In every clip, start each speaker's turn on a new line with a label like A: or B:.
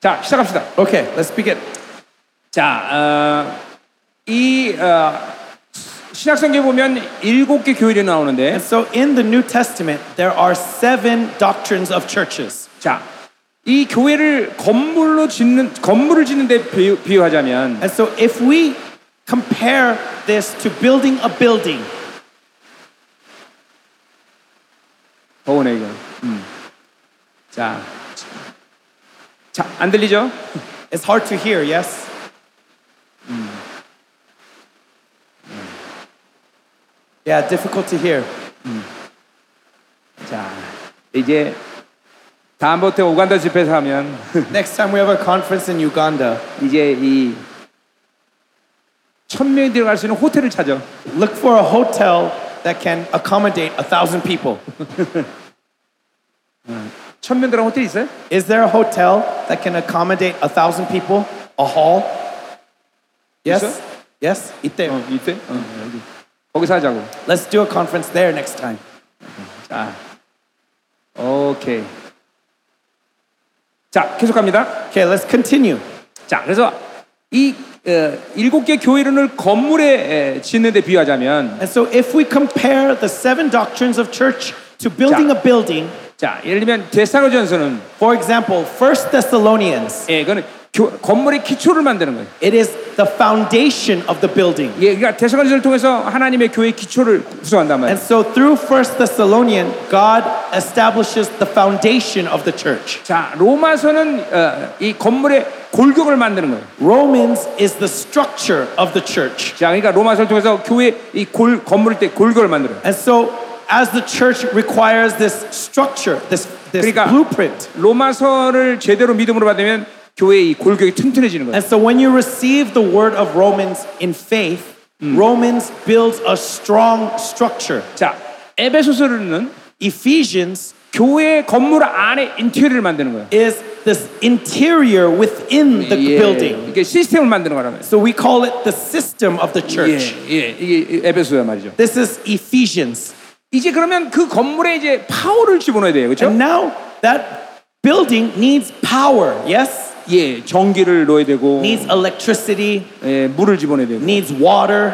A: 자, 시작합시다.
B: Okay, let's begin.
A: 자, 어, 이 어, 신약성경에 보면 일곱 개 교회들이 나오는데,
B: And so in the New Testament, there are seven doctrines of churches.
A: 자, 이 교회를 건물로 짓는 건물을 짓는데 비- 비유하자면
B: And so if we compare this to building a building,
A: 더우네 이거. 음. 자, 자, 안 들리죠?
B: it's hard to hear, yes? Mm. Yeah, difficult to hear.
A: 자, 이제 다음부터 오간다 집회에서 하면
B: Next time we have a conference in Uganda,
A: 이제 이 천명이 들어갈 수 있는 호텔을 찾아.
B: look for a hotel that can accommodate a thousand people.
A: 천명 들어간 호텔 있어요?
B: Is there a hotel that can accommodate a thousand people? A hall? Yes?
A: Yes, sir?
B: Yes? 이때.
A: 어, 이때? 어, 여기. 거기서 하자고.
B: Let's do a conference there next time.
A: 자, 아, 오케이. 자, 계속 갑니다.
B: Okay, let's continue.
A: 자, 그래서 이 어, 일곱 개 교회론을 건물에 에, 짓는데 비유하자면,
B: And so if we compare the seven doctrines of church to building
A: 자.
B: a building,
A: 자, 예를 들면 데살로전서는
B: for example, First Thessalonians,
A: 예, 그는 건물의 기초를 만드는 거예요.
B: it is the foundation of the building.
A: 예, 그러니까 데살로전서를 통해서 하나님의 교회의 기초를 구성한단
B: And
A: 말이에요.
B: so through First Thessalonian, God establishes the foundation of the church.
A: 자, 로마서는 어, 이 건물의 골격을 만드는 거예요.
B: Romans is the structure of the church.
A: 자, 그러니까 로마서를 통해서 교회 이골 건물을 때 골격을 만들어요.
B: And so, as the church requires this structure, this, this
A: 그러니까-
B: blueprint.
A: 로마서를 제대로 믿음으로 받으면 교회의 이 골격이 튼튼해지는 거예요.
B: And so, when you receive the word of Romans in faith, Romans builds a strong structure.
A: 자, 에베소서는
B: Ephesians
A: 교회 건물 안에 인테리어를 만드는 거예요.
B: is this interior within the building.
A: 이게 시스템을 만드는 거라면.
B: So, we call it the system of the church.
A: 예, 예, 이게 에베소야 말이죠.
B: This is Ephesians.
A: 이제 그러면 그 건물에 이제 파워를 집어넣어야 돼요, 그렇죠?
B: And now, that building needs power, yes?
A: 예, 전기를 넣어야 되고,
B: Needs electricity,
A: 예, 물을 집어넣어야 되고.
B: needs water.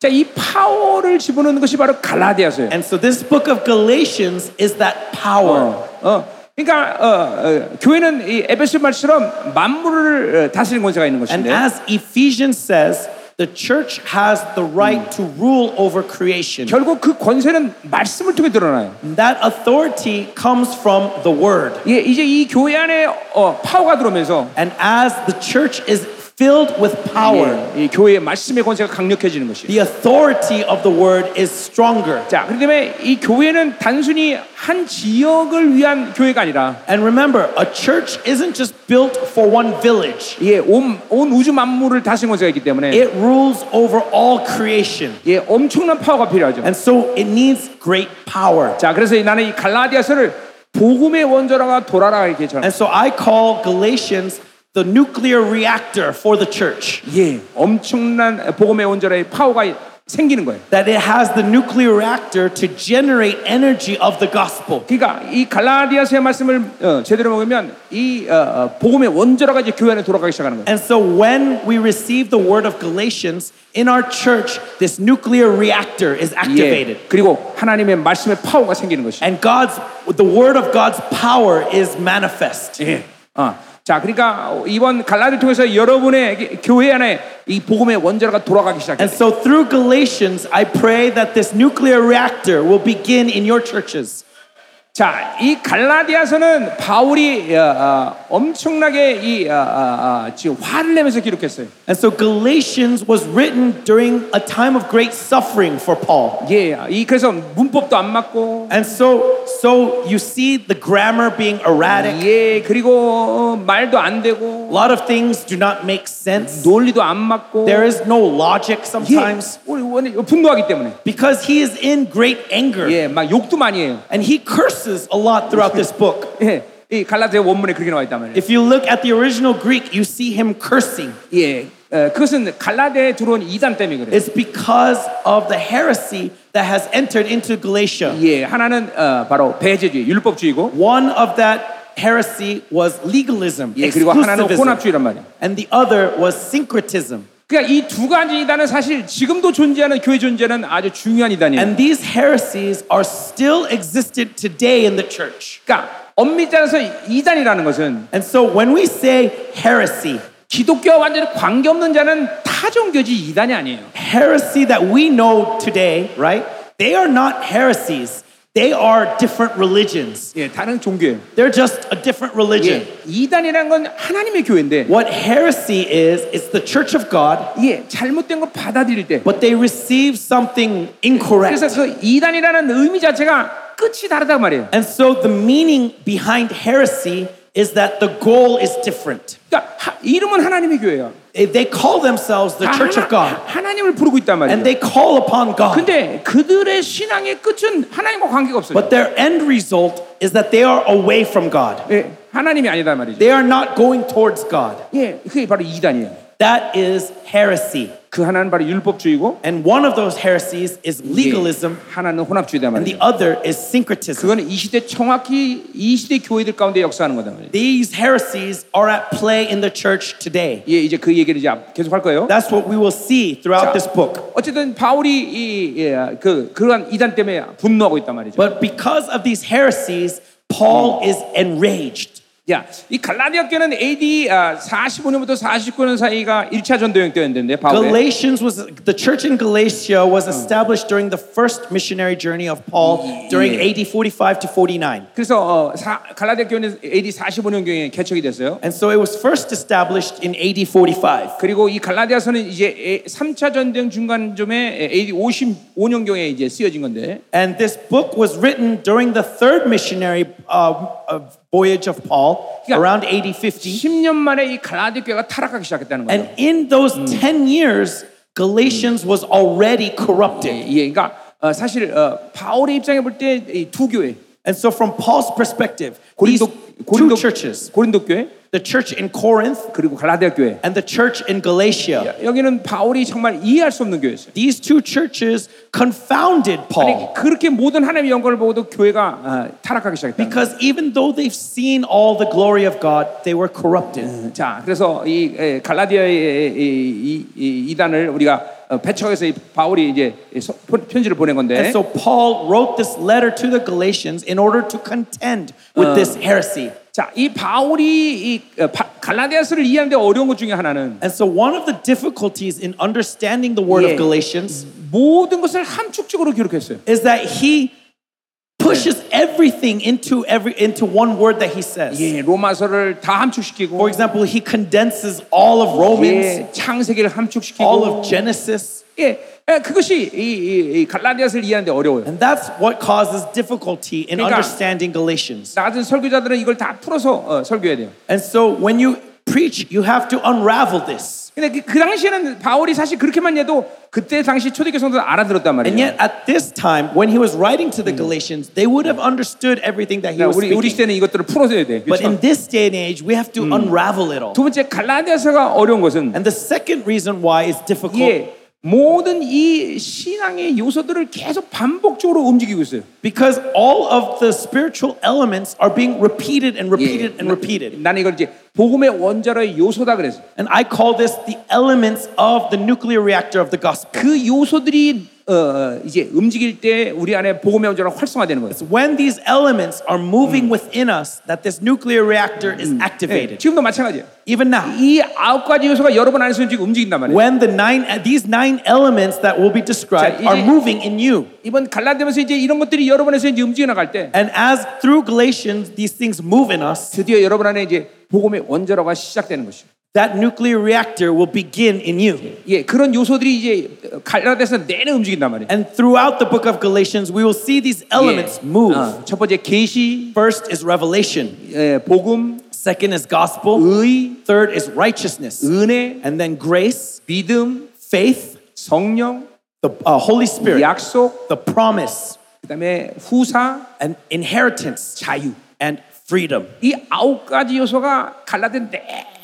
A: 자, 이 파워를 집어넣는 것이 바로 갈라디아서예요.
B: And so this book of Galatians is that
A: 어,
B: power.
A: 어. 그러니까 어, 어, 교회는 이 에베소 말처럼 만물을 어, 다스리는 권세가 있는
B: And
A: 것인데.
B: as Ephesians says, the church has the right to rule over creation.
A: 결국 그 권세는 말씀을 통해 드러나요.
B: That authority comes from the word.
A: 예, 이제 이 교회 안에 어, 파워가 들어오면서
B: And as the church is filled with power,
A: 예, 이 교회의 말씀의 권세가 강력해지는 것이에요.
B: the authority of the word is stronger.
A: 자, 그렇기 때문에 이 교회는 단순히 한 지역을 위한 교회가 아니라
B: And remember, a church isn't just built for one village.
A: 예, 온, 온 우주 만물을 다스린 권세가 있기 때문에
B: It rules over all creation.
A: 예, 엄청난 파워가 필요하죠.
B: And so it needs great power.
A: 자, 그래서 이- 나는 이 갈라디아서를 복음의 원조라가 돌아라 이렇게 전.
B: And so I call Galatians the nuclear reactor for the church.
A: 예, 엄청난 복음의 원조라의 파워가 생기는 거예요.
B: That it has the nuclear reactor to generate energy of the gospel.
A: 그러니까 이 갈라디아서의 말씀을 어, 제대로 먹으면 이 어, 어, 복음의 원조라가 이제 교회 안에 돌아가기 시작하는 거예요.
B: And so when we receive the word of Galatians in our church, this nuclear reactor is activated.
A: 예, 그리고 하나님의 말씀의 파워가 생기는 것이.
B: And God's the word of God's power is manifest.
A: 예. 아, 자, 그러니까 이번 갈라디를 통해서 여러분의 교회 안에 이 복음의 원조라가 돌아가기
B: And
A: 시작해요.
B: so through Galatians, I pray that this nuclear reactor will begin in your churches.
A: 자, 이 갈라디아서는 바울이 어, 어, 엄청나게 이 어, 어, 어, 지금 화를 내면서 기록했어요.
B: And so Galatians was written during a time of great suffering for Paul.
A: 예, 이 그래서 문법도 안 맞고.
B: And so, so you see the grammar being erratic.
A: 예, 그리고 어, 말도 안
B: A
A: 되고
B: lot of things do not make sense.
A: 논리도 안 맞고.
B: There is no logic
A: 예,
B: sometimes
A: 우리 원래 분노하기 때문에
B: because he is in great anger
A: 예, 막 욕도 많이 해요.
B: and he curses a lot throughout this book.
A: 예, 이 갈라디아 원문에 그렇게 나와 있단 말이에요.
B: If you look at the original Greek, you see him cursing.
A: 예, 어, 그것은 갈라디아에 들어온 이단 때문에 그래요.
B: It's because of the heresy that has entered into Galatia.
A: 예, 하나는 어, 바로 배제주의, 율법주의고
B: One of that heresy was legalism,
A: 예, 그리고 하나는
B: exclusivism,
A: 혼합주의란 말이에요.
B: and the other was syncretism.
A: 그러니까 이 두 가지 이단은 사실 지금도 존재하는 교회 존재는 아주 중요한 이단이에요.
B: And these heresies are still existent today in the church.
A: 그러니까 엄밀히 따라서 이단이라는 것은
B: And so when we say heresy,
A: 기독교와 완전히 관계없는 자는 타종교지 이단이 아니에요.
B: heresy that we know today, right? They are not heresies. They are different religions.
A: 예, 다른 종교예요.
B: They're just a different religion.
A: 예, 이단이라는 건 하나님의 교회인데
B: What heresy is, it's the church of God,
A: 예, 잘못된 걸 받아들일 때
B: but they receive something incorrect.
A: 그래서 그 이단이라는 의미 자체가 끝이 다르단 말이에요.
B: And so the meaning behind heresy is that the goal is different.
A: 그러니까 하- 이름은 하나님의 교회예요.
B: They- They call themselves the
A: 다
B: church of God,
A: 하나, 님을 부르고 있단 말이에요.
B: and they call upon God.
A: 근데 그들의 신앙의 끝은 하나님과 관계가 없어요.
B: But their end result is that they are away from God.
A: 예, 하나님이 아니다 말이죠.
B: They are not going towards God.
A: 예, 그게 바로 이단이에요.
B: That is heresy.
A: 그 하나는 바로 율법주의고
B: And one of those heresies is legalism,
A: 예, 하나는 혼합주의다
B: and
A: 말이죠.
B: the other is syncretism.
A: 그거는 이 시대 정확히 이 시대 교회들 가운데 역사하는 거다 말이죠.
B: These heresies are at play in the church today.
A: 예, 이제 그 얘기를 이제 앞- 계속 할 거예요.
B: That's what we will see
A: 자,
B: throughout this book.
A: 어쨌든 바울이 이, 예, 그 그러한 이단 때문에 분노하고 있단 말이죠.
B: But because of these heresies, Paul is enraged.
A: 야, 이 갈라디아 교회는 AD 아, 45년부터 49년 사이가 1차 전도 여행 때였는데 바울의
B: Galatians was the church in Galatia was established during the first missionary journey of Paul during
A: Yeah.
B: AD 45 to 49.
A: 그래서 어, 사, 갈라디아 교회는 AD 45년 경에 개척이 됐어요.
B: And so it was first established in AD 45.
A: 그리고 이 갈라디아서는 이제 3차 전쟁 중간쯤에 AD 55년 경에 이제 쓰여진 건데
B: And this book was written during the third missionary um, uh, voyage of Paul
A: Yeah.
B: around AD 50.
A: 10년 만에 이 갈라디아 교회가 타락하기 시작했다는 거예요.
B: And in those 10 years, Galatians was already corrupted.
A: 예, 그러니까 어, 사실 어, 바울의 입장에 볼 때 이 두 교회
B: And so, from Paul's perspective, these
A: 고린도
B: two
A: 고린도
B: churches,
A: 고린도 교회
B: the church in Corinth
A: 그리고 갈라디아 교회
B: and the church in Galatia,
A: 여기는 바울이 정말 이해할 수 없는 교회였어요.
B: these two churches confounded Paul.
A: 아니, 그렇게 모든 하나님의 영광을 보고도 교회가 어, 타락하기 시작했다.
B: Because even though they've seen all the glory of God, they were corrupted.
A: 자, 그래서 이 에, 갈라디아의 이, 이, 이, 이단을 우리가 어, 배척해서 이 바울이 이제 이 소- 폰- 편지를 보낸 건데
B: And so, Paul wrote this letter to the Galatians in order to contend with this heresy.
A: 자, 이 바울이 이 어, 바- 갈라디아서를 이해하는데 어려운 것 중에 하나는
B: And so, one of the difficulties in understanding the word
A: Yeah.
B: of Galatians
A: 모든 것을 함축적으로 기록했어요.
B: is that he pushes everything into every into one word that he says.
A: 예, 로마서를 다
B: For
A: 함축시키고
B: example, he condenses all of Romans,
A: 예, 창세기를
B: all
A: 함축시키고
B: of Genesis,
A: 예, 예, 그것이 이, 이, 이 갈라디아서를 이해하는데 어려워요.
B: and that's what causes difficulty in
A: 그러니까-
B: understanding Galatians.
A: 나 같은 설교자들은 이걸 다 풀어서 어, 설교해야 돼요.
B: And so when you preach, you have to unravel this.
A: 근데 그, 그 당시에는 바울이 사실 그렇게만 해도 그때 당시 초대교 성도들 알아들었단
B: And
A: 말이에요.
B: yet at this time, when he was writing to the Galatians, they would have understood everything that he
A: 그러니까
B: was
A: 우리 우리
B: speaking.
A: 시대는 이것들을 풀어줘야 돼.
B: But
A: 그렇죠?
B: in this day and age, we have to unravel it all.
A: 두 번째 갈라디아서가 어려운 것은
B: And the second reason why it's difficult
A: 예, 모든 이 신앙의 요소들을 계속 반복적으로 움직이고 있어요.
B: Because all of the spiritual elements are being repeated and repeated and
A: 나-
B: repeated.
A: 나는 이걸 이제 복음의 원자로의 요소다 그래서
B: And I call this the elements of the nuclear reactor of the gospel.
A: 그 요소들이 어, 어, 이제 움직일 때 우리 안에 복음의 원자로 활성화되는 거예요.
B: It's when these elements are moving within us that this nuclear reactor is
A: 예,
B: activated.
A: 지금도 마찬가지예요.
B: Even now,
A: 이 아홉 가지 요소가 여러분 안에서 지금 움직인단 말이에요.
B: when the nine these nine elements that will be
A: 자,
B: described
A: 이제-
B: are moving in you.
A: 이번 갈라디아서 이제 이런 것들이 여러분 안에서 이제 움직여 나갈 때
B: And as through Galatians these things move in us,
A: 드디어 여러분 안에 이제 복음의 원자로가 시작되는 것이죠.
B: that nuclear reactor will begin in you.
A: 예, 그런 요소들이 이제 갈라디아서 내내 움직인단 말이에요.
B: And throughout the book of Galatians, we will see these elements
A: 예.
B: move.
A: 어, 첫 번째 계시,
B: First is revelation.
A: 예, 복음,
B: Second is gospel. Third is righteousness.
A: 은혜,
B: And then grace,
A: 믿음,
B: faith,
A: 성령,
B: the uh, Holy Spirit,
A: 약속,
B: the promise,
A: 그다음에 후사,
B: and inheritance,
A: 자유.
B: and freedom.
A: 이 아홉 가지 요소가 갈라디아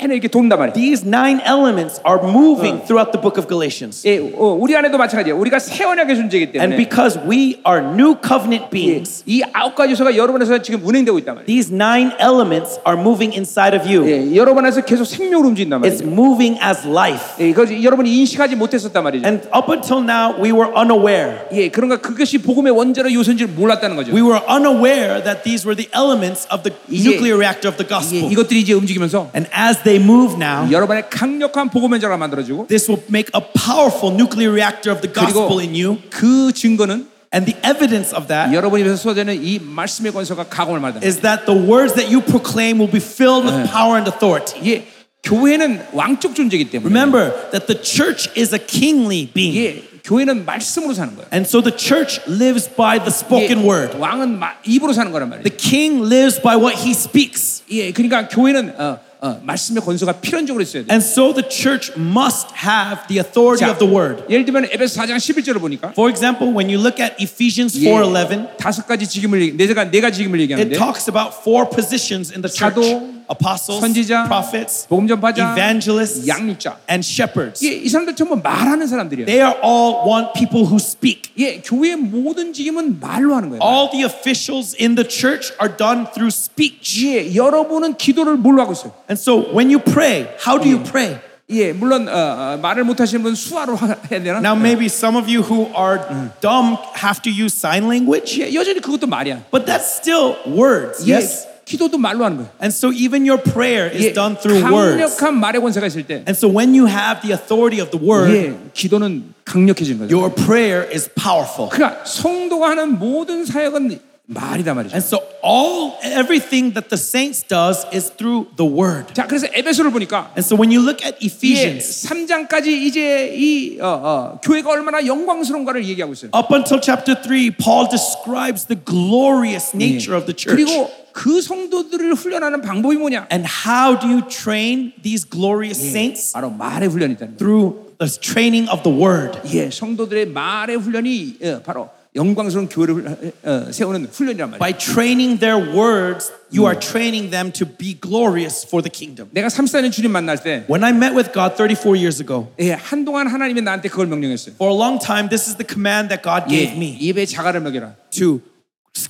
A: 내내 이렇게 돈단 말이에요.
B: These nine elements are moving throughout the book of Galatians.
A: 예, 어, 우리 안에도 마찬가지예요. 우리가 새 언약의 존재이기
B: And
A: 때문에
B: because we are new covenant beings,
A: 이 아홉 가지 요소가 여러분 안에서 지금 운행되고 있단 말이에요.
B: these nine elements are moving inside of you.
A: 예, 여러분 안에서 계속 생명으로 움직인단
B: It's
A: 말이에요.
B: moving as life.
A: 예, 이거 여러분이 인식하지 못했었단 말이죠.
B: And up until now, we were unaware.
A: 예, 그런가 그것이 복음의 원자로 요소인 줄 몰랐다는 거죠.
B: We were unaware that these were the elements of the
A: Yeah.
B: nuclear reactor of the
A: 예,
B: gospel.
A: 이것들이 이제 움직이면서
B: And as they move now,
A: 여러분의 강력한 복음의 자가 만들어지고
B: this will make a powerful nuclear reactor of the gospel
A: 그리고
B: in you.
A: 그 증거는
B: And the evidence of that
A: 여러분 입에서 쏟아지는 이 말씀의 권세가 가공을 말한다.
B: is that the words that you proclaim will be filled with power and authority.
A: 예, 교회는 왕적 존재이기 때문에
B: Remember that the church is a kingly being.
A: 예, 교회는 말씀으로 사는 거예요.
B: And so the church lives by
A: 예,
B: the spoken word.
A: 왕은 마- 입으로 사는 거란 말이에요.
B: The king lives by what he speaks.
A: 예, 그러니까 교회는 어, 어, 말씀의 권세가 필연적으로 있어야 돼.
B: And so the church must have the authority of the word.
A: 예를 들면 에베소 4장 11절을 보니까
B: For example, when you look at Ephesians
A: 예,
B: 4:11,
A: 다섯 가지 직임을 얘기- 네 가지 네 가지 직임을
B: it
A: 얘기하는데
B: talks about four positions in the church:
A: 사도,
B: apostles,
A: 선지자,
B: prophets,
A: 복음 전파자,
B: evangelists,
A: 양육자.
B: and shepherds.
A: 예, 이 사람들 전부 말하는 사람들이에요.
B: They are all one people who speak.
A: 예, 교회의 모든 직임은 말로 하는 거예요.
B: All the officials in the church are done through speech.
A: 예, 여러분은 기도를 뭘로 하고 있어요?
B: And so when you pray, how do you
A: Mm.
B: pray?
A: 예, 물론 어, 어, 말을 못 하시는 분은 수화로 하- 해야 되나?
B: Now maybe some of you who
A: Mm.
B: are dumb have to use sign language,
A: 예, 여전히 그것도 말이야.
B: but that's still words.
A: 예, 기도도 말로 하는 거예요.
B: And so even your prayer is
A: 예,
B: done through words.
A: 강력한 말의 권세가 있을 때
B: And so when you have the authority of the word,
A: 예, 기도는 강력해지는 거죠.
B: your prayer is powerful.
A: 그러니까 성도가 하는 모든 사역은 말이다 말이죠.
B: And so all everything that the saints does is through the word.
A: 자, 그래서 에베소를 보니까
B: And so when you look at
A: 예,
B: Ephesians
A: 3장까지 이제 이 어, 어, 교회가 얼마나 영광스러운가를 얘기하고 있어요.
B: up until chapter 3, Paul describes the glorious nature of the church.
A: 예. 그리고 그 성도들을 훈련하는 방법이 뭐냐?
B: And how do you train these glorious saints?
A: 바로 말의 훈련이 있다는 거예요.
B: Through the training of the word.
A: 예, 성도들의 말의 훈련이 예, 바로 영광스러운 교회를 훈- 어, 세우는 훈련이란 말이에요.
B: By training their words, you are training them to be glorious for the kingdom.
A: 내가 34년 주님 만날 때
B: When I met with God 34 years ago,
A: 예, 한동안 하나님이 나한테 그걸 명령했어요.
B: for a long time, this is the command that God
A: 예,
B: gave me
A: 입에 자갈을 먹여라.
B: to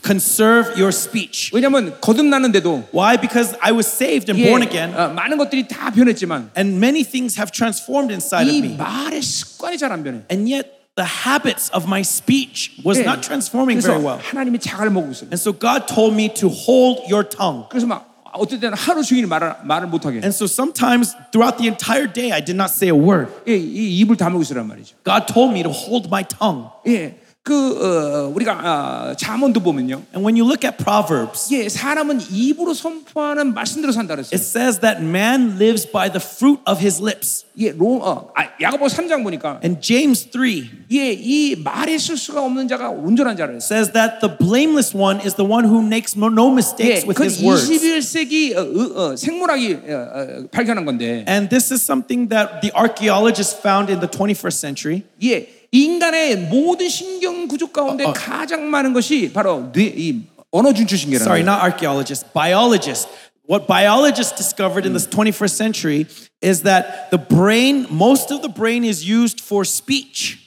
B: conserve your speech.
A: 왜냐하면 거듭나는데도
B: Why? Because I was saved and
A: 예,
B: born again,
A: 어, 많은 것들이 다 변했지만
B: and many things have transformed inside of
A: 이
B: me.
A: 말의 습관이 잘 안 변해.
B: And yet, the habits of my speech was
A: 예.
B: not transforming
A: 그래서
B: very well.
A: 하나님이 자갈을 먹고 있어요.
B: And so God told me to hold your tongue.
A: 그래서 막 어떨 때는 하루 종일 말을 말을 못 하게.
B: And so sometimes throughout the entire day, I did not say a word.
A: 예, 이 입을 다물고 있으란 말이죠.
B: God told me to hold my tongue.
A: 예. 그 어, 우리가 아, 잠언도 보면요.
B: And when you look at Proverbs,
A: 예, 사람은 입으로 선포하는 말씀대로 산다
B: it
A: 그랬어요.
B: says that man lives by the fruit of his lips.
A: 예, 로, 어, 아, 야고보 3장 보니까
B: And James 3
A: 예, 이 말에 실수가 없는 자가 온전한 자라 했어요.
B: says that the blameless one is the one who makes no, no mistakes
A: 예,
B: with
A: 그건
B: his words.
A: 21세기 어, 어, 어, 생물학이 어, 어, 발견한 건데
B: And this is something that the archaeologists found in the 21st century.
A: 예, 인간의 모든 신경 구조 가운데
B: 어, 어.
A: 가장 많은 것이 바로 뇌, 이 언어 준출 신경이라는
B: Sorry,
A: 거예요.
B: not archaeologists, biologists. What biologists discovered in this 21st century is that the brain, most of the brain is used for speech.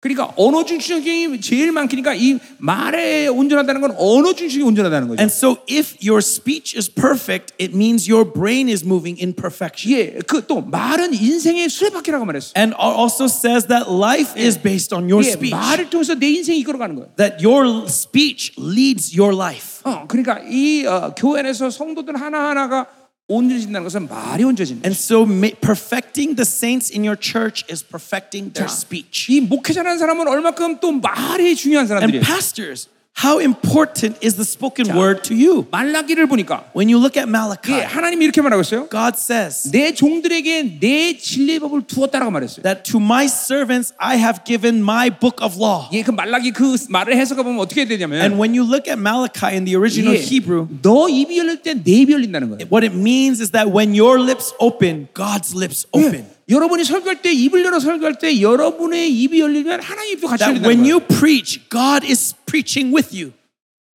A: 그러니까 언어 준출 신경이 제일 많기니까 이 말에 온전하다는 건 언어 준출이 온전하다는 거죠.
B: And so if your speech is perfect, it means your brain is moving in perfection.
A: 예, 그 또 말은 인생의 수레바퀴라고 말했어.
B: And al- also says that life is based on your
A: 예,
B: speech.
A: 말을 통해서 내 인생 이끌어가는 거예요.
B: That your l- speech leads your life.
A: 어, 그러니까 이 어, 교회 안에서 성도들 하나 하나가 온전해진다는 것은 말이 온전해진다.
B: And so ma- perfecting the saints in your church is perfecting their
A: 자,
B: speech.
A: 이 목회자라는 사람은 얼마큼 또 말이 중요한
B: And
A: 사람들이에요.
B: pastors, how important is the spoken word to you?
A: 말라기를 보니까
B: When you look at
A: 예,
B: Malachi,
A: 하나님이 이렇게 말하고 있어요.
B: God says
A: 내 종들에게 내 진리의 법을 두었다라고 말했어요.
B: that to my servants I have given my book of law.
A: 예, 그 말라기 그 말을 해석해 보면 어떻게
B: And
A: 되냐면
B: when you look at Malachi in the original
A: 예,
B: Hebrew,
A: 너 입이 열릴 때 내 입이 열린다는 거예요.
B: what it means is that when your lips open, God's lips open.
A: 예, 여러분이 설교할 때 입을 열어 설교할 때 여러분의 입이 열리면 하나님 입도 같이
B: That
A: 열린다는
B: when
A: 거예요.
B: you preach, God is preaching with you.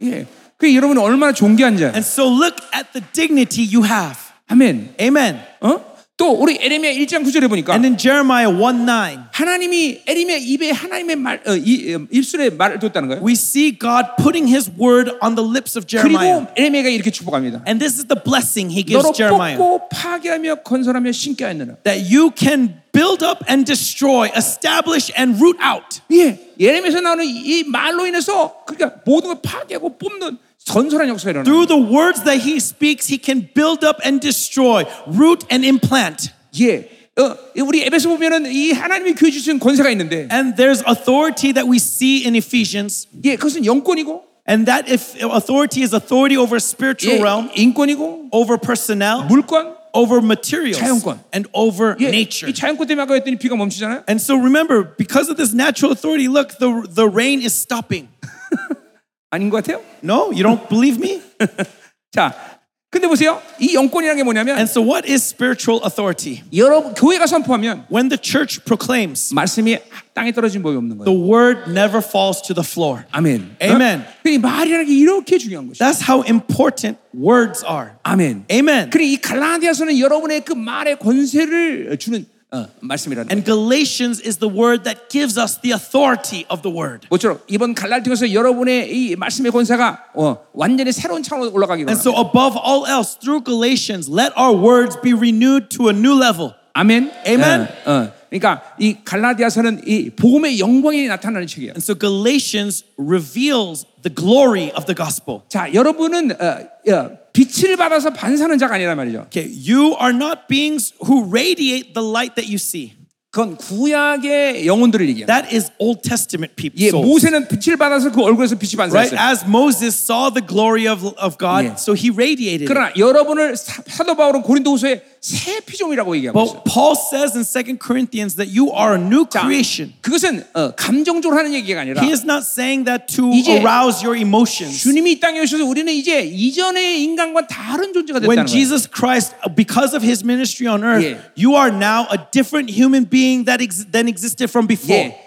A: 예, 그 여러분 얼마나 존귀한 자.
B: And so look at the dignity you have.
A: 아멘.
B: Amen.
A: 어? 또 우리 에레미야 1장 9절에 보니까
B: And in Jeremiah 1 9,
A: 하나님이 에레미야 입에 하나님의 말, 어, 이, 어, 입술에 말을 뒀다는 거예요.
B: we see God putting his word on the lips of Jeremiah.
A: 그리고 에레미야가 이렇게 축복합니다.
B: And this is the blessing he gives
A: 너로
B: Jeremiah
A: 뽑고 파괴하며 건설하며 신게 하였느라.
B: that you can build up and destroy, establish and root out.
A: 예. 예레미야에서 나오는 이 말로 인해서 그러니까 모든 걸 파괴하고 뽑는 건설한 역사가 일어나.
B: Through the words that he speaks, he can build up and destroy, root and implant.
A: 예. 어, 우리 에베소 보면은 이 하나님이 교회 주신 권세가 있는데
B: And there's authority that we see in Ephesians,
A: 예, 그것은 영권이고
B: and that if authority is authority
A: 예,
B: over spiritual realm,
A: 인권이고
B: over personnel,
A: 물권
B: over materials,
A: 자연권.
B: and over
A: 예,
B: nature.
A: 이 자연권 때문에 아까 했더니 비가 멈추잖아요.
B: And so remember, because of this natural authority, look, the, the rain is stopping.
A: 아닌 것 같아요?
B: No, you don't believe me?
A: 자, 근데 보세요. 이 영권이라는 게 뭐냐면
B: And so, what is spiritual authority?
A: 여러분 교회가 선포하면
B: When the church proclaims,
A: 말씀이 땅에 떨어진 법이 없는
B: the
A: 거예요.
B: word never falls to the floor.
A: 아멘.
B: Amen.
A: 어? 그이 말이라는 게 이렇게 중요한 것이죠.
B: That's how important words are.
A: 아멘.
B: Amen.
A: 그리고 이 갈라디아서는 여러분의 그 말의 권세를 주는 어, 말씀이라는 거예요.
B: And Galatians is the word that gives us the authority of the word.
A: 모쪼록 이번 갈라디아서 여러분의 이 말씀의 권세가 어, 완전히 새로운 차원으로 올라가기
B: And so,
A: 바랍니다.
B: above all else, through Galatians, let our words be renewed to a new level.
A: 아멘.
B: Amen.
A: 어, 어. 그러니까 이 갈라디아서는 이 복음의 영광이 나타나는 책이에요.
B: And so, Galatians reveals the glory of the gospel.
A: 자, 여러분은 어, 어, 빛을 받아서 반사하는 자가 아니란 말이죠.
B: Okay, you are not beings who radiate the light that you see.
A: 그건 구약의 영혼들을 얘기해요.
B: That is Old Testament people.
A: 예, 모세는 빛을 받아서 그 얼굴에서 빛이
B: right?
A: 반사했어요.
B: As Moses saw the glory of, of God,
A: Yeah.
B: so he radiated. it.
A: 그러나 여러분을 사- 사도 바울은 고린도후서에 새 피조물이라고 얘기하고 있어요.
B: But Paul says in 2 Corinthians that you are a new creation.
A: 그것은 어, 감정적으로 하는 얘기가 아니라
B: He is not saying that to
A: 이제
B: arouse your emotions.
A: 주님이 이 땅에 오셔서 우리는 이제 이전의 인간과 다른 존재가 됐다는
B: When
A: 거예요.
B: Jesus Christ, because of his ministry on earth,
A: Yeah.
B: you are now a different human being that ex- than existed from before,
A: 예,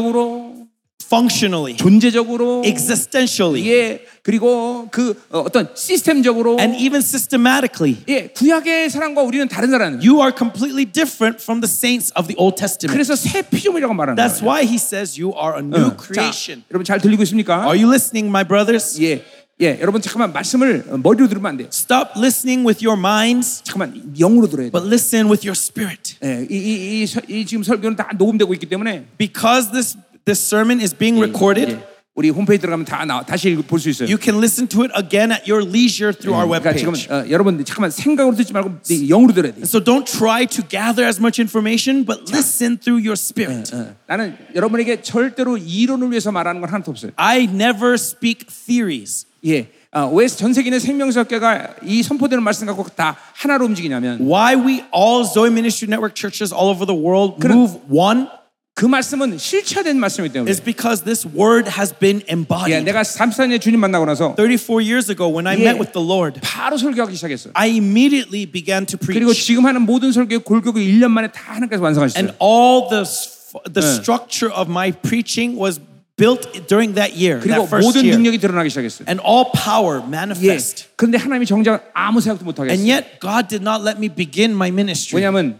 A: 기능적으로,
B: functionally,
A: 존재적으로,
B: existentially,
A: 예, 그리고 그 어, 어떤 시스템적으로,
B: and even systematically.
A: 예, 구약의 사람과 우리는 다른 사람.
B: You are completely different from the saints of the Old Testament.
A: 그래서 새 피조물이라고 말하는
B: That's
A: 거예요.
B: why he says you are a new
A: 자,
B: creation.
A: 여러분 잘 들리고 있습니까?
B: Are you listening, my brothers?
A: 예, 예, 여러분 잠깐만 말씀을 어, 머리로 들으면 안 돼요.
B: Stop listening with your minds,
A: 잠깐만 영으로 들어야 돼요.
B: but listen with your spirit.
A: 예, 이, 이, 이, 서- 이 지금 설교는 다 녹음되고 있기 때문에
B: Because this, this sermon is being recorded,
A: 예, 우리 홈페이지 들어가면 다 나와, 다시 볼 수 있어요.
B: you can listen to it again at your leisure through our
A: 그러니까 지금
B: webpage.
A: 어, 여러분 잠깐만 생각으로 듣지 말고 네, 영으로 들어야 돼요.
B: So don't try to gather as much information, but listen through your spirit.
A: 어, 나는 여러분에게 절대로 이론을 위해서 말하는 건 하나도 없어요.
B: I never speak theories.
A: 예, 아, 왜전 세계는 생명사학계가 이 선포되는 말씀 갖고 다 하나로 움직이냐면
B: Why we all Zoe Ministry Network churches all over the world
A: 그런-
B: move one
A: 그 말씀은 실체화된 말씀이기 때문에.
B: is because this word has been
A: 예,
B: embodied.
A: 내가 34년 주님 만나고 나서
B: 34 years ago, when I
A: Yeah.
B: met with the Lord,
A: 바로 설교하기 시작했어요.
B: I immediately began to
A: 그리고
B: preach,
A: 지금 하는 모든 설교의 골격을 1년 만에 다 하나님께서 완성하셨어요.
B: and all the s- the structure of my preaching was built during that year,
A: 그리고
B: that first
A: 모든
B: year,
A: 능력이 드러나기 시작했어요.
B: and all power
A: 예.
B: manifest.
A: 그런데 하나님이 정작 아무 생각도 못
B: And
A: 하겠어요.
B: yet, God did not let me begin my ministry.
A: 왜냐하면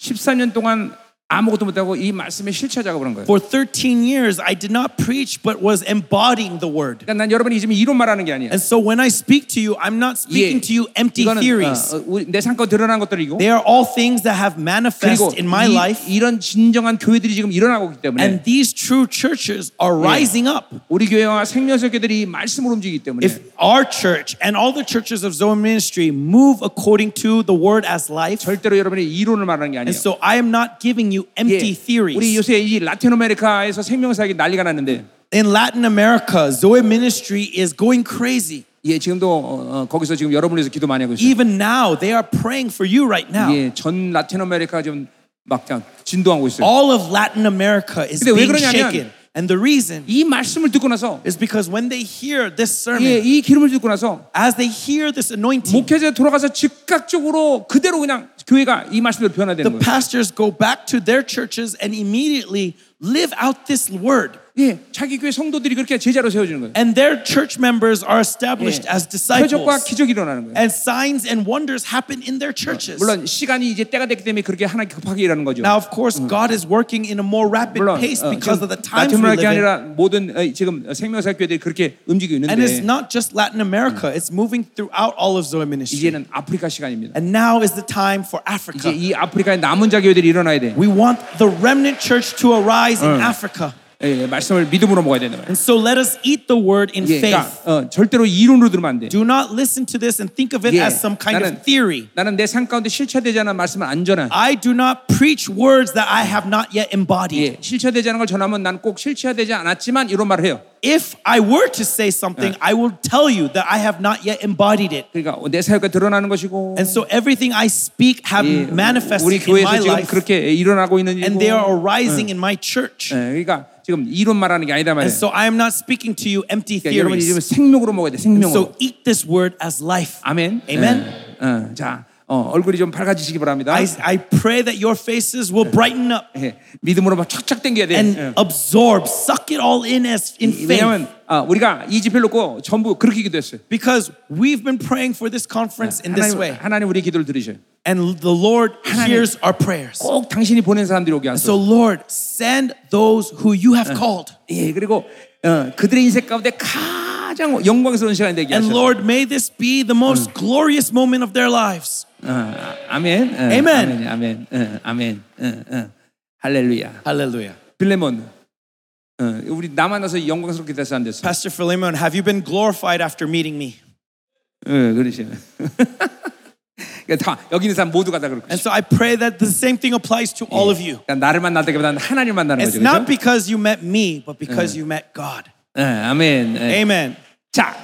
A: 14년 동안 아무것도 못하고 이 말씀의 실체 작업을 한 거예요.
B: For 13 years, I did not preach, but was embodying the word.
A: 그러니까 난 여러분이 지금 이론 말하는 게 아니에요. 예.
B: And so, when I speak to you, I'm not speaking to you empty
A: 이거는
B: theories.
A: 어, 어, 우리 내 상과 드러난 것들이고
B: They are all things that have
A: 그리고
B: manifest in my
A: 이-
B: life.
A: 이런 진정한 교회들이 지금 일어나고 있기 때문에
B: And these true churches are rising up.
A: 우리 교회와 생명세계들이 말씀으로 움직이기 때문에
B: If our church and all the churches of Zoe Ministry move according to the word as life,
A: 절대로 여러분이 이론을 말하는 게
B: and
A: 아니에요.
B: so I am not giving you
A: 예,
B: empty
A: 우리
B: theories.
A: 요새 이 라틴 아메리카에서 생명사학이 난리가 났는데
B: In Latin America, Zoe Ministry is going crazy.
A: 예, 지금도 어, 어, 거기서 지금 여러분을 위해서 기도 많이 하고 있어요.
B: Even now, they are praying for you right now.
A: 예, 전 라틴 아메리카 지금 막 그냥 진도하고 있어요.
B: All of Latin America is
A: 근데 왜
B: being
A: 그러냐면-
B: shaken. And the reason
A: 이 말씀을 듣고 나서
B: is because when they hear this
A: 예,
B: sermon,
A: 이 기름을 듣고 나서
B: as they hear this anointing,
A: 목회자에 돌아가서 즉각적으로 그대로 그냥 교회가 이 말씀대로 변화되는
B: The
A: 거예요.
B: pastors go back to their churches and immediately live out this word.
A: 예, 자기 교회 성도들이 그렇게 제자로 세워지는 거예요. 예.
B: And their church members are established
A: 표적과
B: as disciples.
A: 기적이 일어나는 거예요.
B: And signs and wonders happen in their churches.
A: 물론 시간이 이제 때가 됐기 때문에 그렇게 하나님 급하게 일하는 거죠.
B: Now, of course, God is working in a more rapid
A: 물론
B: pace
A: 어,
B: because
A: 지금
B: of the times
A: 라틴
B: we live
A: 아메리카
B: in.
A: 아니라 모든 어, 지금 생명사 교회들이 그렇게 움직이고
B: And
A: 있는데
B: it's not just Latin America, it's moving throughout all of Zoe ministry.
A: 이제는 아프리카 시간입니다.
B: And now is the time for
A: 이제
B: Africa.
A: 이 아프리카의 남은 자 교회들이 일어나야 돼.
B: We want the remnant church to arise in
A: 응.
B: Africa.
A: 예, 말씀을 믿음으로 먹어야 된다 말이에요.
B: And so let us eat the word in
A: 예, 그러니까
B: faith.
A: 어, 절대로 이론으로 들으면 안 돼.
B: Do not listen to this and think of it
A: 예,
B: as some kind
A: 나는
B: of theory.
A: 나는 내 삶 가운데 실체되지 않은 말씀은 안전한.
B: I do not preach words that I have not yet
A: 예,
B: embodied.
A: 실체되지 않은 걸 전하면 난 꼭 실체되지 않았지만 이런 말을 해요.
B: If I were to say
A: Uh.
B: something, I will tell you that I have not yet embodied it.
A: 그러니까 내 사역가 드러나는 것이고
B: And so everything I speak have
A: 예, 우리
B: manifested in my
A: 교회에서 지금
B: life,
A: 그렇게 일어나고 있는 일이고
B: and they are arising in my church.
A: 예, 그러니까 지금 이론 말하는 게 아니다 말이에요.
B: And so I am not speaking to you empty
A: 그러니까 여러분이 지금
B: theories.
A: 생명으로 먹어야 돼. 생명으로.
B: So eat this word as life.
A: 아멘.
B: Amen.
A: 예, 어, 자, 어, 얼굴이 좀 밝아지시기 바랍니다.
B: I, I pray that your faces will brighten up
A: 예, 믿음으로 막 착착 당겨야 돼.
B: and
A: 예.
B: absorb, suck it all in as in faith.
A: 왜냐면 아, 우리가 이 집회를 놓고 전부 그렇게 기도했어요.
B: Because we've been praying for this conference in this
A: 하나님,
B: way,
A: 하나님 우리 기도를 들으셔요.
B: and the Lord hears our prayers.
A: 꼭 당신이 보낸 사람들이 오게 하소서.
B: So, Lord, send those who you have called.
A: 예, 그리고 어, 그들의 인생 가운데 가장 영광스러운 시간이 되게
B: And
A: 하소서.
B: Lord, may this be the most glorious moment of their lives.
A: 어, 아, 아멘. 어, 아멘.
B: Amen.
A: 아멘. 어, 아멘. 어, 어. 할렐루야.
B: Hallelujah.
A: 빌레몬. 어, 우리 남아나서 영광스럽게 됐어 안 됐어?
B: Pastor Philemon, have you been glorified after meeting me?
A: 예, 그러시. 그러니까 다 여기 있는 사람 모두가 다 그렇고.
B: And so I pray that the same thing applies to all of you.
A: 그러니까 나를 만나다기보다는 하나님 만나는
B: It's
A: 거죠.
B: not
A: 그렇죠?
B: because you met me, but because you met God.
A: 예, 아멘. 예.
B: Amen.
A: 자,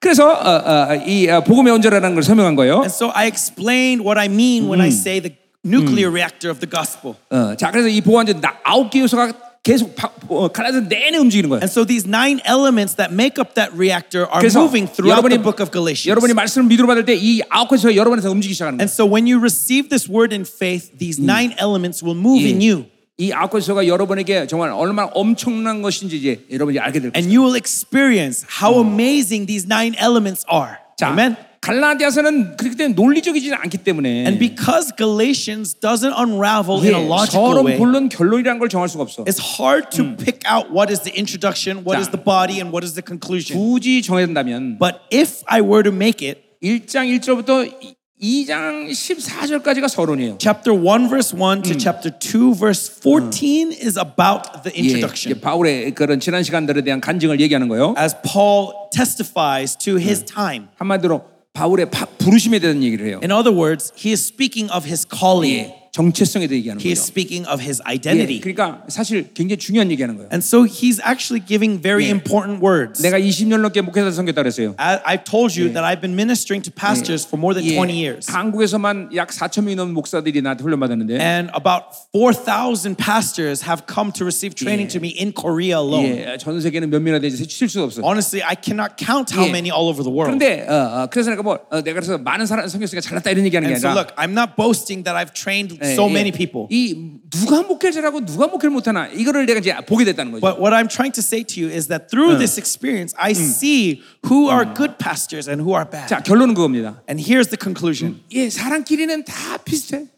A: 그래서 어, 어, 이 어, 복음의 온전하라는 걸 설명한 거예요.
B: And so I explained what I mean when I say the nuclear reactor of the gospel.
A: 어, 자, 그래서 이 복음의 온전 아홉 개 요소가 계속 바, 어, 갈라서 내내 움직이는 거예요.
B: And so these nine elements that make up that reactor are
A: 그래서
B: moving throughout the
A: 여러분이
B: book of Galatians.
A: 여러분이 말씀을 믿음으로 받을 때 이 아홉 가지가 여러분에서 움직이기 시작하는
B: And
A: 거예요.
B: so when you receive this word in faith, these nine elements will move
A: Mm.
B: in you.
A: 이 아홉 가지가 여러분에게 정말 얼마나 엄청난 것인지 이제 여러분이 알게 될 거예요.
B: And you will experience how amazing these nine elements are.
A: 자,
B: Amen.
A: 갈라디아서는 그렇기 때문에 논리적이지 않기 때문에
B: And because Galatians doesn't unravel in a
A: 예,
B: logical
A: 서론
B: way,
A: 본론 결론이라는 걸 정할 수가 없어.
B: it's hard to pick out what is the introduction, what
A: 자.
B: is the body, and what is the conclusion.
A: 굳이 정해야 된다면
B: But if I were to make it,
A: 1장 1절부터 2장 14절까지가 서론이에요.
B: chapter 1, verse 1 to chapter 2, verse 14 is about the
A: 예,
B: introduction.
A: 이제 바울의 그런 지난 시간들에 대한 간증을 얘기하는 거예요.
B: As Paul testifies to his time.
A: 한마디로 바울의 파- 부르심에 대한 얘기를 해요.
B: In other words, he is speaking of his calling.
A: 예, 정체성에 대해 얘기하는 거예요.
B: He is speaking of his
A: 예,
B: identity.
A: 그러니까 사실 굉장히 중요한 얘기하는 거예요.
B: And so he's actually giving very
A: Yeah.
B: important words.
A: 내가 20년 넘게 목회자 섬겼다 그랬어요.
B: I, I've told you that I've been ministering to pastors for more than
A: 예,
B: 20 years.
A: 한국에서만 약 4천 명이 넘는 목사들이 나한테 훈련 받았는데
B: And about 4,000 pastors have come to receive training
A: Yeah.
B: to me in Korea alone.
A: 예, 전 세계는 몇 명이나 되지 칠 수가 없어.
B: Honestly, I cannot count how
A: Yeah.
B: many all over the world.
A: 그런데 어, 어, 그래서 내가 뭐 어, 내가 그래서 많은 사람 섬겼으니까 잘났다 이런 얘기하는 게
B: And so,
A: 아니라
B: look, I'm not boasting that I've trained
A: 예, 예.
B: so many people.
A: 이 누가 목회를 잘하고 누가 목회를 못하나 이거를 내가 이제 보게 됐다는 거죠.
B: But what I'm trying to say to you is that through this experience, I see who are good pastors and who are bad.
A: 자 결론은 그겁니다.
B: And here's the conclusion
A: 예 사람끼리는 다 비슷해.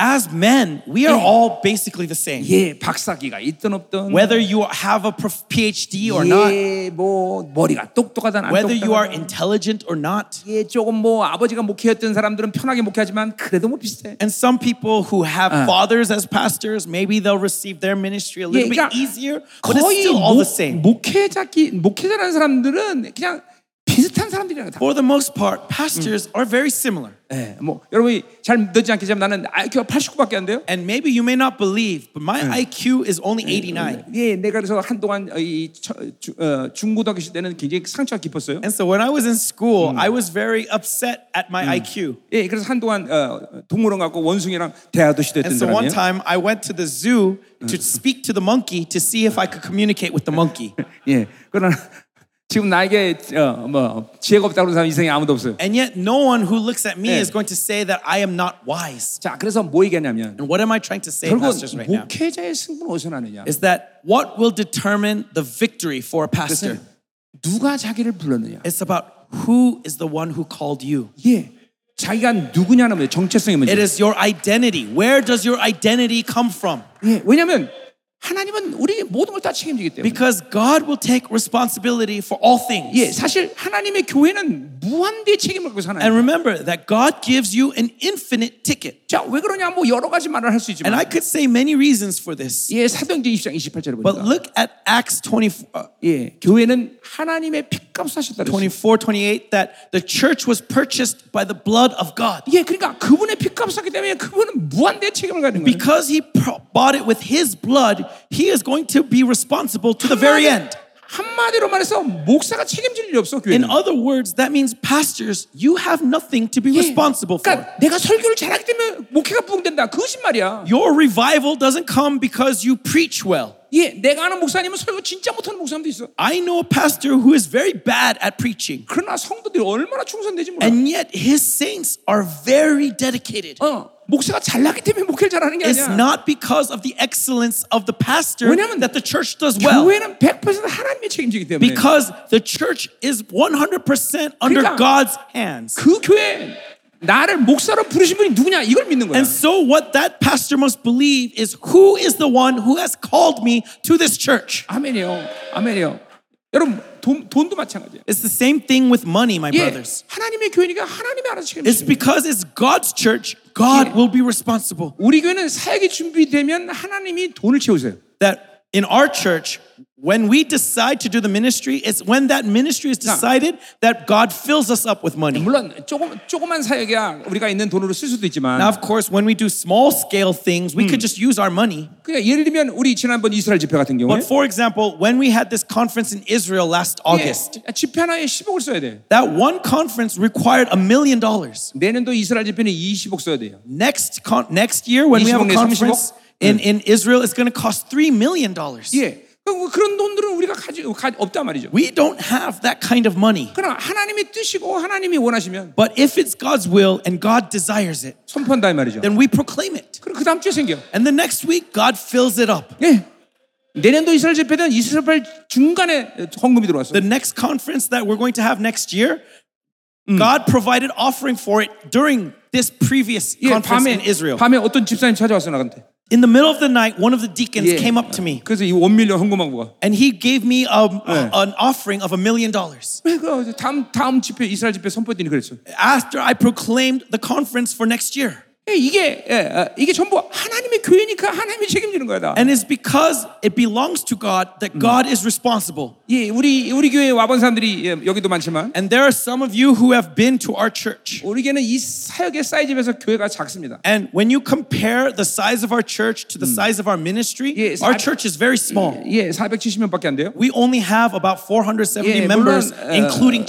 B: As men, we are all basically the same.
A: 예 박사기가 있든 없든.
B: Whether you have a prof- PhD or not,
A: 예, 뭐 머리가 똑똑하든 안
B: whether you are
A: 똑똑하든.
B: intelligent or not.
A: 예 조금 뭐 아버지가 목회였던 사람들은 편하게 목회하지만 그래도 뭐 비슷해.
B: And some people who have fathers as pastors, maybe they'll receive their ministry a
A: Yeah,
B: little
A: 그러니까
B: bit easier, but it's
A: 거의
B: still all
A: 목,
B: the same.
A: 목회자기 목회자라는 사람들은 그냥 비슷한 사람들이랑 다.
B: For the most part, pastors are very similar.
A: 예, 뭐 여러분이 잘 믿지 않겠지만 나는 IQ가 89밖에 안 돼요.
B: And maybe you may not believe, but my IQ is only 89.
A: 예, 내가 그래서 한동안 이 처- 주- 어, 중고등학교 시절 때는 굉장히 상처가 깊었어요.
B: And so when I was in school, I was very upset at my IQ.
A: 예, 그래서 한동안 어, 동물원 갖고 원숭이랑 대화도
B: And
A: 시도했던
B: so one
A: 사람이에요.
B: time I went to the zoo to speak to the monkey to see if I could communicate with the monkey.
A: 예, 그러나 지금 나에게 어, 뭐 지혜가 없다고 하는 사람 인생에 아무도 없어요.
B: And yet, no one who looks at me
A: Yeah.
B: is going to say that I am not wise.
A: 자, 그래서 뭐 얘기하냐면
B: And what am I trying to say,
A: 결국
B: pastors, right now?
A: 목회자의 승부는 어디서 나느냐?
B: Is that what will determine the victory for a pastor?
A: 그것은 누가 자기를 불렀느냐?
B: It's about who is the one who called you.
A: 예, 자기가 누구냐는 문제, 정체성의 문제.
B: It is your identity. Where does your identity come from?
A: 예, 왜냐하면 하나님은 우리 모든 걸 다 책임지기 때문에.
B: Because God will take responsibility for all things.
A: 예, 사실 하나님의 교회는 무한대 책임을 갖고 사는.
B: And remember that God gives you an infinite ticket.
A: 자, 왜 그러냐? 뭐 여러 가지 말을 할 수
B: And
A: 있지만.
B: I could say many reasons for this.
A: 예, 사도행전 20장 28절에
B: But
A: 보니까
B: look at Acts 24, uh,
A: 예, 교회는 하나님의 핏값을 하셨다 그랬어요.
B: 24, 28, that the church was purchased by the blood of God.
A: 예, 그러니까 그분의 핏값을 하기 때문에 그분은 무한대 책임을 갖는 거예요.
B: Because he pro- bought it with his blood, he is going to be responsible to the very end.
A: 그 한마디로 말해서 목사가 책임질 일이 없어
B: In
A: 교회는.
B: other words, that means pastors, you have nothing to be
A: 예,
B: responsible for.
A: 그러니까 내가 설교를 잘하기 때문에 목회가 부흥된다. 그 거짓말이야.
B: Your revival doesn't come because you preach well.
A: 예, 내가 아는 목사님은 설교 진짜 못하는 목사님도 있어.
B: I know a pastor who is very bad at preaching,
A: 그러나 성도들이 얼마나 충성되지 몰라.
B: and yet his saints are very dedicated.
A: 어, 목사가 잘나기 때문에 목회를 잘하는 게
B: It's
A: 아니야.
B: not because of the excellence of the pastor
A: 왜냐면
B: that the church does well,
A: 교회는 100% 하나님의 책임지기 때문에.
B: because the church is 100% under
A: 그러니까
B: God's hands.
A: 그 교회 나를 목사로 부르신 분이 누구냐 이걸 믿는 거야.
B: And so, what that pastor must believe is who is the one who has called me to this church?
A: 아멘이요. 아멘이요. 여러분 돈, 돈도 마찬가지예요.
B: It's the same thing with money, my
A: 예,
B: brothers.
A: 하나님의 교회니까 하나님이 알아서
B: It's
A: 책임지는 거예요.
B: because it's God's church, God will be responsible.
A: 우리 교회는 사역이 준비되면 하나님이 돈을 채우세요.
B: that in our church, when we decide to do the ministry, it's when that ministry is decided that God fills us up with money.
A: 물론 조금 조그만 사역이야 우리가 있는 돈으로 쓸 수도 있지만
B: Now, of course, when we do small scale things, we could just use our money.
A: 그냥 예를 들면 우리 지난번 이스라엘 집회 같은 경우에
B: But for example, when we had this conference in Israel last August,
A: 예, 집회 하나에 10억을 써야 돼.
B: that one conference required a million dollars.
A: 내년도 이스라엘 집회는 20억 써야 돼요.
B: Next, con- next year, when we have a
A: 20억, 30억?
B: conference in, in Israel, it's going to cost three million dollars.
A: 예. 그- 그런 돈들은 우리가 가지 가, 없단 말이죠.
B: We don't have that kind of money.
A: 그러나 하나님의 뜻이고 하나님이 원하시면
B: But if it's God's will and God desires it,
A: 선포한다 이 말이죠.
B: then we proclaim it.
A: 그럼 그 다음 주에 생겨.
B: And the next week, God fills it up.
A: 예. 내년도 이스라엘 집회는 이스라엘 중간에 헌금이 들어왔어.
B: The next conference that we're going to have next year, God provided offering for it during this previous
A: 예,
B: conference
A: 밤에
B: in Israel.
A: 밤에 어떤 집사님 찾아왔어 나한테.
B: In the middle of the night, one of the deacons
A: 예.
B: came up to me
A: 그래서 이 원밀려 헌금한 거가.
B: and he gave me a, an offering of a million dollars.
A: 왜 그 다음 다음 집회 이스라엘 집회 선포했더니 그랬어.
B: After I proclaimed the conference for next year.
A: 예, 이게 예, 어, 이게 전부 하나님의 교회니까 하나님이 책임지는 거야 다.
B: And it's because it belongs to God that God is responsible.
A: 예, 우리 우리 교회 와본 사람들이 예, 여기도 많지만
B: And there are some of you who have been to our church.
A: 우리 교회는 이 사역의 사이즈에서 교회가 작습니다.
B: And when you compare the size of our church to the size of our ministry,
A: Hmm. Yes, I-
B: our church is very small.
A: 예, 470명밖에 안 돼요.
B: We only have about
A: 예,
B: 470 members,
A: 물론, 어,
B: including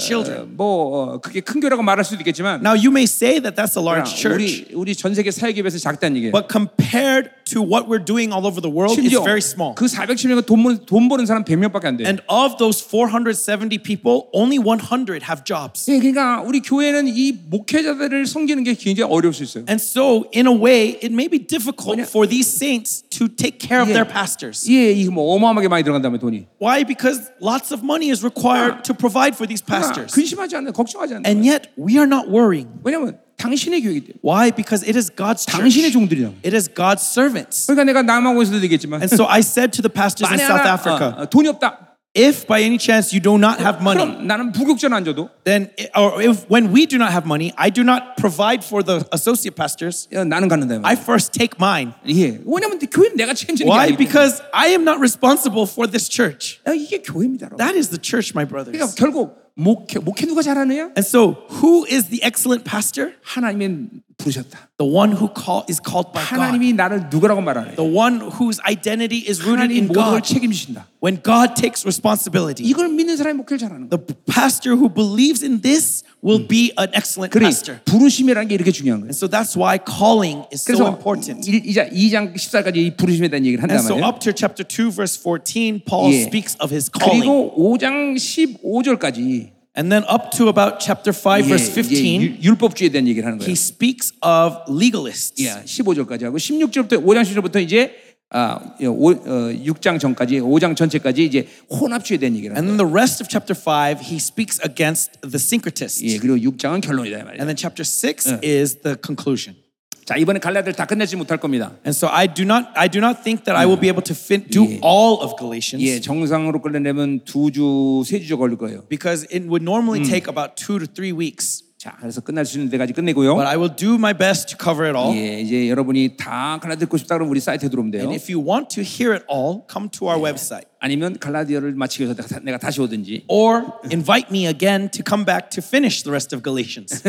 A: 어,
B: children.
A: 뭐 어, 그게 큰 교회라고 말할 수도 있겠지만 아,
B: Now, you may say that that's a large church,
A: 우리 우리 전 세계 사역에 비해서 작다는 얘기예요.
B: but compared to what we're doing all over the world, it's
A: 심지어
B: very small.
A: 그 470명 돈, 버는- 돈 버는 사람 100명밖에 안 돼요.
B: And of those 470 people, only 100 have jobs.
A: 예, 그러니까 우리 교회는 이 목회자들을 섬기는 게 굉장히 어려울 수 있어요.
B: And so, in a way, it may be difficult
A: 왜냐-
B: for these saints to take care of
A: Yeah.
B: their pastors.
A: 예, 이거 뭐 어마어마하게 많이 들어간다며 돈이.
B: Why? Because lots of money is
A: Ah.
B: required to provide for these
A: 그러나
B: pastors.
A: 근심하지 않는, 걱정하지 않는.
B: And yet, we are not worrying.
A: 왜냐면 당신의 교회이기 때문에.
B: Why? Because it is God's church.
A: 당신의 종들이라고.
B: It is God's servants.
A: 그러니까 내가 남아공에서도 얘기했지만
B: And so I said to the pastors in
A: 만에
B: South
A: 하나,
B: Africa,
A: 어, 어, 돈이 없다.
B: if by any chance you do not have money,
A: 그럼 나는 부격전 안 줘도
B: then or if when we do not have money, I do not provide for the associate pastors.
A: 어, 나는 갖는다. 이 말이야.
B: I first take mine.
A: 예. 왜냐면 교회는 내가 책임지는 게
B: Why?
A: 아니기 때문에.
B: Because I am not responsible for this church.
A: 야, 이게 교회입니다. 여러분.
B: That is the church, my
A: 그러니까
B: brothers.
A: 결국 목회, 목회 누가 잘하느냐?
B: And so, who is the excellent pastor?
A: 하나님의 부르셨다.
B: The one who call, is called by God.
A: 하나님이 나를 누구라고 말하네.
B: The one whose identity is rooted
A: 하나님이
B: in
A: 모든 걸
B: God.
A: 책임지신다.
B: When God takes responsibility,
A: 이걸 믿는 사람이 목회를 잘하는 거야.
B: the pastor who believes in this will
A: Hmm.
B: be an excellent
A: 그래
B: pastor.
A: 부르심이라는 게 이렇게 중요한 거예요.
B: And so that's why calling is so
A: 그래서
B: important.
A: 이- 이자 2장 14까지 이 부르심에 대한 얘기를
B: And
A: 한단
B: so
A: 말이에요.
B: up to chapter 2 verse 14 Paul
A: 예.
B: speaks of his calling.
A: 그리고 5장 15절까지
B: And then up to about chapter 5 verse 15
A: 율법주의에 대한 얘기를 하는 거예요.
B: he speaks of legalists.
A: 예, 15절까지 하고 16절부터 5장 16절부터 이제 아, 예, 오, 어, 6장 전까지 5장 전체까지 이제 혼합주의에 대한 얘기를 하는 거예요.
B: And then the rest of chapter 5 he speaks against the
A: 예,
B: syncretists.
A: 그리고 6장은 결론이다 이 말이에요.
B: And then chapter 6 is the conclusion.
A: 자, 이번에 갈라디아를 다 끝내지 못할 겁니다.
B: And so I do not I do not think that I will be able to fin- do
A: Yeah.
B: all of Galatians
A: 예, 정상으로 끌어내면 두 주, 세 주 걸릴 거예요.
B: because it would normally take about 2 to 3 weeks.
A: 자, 그래서 끝날 수 있는 데까지 끝내고요.
B: But I will do my best to cover it all.
A: 예, 이제 여러분이 다 갈라디아 듣고 싶다 그러면 우리 사이트에 들어오면 돼요.
B: And if you want to hear it all, come to our website.
A: 아니면 갈라디아를 마치기 위해서 다- 내가 다시 오든지
B: or invite me again to come back to finish the rest of Galatians.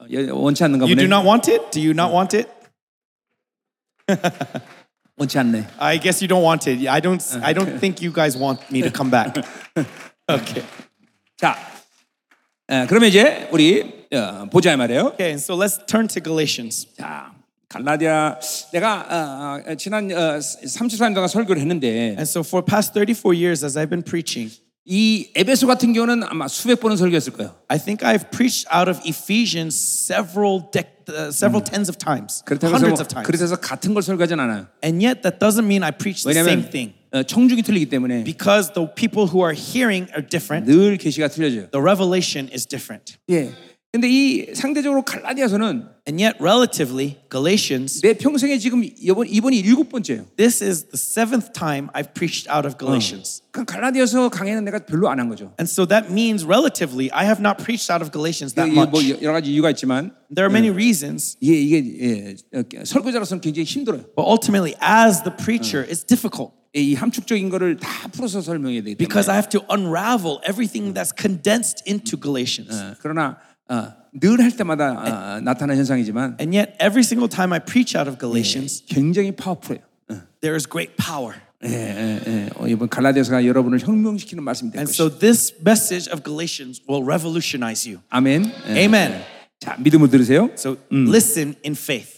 A: 어, 예, 원치 않는가
B: You
A: 보네.
B: do not want it? Do you not want it?
A: 원치 않네.
B: I guess you don't want it. I don't
A: Uh,
B: I don't think you guys want me to come back. Okay.
A: 자, 에, 그러면 이제 우리 어, 보자 이 말이에요.
B: Okay, and so let's turn to Galatians.
A: 자, 갈라디아 내가 어, 어, 지난 어, 33년 동안 설교를 했는데
B: And so for past 34 years as I've been preaching,
A: 이 에베소 같은 경우는 아마 수백 번은 설교했을 거예요.
B: I think I've preached out of Ephesians several dec- uh, several tens of times,
A: Mm. 그렇다고 해서,
B: hundreds
A: 뭐-
B: of times.
A: 그렇다고 해서 같은 걸 설교하진 않아요.
B: And yet that doesn't mean I preach the same
A: 왜냐하면
B: thing
A: 어, 청중이 틀리기 때문에
B: because the people who are hearing are different.
A: 늘 계시가 틀려져요.
B: The revelation is different.
A: 예. 근데 이 상대적으로 갈라디아서는
B: And yet relatively Galatians
A: 내 평생에 지금 이번 이번이 일곱 번째예요.
B: This is the seventh time I've preached out of Galatians.
A: 그러니까 갈라디아서 강의는 내가 별로 안 한 거죠.
B: And so that means, relatively, I have not preached out of Galatians that
A: 이게
B: much.
A: 뭐 여러 가지 이유가 있지만
B: There are many reasons,
A: 이게 이게 예, 어, 설교자로서는 굉장히 힘들어요.
B: but ultimately, as the preacher, it's difficult
A: 이 함축적인 거를 다 풀어서 설명해야 되기 때문에.
B: because I have to unravel everything that's condensed into Galatians.
A: 어, 그러나 늘 할 때마다 아, 나타나는 현상이지만
B: And yet, every single time I preach out of Galatians,
A: 굉장히 파워풀해요.
B: there is great power.
A: 예, 예, 예. 어, 이번 갈라디아서가 여러분을 혁명시키는 말씀이 될
B: And
A: 것이죠.
B: so, this message of Galatians will revolutionize you.
A: 아멘. 예.
B: Amen.
A: 자 믿음을 들으세요.
B: So, listen in faith.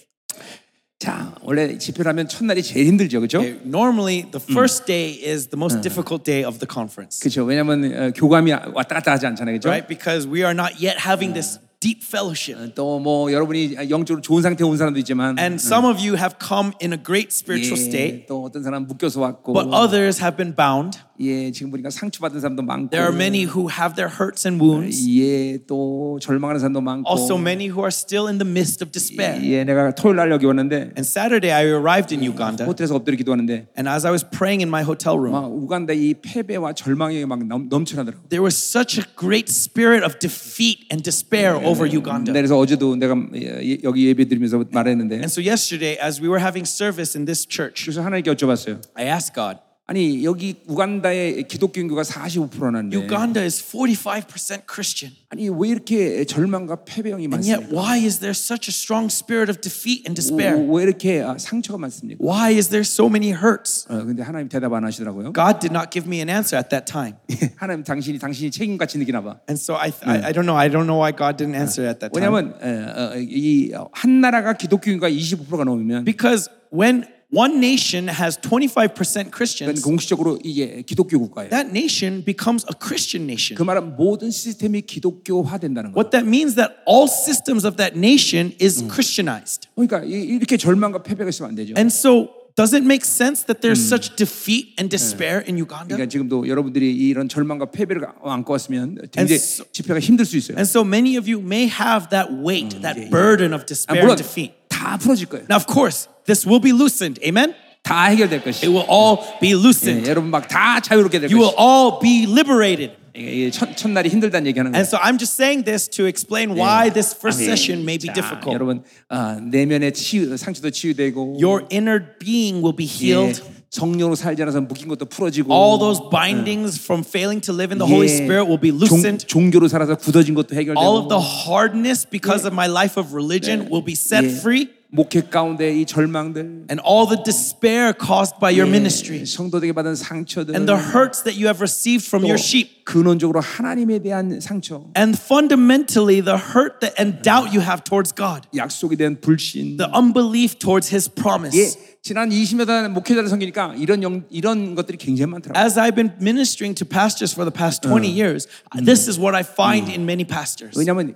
A: 자 원래 집회하면 첫날이 제일 힘들죠, 그렇죠?
B: 예. Normally, the first day is the most difficult day of the conference.
A: 그렇죠. 왜냐하면 어, 교감이 왔다 갔다 하지 않잖아요, 그렇죠?
B: right? Because we are not yet having this deep fellowship.
A: 또 뭐 여러분이 영적으로 좋은 상태에 온 사람도 있지만
B: And some of you have come in a great spiritual
A: 예,
B: state,
A: 또 어떤 사람 묶여서 왔고
B: but others have been bound.
A: 예 지금 보니까 상처 받은 사람도 많고
B: There are many who have their hurts and wounds,
A: 예 또 절망하는 사람도 많고
B: also many who are still in the midst of despair.
A: 예 내가 토요일 날 여기 왔는데
B: And Saturday, I arrived in Uganda,
A: 호텔에서 엎드려 기도하는데
B: and as I was praying in my hotel room,
A: 막 우간다 이 패배와 절망이 막 넘, 넘쳐나더라고.
B: there was such a great spirit of defeat and despair over Uganda.
A: 그래서 어제도 내가 예, 여기 예배 드리면서 말했는데
B: And so, yesterday, as we were having service in this church,
A: 그래서 하나님께 여쭤봤어요.
B: I asked God,
A: 아니 여기 우간다의 기독교 인구가 45%라는데
B: Uganda is 45% Christian.
A: 아니 왜 이렇게 절망과 패배형이
B: And
A: 많습니까?
B: yet, why is there such a strong spirit of defeat and despair?
A: 왜 이렇게 아, 상처가 많습니까?
B: Why is there so many hurts?
A: 어, 근데 하나님 대답 안 하시더라고요.
B: God did not give me an answer at that time.
A: 하나님 당신이 당신이 책임같이 느끼나 봐.
B: And so I, I, I don't know. I don't know why God didn't answer at that time.
A: 왜냐하면 어, 이한 나라가 기독교인과 25%가 넘으면
B: Because when one nation has 25%
A: 그건
B: Christians,
A: 공식적으로 이게 기독교 국가예요.
B: that nation becomes a Christian
A: 그
B: nation.
A: 말은 모든 시스템이 기독교화된다는 거예요.
B: What that means that all systems of that nation is Christianized.
A: 그러니까 이- 이렇게 절망과 패배가 있으면 안 되죠.
B: And so does it make sense that there's such defeat and despair in Uganda?
A: 그러니까 지금도 여러분들이 이런 절망과 패배를 안고 왔으면 굉장히
B: so-
A: 집회가 힘들 수 있어요.
B: And so many of you may have that weight, that burden of
A: 아,
B: despair
A: 물론
B: and defeat.
A: 다 풀어질 거예요.
B: Now, of course, this will be loosened. Amen?
A: 다 해결될
B: It
A: 것이.
B: will all be
A: 예,
B: loosened.
A: 여러분 막 다 자유롭게 될
B: You will
A: 것이.
B: all be liberated.
A: 이게 첫 첫날이 힘들다는 얘기하는 거예요.
B: And so I'm just saying this to explain why this first
A: 아멘.
B: session may be
A: 자,
B: difficult.
A: 여러분 아, 내면의 치유, 상처도 치유되고
B: Your inner being will be
A: 예,
B: healed.
A: 성령으로 살지 않아서 묶인 것도 풀어지고
B: All those bindings from failing to live in the
A: 예,
B: Holy Spirit will be loosened.
A: 종, 교로 살아서 굳어진 것도
B: All
A: 해결되고
B: of the hardness because of my life of religion will be set
A: 예,
B: free.
A: 목회 가운데 이 절망들 예,
B: And all the despair caused by your ministry
A: 성도들에게 받은 상처들
B: and the hurts that you have received from your sheep.
A: 근원적으로 하나님에 대한 상처
B: And fundamentally, the hurt that, and doubt you have towards God,
A: 약속에 대한 불신
B: the unbelief towards His promise.
A: 예, 지난 20여 년 목회자를 섬기니까 이런 영, 이런 것들이 굉장히 많더라고요.
B: As I've been ministering to pastors for the past 20 years, this is what I find in many pastors.
A: 왜냐하면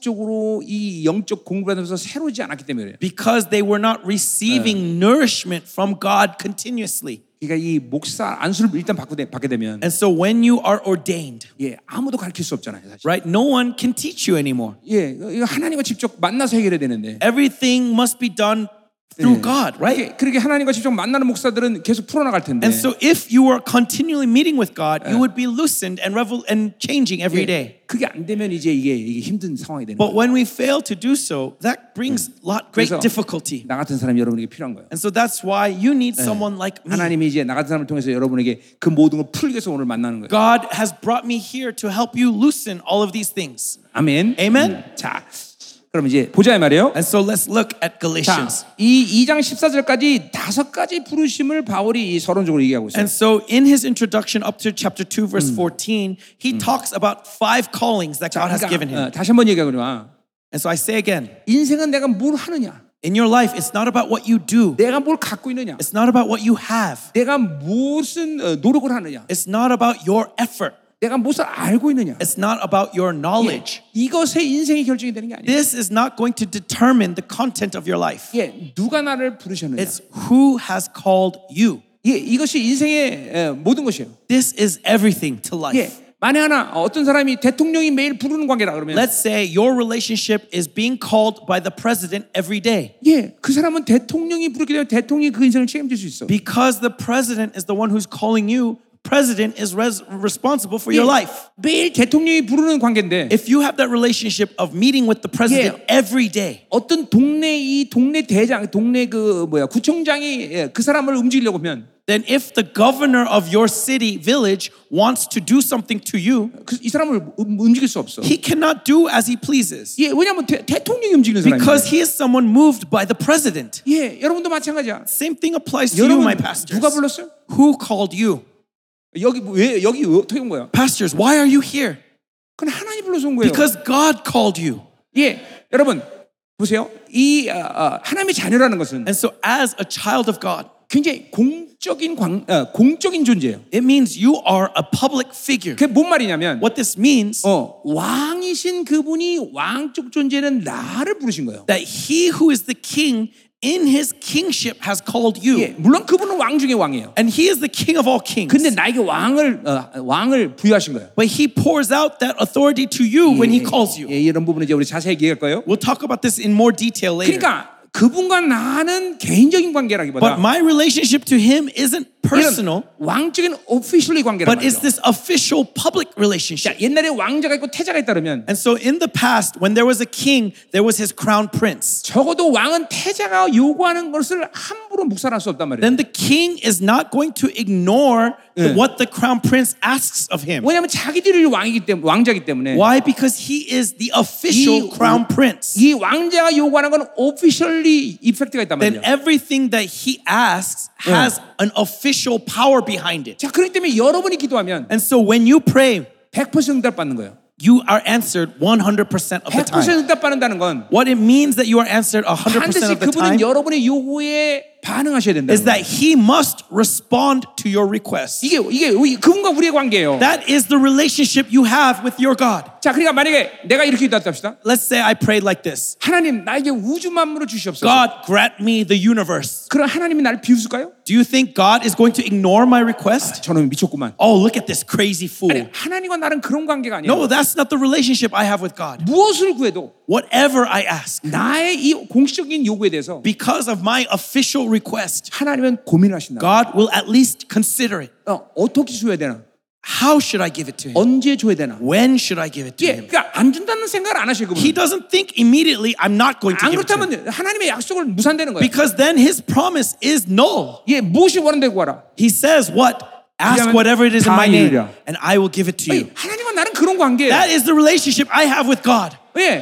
A: 지속적으로 이 영적 공부하면서 새로지 않았기 때문에 그래요.
B: Because they were not receiving nourishment from God continuously.
A: 그러니까 이 목사 안수를 일단 받고 되- 받게 되면
B: And so when you are ordained,
A: 예, 아무도 가르칠 수 없잖아요, 사실.
B: right, no one can teach you anymore.
A: 예, 이거 하나님과 직접 만나서 해결해야 되는데.
B: Everything must be done through God, right?
A: 예, 그렇게, 그렇게 하나님과 직접 만나는 목사들은 계속 풀어나갈 텐데.
B: And so if you were continually meeting with God, you would be loosened and revel and changing every
A: 예,
B: day.
A: 그게 안 되면 이제 이게, 이게 힘든 상황이 되는
B: But
A: 거예요.
B: when we fail to do so, that brings lot great
A: 그래서
B: difficulty.
A: 나 같은 사람이 여러분에게 필요한 거예요.
B: And so that's why you need someone like me.
A: 하나님이 이제 나 같은 사람을 통해서 여러분에게 그 모든 걸 풀기 위해서 오늘 만나는 거예요.
B: God has brought me here to help you loosen all of these things.
A: 아멘. 음,
B: Amen.
A: 자, 그럼 이제 보자 이 말이에요.
B: And so let's look at
A: 자,
B: Galatians.
A: 이 2장 14절까지 다섯 가지 부르심을 바울이 이 서론적으로 얘기하고 있어요.
B: And so in his introduction up to chapter 2 verse 14, he talks about five callings that God has given
A: 그러니까,
B: him.
A: 어, 다시 한번 얘기하고요.
B: And so I say again,
A: 인생은 내가 뭘 하느냐,
B: in your life it's not about what you do.
A: 내가 뭘 갖고 있느냐,
B: It's not about what you have.
A: 내가 무슨 어, 노력을 하느냐,
B: It's not about your effort.
A: 내가 무엇을 알고 있느냐.
B: It's not about your
A: 예,
B: knowledge.
A: 이것에 인생이 결정이 되는 게 아니에요.
B: This is not going to determine the content of your life.
A: 예, 누가 나를 부르셨느냐.
B: It's who has called you.
A: 예, 이것이 인생의 에, 모든 것이에요.
B: This is everything to
A: 예,
B: life.
A: 만에 하나 어떤 사람이 대통령이 매일 부르는 관계라 그러면
B: Let's say your relationship is being called by the president every day.
A: 예, 그 사람은 대통령이 부르게 되면 대통령이 그 인생을 책임질 수 있어.
B: Because the president is the one who's calling you, president is res- responsible for your
A: 예,
B: life.
A: 매일 대통령이 부르는 관계인데
B: If you have that relationship of meeting with the president
A: Yeah.
B: every day,
A: 어떤 동네 이 동네 대장, 동네 그 뭐야 구청장이 예, 그 사람을 움직이려고 하면
B: then if the governor of your city, village wants to do something to you,
A: 그, 이 사람을 음- 움직일 수 없어.
B: he cannot do as he pleases
A: 예, 왜냐하면 대, 대통령이 움직이는 사람이에요.
B: because he is someone moved by the president.
A: 예, 여러분도 마찬가지야.
B: Same thing applies to you,
A: 여러분
B: my pastors.
A: 누가 불렀어요?
B: Who called you?
A: 여기 왜 여기 어떻게 온 거야?
B: Pastors, why are you here?
A: 그건 하나님 불러서 온 거예요.
B: Because God called you.
A: 예, 여러분 보세요. 이 아, 아, 하나님의 자녀라는 것은
B: And so, as a child of God,
A: 굉장히 공적인 광, 아, 공적인 존재예요.
B: it means you are a public figure.
A: 그게 뭔 말이냐면
B: What this means
A: 어, 왕이신 그분이 왕적 존재는 나를 부르신 거예요.
B: that he who is the king in his kingship has called you.
A: 예, 물론 그분은 왕 중에 왕이에요.
B: And he is the king of all kings.
A: 근데 나에게 왕을 어, 왕을 부여하신 거예요.
B: But he pours out that authority to you when he calls you.
A: 예, 이런 부분은 이제 우리 자세히 얘기할 거예요.
B: We'll talk about this in more detail later.
A: 그러니까 그분과 나는 개인적인 관계라기보다
B: But my relationship to him isn't
A: 이런
B: personal,
A: 왕적인 오피셜리 관계라고
B: but
A: 요
B: it's this official public relationship.
A: 옛날에 왕자가 있고 태자가 있다면
B: And so in the past, when there was a king, there was his crown prince.
A: 적어도 왕은 태자가 요구하는 것을 함부로 묵살할 수 없단 말이에요.
B: Then the king is not going to ignore
A: Yeah.
B: the- what the crown prince asks of him.
A: 왜냐하면 자기들이 왕이기 때문에 왕자기 때문에
B: Why? Because he is the
A: He-
B: official crown prince.
A: 이 왕자가 요구하는 건 오피셜리 이펙트가 있단
B: Then
A: 말이에요.
B: everything that he asks has an official power behind it.
A: 자, 그렇기 때문에 여러분이 기도하면
B: And so when you pray,
A: 100% 응답받는 거예요.
B: you are answered 100% of the
A: 100%
B: time.
A: 응답받는다는 건
B: What it means that you are answered 100%
A: 반드시
B: of the
A: 그분은
B: time
A: 여러분의 요구에 반응하셔야 된다는
B: is
A: 거예요.
B: that he must respond to your request.
A: 이게 이게 우리- 그분과 우리의 관계예요.
B: That is the relationship you have with your God.
A: 자, 그러니까 만약에 내가 이렇게 기도했답시다.
B: Let's say I prayed like this
A: 하나님, 나에게 우주 만물을 주시옵소서.
B: God, grant me the universe.
A: 그럼 하나님이 나를 비웃을까요?
B: Do you think God is going to ignore my request?
A: 저놈이 미쳤구만.
B: Oh, look at this crazy
A: 아니,
B: fool.
A: 하나님과 나는 그런 관계가 아니에요.
B: No, that's not the relationship I have with God.
A: 무엇을 구해도
B: Whatever I ask,
A: 나의 이 공식적인 요구에 대해서
B: because of my official request,
A: 하나님은 고민하신다.
B: God will at least consider it.
A: 어, 어떻게 수여야 되나?
B: How should I give it to him?
A: 언제 줘야 되나?
B: When should I give it to
A: 예,
B: him?
A: 그러니까 안 준다는 생각을 안 하시고
B: He doesn't think immediately, I'm not going to
A: 안
B: give it to him.
A: 그렇다면 하나님의 약속을 무산되는 거예요.
B: Because then his promise is null.
A: 예, 무엇이 원한데 구하라.
B: He says, What? Ask whatever it is in my name, and I will give it to
A: 아니,
B: you.
A: 하나님과 나는 그런 관계예요.
B: That is the relationship I have with God.
A: 예,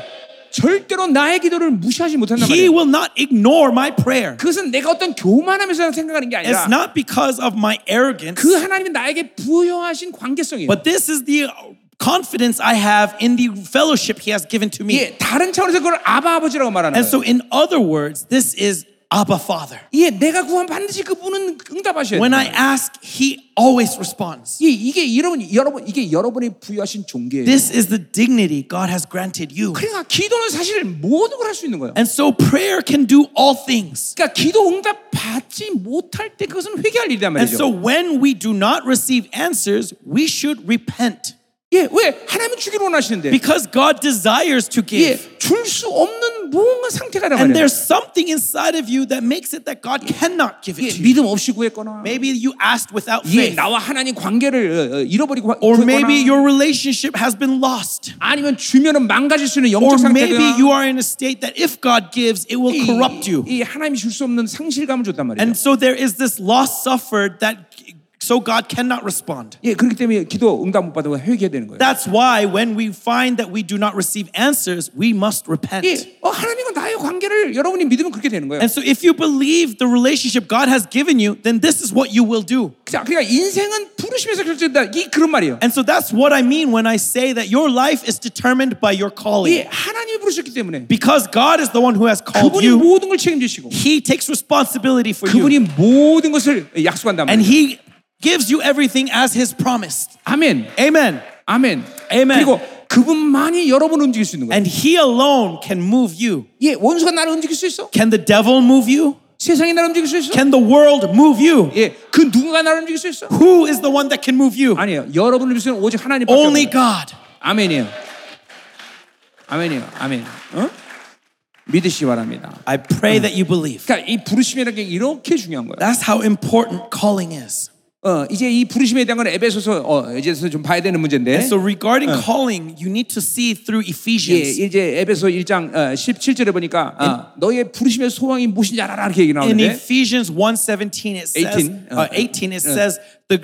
A: 절대로 나의 기도를 무시하지 못한단 말이에요.
B: He will not ignore my prayer.
A: 그것은 내가 어떤 교만하면서 생각하는 게
B: It's
A: 아니라
B: not because of my arrogance,
A: 그 하나님이 나에게 부여하신 관계성이에요.
B: but this is the confidence I have in the fellowship He has given to me.
A: 예, 다른 차원에서 그걸 아바 아버지라고 말하는
B: And
A: 거예요.
B: so, in other words, this is Abba Father.
A: 예, 내가 구하면 반드시 그분은 응답하셔야
B: When
A: 돼요.
B: I ask, He always responds.
A: 예, 이게 여러분, 여러분 이게 여러분이 부여하신 종교예요.
B: This is the dignity God has granted you.
A: 그러니까 기도는 사실 모든 걸 할 수 있는 거예요.
B: And so, prayer can do all things.
A: 그러니까 기도 응답 받지 못할 때 그것은 회개할 일이란
B: And
A: 말이죠.
B: so, when we do not receive answers, we should repent
A: 예, 왜 하나님 주기로 원하시는데
B: because God desires to give.
A: 예, 줄 수 없는 뭔가 상태가란
B: And
A: 말이에요.
B: there's something inside of you that makes it that God cannot give
A: 예,
B: it to you.
A: 믿음 없이 구했거나
B: Maybe you asked without
A: 예,
B: faith.
A: 나와 하나님 관계를 어, 어, 잃어버리고 구-
B: Or
A: 구했거나
B: maybe your relationship has been lost.
A: 아니면 주면은 망가질 수 있는 영적
B: Or
A: 상태가
B: maybe you are in a state that if God gives, it will
A: 이,
B: corrupt you.
A: 이 하나님이 줄 수 없는 상실감을 줬단 말이에요.
B: And so there is this loss suffered that so God cannot respond.
A: 예, 그렇기 때문에 기도 응답 못 받으면 회개해야 되는 거예요.
B: That's why when we find that we do not receive answers, we must repent.
A: 예, 어, 하나님과 나의 관계를 여러분이 믿으면 그렇게 되는 거예요.
B: And so if you believe the relationship God has given you, then this is what you will do.
A: 자, 그러니까 인생은 부르심에서 결정된다. 이 그런 말이에요.
B: And so that's what I mean when I say that your life is determined by your calling.
A: 예, 하나님이 부르셨기 때문에
B: Because God is the one who has called
A: 그분이
B: you,
A: 모든 걸 책임지시고
B: He takes responsibility for you.
A: 그분이 모든 것을 약속한단
B: And
A: 말이에요.
B: He gives you everything as His promise.
A: 아멘.
B: Amen.
A: 아멘.
B: Amen.
A: 그리고 그분만이 여러분을 움직일 수 있는 거예요.
B: And He alone can move you.
A: 예, 원수가 나를 움직일 수 있어?
B: Can the devil move you?
A: 세상이 나를 움직일 수 있어?
B: Can the world move you?
A: 예, 그 누군가 나를 움직일 수 있어?
B: Who is the one that can move you?
A: 아니에요. 여러분을 위해서는 오직 하나님밖에
B: Only
A: 없는 거예요.
B: God.
A: 아멘이에요. 아멘이에요. 아멘. 어? 믿으시기 바랍니다.
B: I pray that you believe.
A: 그러니까 이 부르심이라는 게 이렇게 중요한 거예요.
B: That's how important calling is.
A: 어, 이제 이 부르심에 대한 건 에베소서 어, 이제서 좀 봐야 되는 문제인데.
B: So regarding calling, you need to see through
A: 예,
B: Ephesians.
A: 이제 에베소 1장 어, 17절에 보니까 아, 너의 부르심의 소망이 무엇인지 알아라 이렇게 얘기
B: in
A: 나오는데
B: Ephesians 1:17 it says
A: 18,
B: eh? uh, Hmm. 18 it says the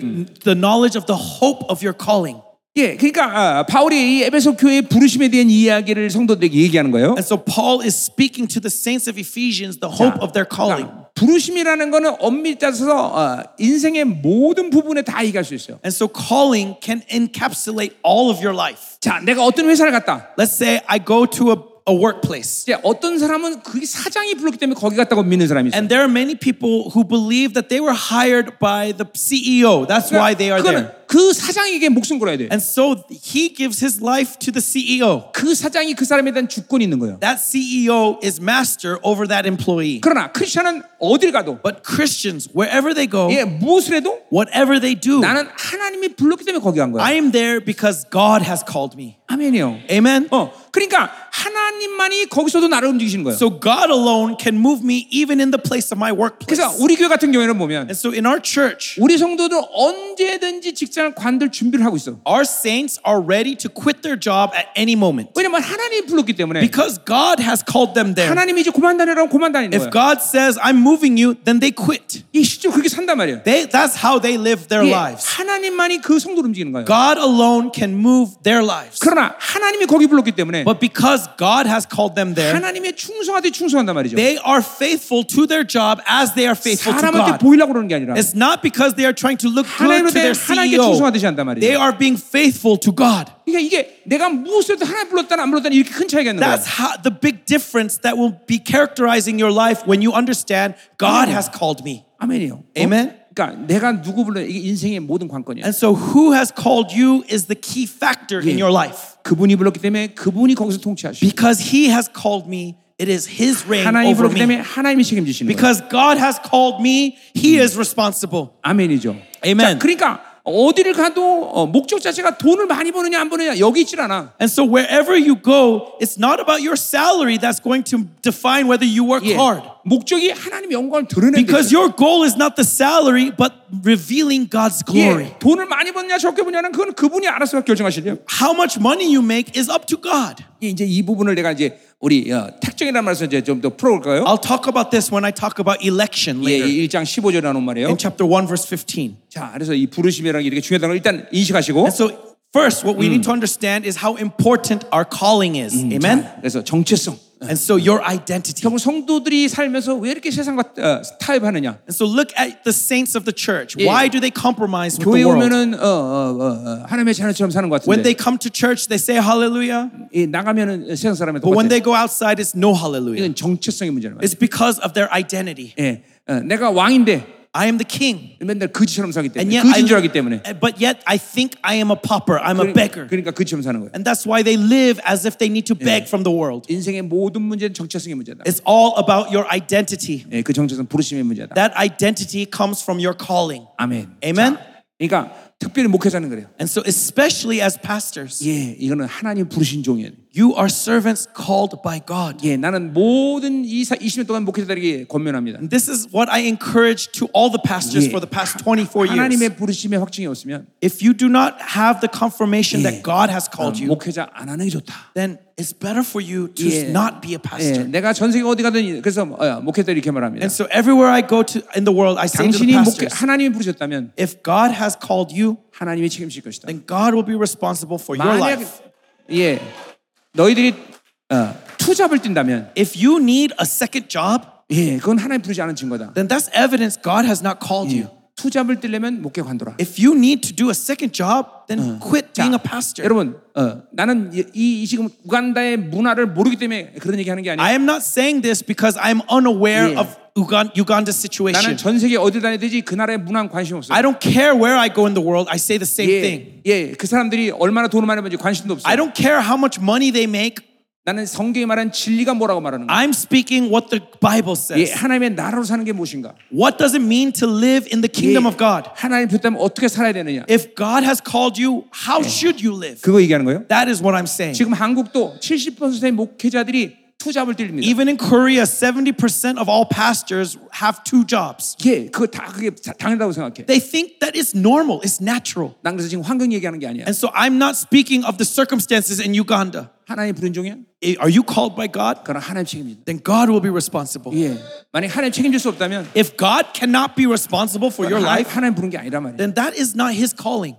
B: the knowledge of the hope of your calling.
A: 예, 그러니까 아, 바울이 이 에베소 교회의 부르심에 대한 이야기를 성도들에게 얘기하는 거예요.
B: And so Paul is speaking to the saints of Ephesians the hope of their calling.
A: 그러니까 부르심이라는 거는 엄밀히 따져서 어, 인생의 모든 부분에 다 얘기할 수 있어요.
B: And so calling can encapsulate all of your life.
A: 자, 내가 어떤 회사를 갔다.
B: Let's say I go to a, a workplace
A: 이제 어떤 사람은 그게 사장이 불렀기 때문에 거기 갔다고 믿는 사람이 있어요.
B: and there are many people who believe that they were hired by the CEO. That's why they are
A: 그거는
B: there.
A: 그 사장에게 목숨 걸어야 돼. 요
B: And so he gives his life to the E CEO.
A: 그 사장이 그 사람에 대한 주권이 있는 거예요.
B: That CEO is master over that employee.
A: 그러나 크리스천은 어딜 가도
B: But Christians, wherever they go,
A: 예, 무엇을 해도
B: whatever they do,
A: 나는 하나님이 불렀기 때문에 거기 간
B: I
A: 거야.
B: am there because God has called me.
A: 아멘이요.
B: Amen.
A: 어, 그러니까 하나님만이 거기서도 나를 움직이시는 거예요.
B: So God alone can move me even in the place of my workplace.
A: 그래서 우리 교회 같은 경우에는 보면
B: And so in our church,
A: 우리 성도들은 언제든지 직장을 관둘 준비를 하고 있어.
B: our saints are ready to quit their job at any moment
A: 왜냐면 하나님이 불렀기 때문에
B: because God has called them there.
A: 하나님이 이제 그만 다니라고 그만 다니는
B: If
A: 거야.
B: God says, I'm moving you, then they quit.
A: 이 실제로 그렇게 산단 말이에요.
B: They, that's how they live their
A: 예,
B: lives.
A: 하나님만이 그 성도를 움직이는 거예요.
B: God alone can move their lives.
A: 그러나 하나님이 거기 불렀기 때문에
B: But because God has called them there,
A: 하나님의 충성하듯이 충성한단 말이죠.
B: they are faithful to their job as they are faithful to
A: 사람한테
B: God.
A: 보이려고 그러는 게 아니라
B: It's not because they are trying to look good
A: 하나님에
B: to their
A: 대해 하나님께 충성하듯이 한단
B: CEO. They
A: 말이에요.
B: are being faithful to God.
A: 그러니까 이게 내가 무엇을 해도 하나님 불렀다나 안 불렀다나 이렇게 큰 차이가 있는 거예요.
B: That's how the big difference that will be characterizing your life when you understand God
A: Amen.
B: has called me.
A: 아멘이요. 어?
B: Amen.
A: 그러니까 내가 누구 불러 이게 인생의 모든 관건이야.
B: And so who has called you is the key factor in
A: Yeah.
B: your life.
A: 그분이 불렀기 때문에 그분이 거기서 통치하시고
B: Because he has called me, it is his reign
A: 하나님이
B: over
A: 불렀기 때문에
B: me.
A: 하나님이 책임지시는 거예요.
B: Because God has called me, he is responsible.
A: 아멘이죠.
B: Amen.
A: 자, 그러니까 어디를 가도 어, 목적 자체가 돈을 많이 버느냐 안 버느냐 여기 있질 않아.
B: And so wherever you go, it's not about your salary that's going to define whether you work
A: 예.
B: hard.
A: 목적이 하나님의 영광을 드러내는 데
B: Because
A: 있어요.
B: your goal is not the salary, but revealing God's glory.
A: 예, 돈을 많이 버느냐 적게 버느냐는 그건 그분이 알아서 결정하시죠.
B: How much money you make is up to God.
A: 예, 이제 이 부분을 내가 이제 우리 어, 택정이라는 말에서 이제 좀 더 풀어볼까요?
B: I'll talk about this when I talk about election
A: 아, 예,
B: later
A: 이 1장 15절 나온 말이에요.
B: in chapter 1, verse 15.
A: 자, 그래서 이 부르심이라는 게 이렇게 중요하다는 걸 일단 인식하시고
B: And so, first, what we need to understand is how important our calling is. Amen?
A: 그래서 정체성.
B: And so, your identity.
A: 결국 성도들이 살면서 왜 이렇게 세상과 어, 타협하느냐?
B: And so, look at the saints of the church. Why do they compromise with
A: 교회
B: the world?
A: 오면은 어, 어, 어, 어, 하나님의 자녀처럼 사는 것
B: When
A: 같은데
B: they come to church, they say hallelujah.
A: 예, 나가면은 세상 사람의
B: But when
A: 똑같아.
B: they go outside, it's no hallelujah.
A: 이건 정체성의 문제는 말이에요.
B: It's because of their identity.
A: 예, 어, 내가 왕인데
B: I am the king.
A: 맨날 거지처럼 사기 때문에
B: And yet
A: 거지인 줄 알기 때문에
B: I, but yet I think I am a pauper. I'm a beggar.
A: 그러니까 거지처럼 사는 거예요.
B: And that's why they live as if they need to beg from the world.
A: 인생의 모든 문제는 정체성의 문제다.
B: It's all about your identity.
A: 예, 그 정체성 부르심의 문제다.
B: That identity comes from your calling.
A: 아멘.
B: Amen.
A: 자, 그러니까 특별히 목회자는 그래요.
B: And so especially as pastors,
A: 예, 이거는 하나님 부르신 종이에요.
B: you are servants called by God.
A: 예, 나는 모든 이 20년 동안 목회자들에게 권면합니다.
B: This is what I encourage to all the pastors
A: Yeah.
B: for the past 24 years.
A: 하나님의 부르심의 확증이 없으면
B: If you do not have the confirmation
A: Yeah.
B: that God has called you,
A: 목회자 안 하는 게 좋다.
B: then it's better for you to
A: Yeah.
B: not be a
A: 예,
B: pastor.
A: 내가 전 세계 어디 가든 그래서 어, 목회자들이 이렇게 말합니다.
B: And so everywhere I go to in the world, I say to
A: 당신이
B: the
A: 목회,
B: pastors,
A: 하나님이 부르셨다면
B: if God has called you,
A: 하나님이 책임질 것이다.
B: then God will be responsible for your
A: 만약
B: life.
A: 예 너희들이 어, 투잡을 뛴다면
B: If you need a second job,
A: 예 그건 하나님 부르지 않은 증거다.
B: then that's evidence God has not called you.
A: 투잡을 뛰려면 목회 관둬라.
B: If you need to do a second job,
A: Uh-huh.
B: then quit being a pastor.
A: 여러분 어, 나는 이, 이 지금 우간다의 문화를 모르기 때문에 그런 얘기하는 게 아니에요.
B: I am not saying this because I'm unaware
A: Yeah.
B: of Ugan- Uganda's
A: 나는
B: situation.
A: 전 세계 어딜 다니든지 그 나라의 문화에 관심 없어.
B: I don't care where I go in the world, I say the same thing.
A: 예, 예, 그 사람들이 얼마나 돈을 많이 벌지 관심도 없어.
B: I don't care how much money they make.
A: 나는 성경이 말한 진리가 뭐라고 말하는 거야?
B: I'm speaking what the Bible
A: 예,
B: says.
A: 하나님의 나라로 사는 게 무엇인가?
B: What does it mean to live in the kingdom
A: 예,
B: of God? 예.
A: 하나님 뜻다면 어떻게 살아야 되느냐?
B: If God has called you, how should you live?
A: 그거 얘기하는 거예요?
B: That is what I'm saying.
A: 지금 한국도 70%의 목회자들이 투잡을 들립니다.
B: Even in Korea, 70% of all pastors have two jobs.
A: 예, 그거 다 그게 자- 당연하다고 생각해.
B: They think that it's normal, it's natural.
A: 난 그래서 지금 환경 얘기하는 게 아니야.
B: And so I'm not speaking of the circumstances in Uganda.
A: 하나님 부른 종이야?
B: I- Are you called by God?
A: 그건 하나님 책임진다.
B: Then God will be responsible.
A: 예, 만약 하나님 책임질 수 없다면
B: If God cannot be responsible for your
A: 하나님,
B: life,
A: 하나님 부른 게 아니란 말이야.
B: then that is not his calling.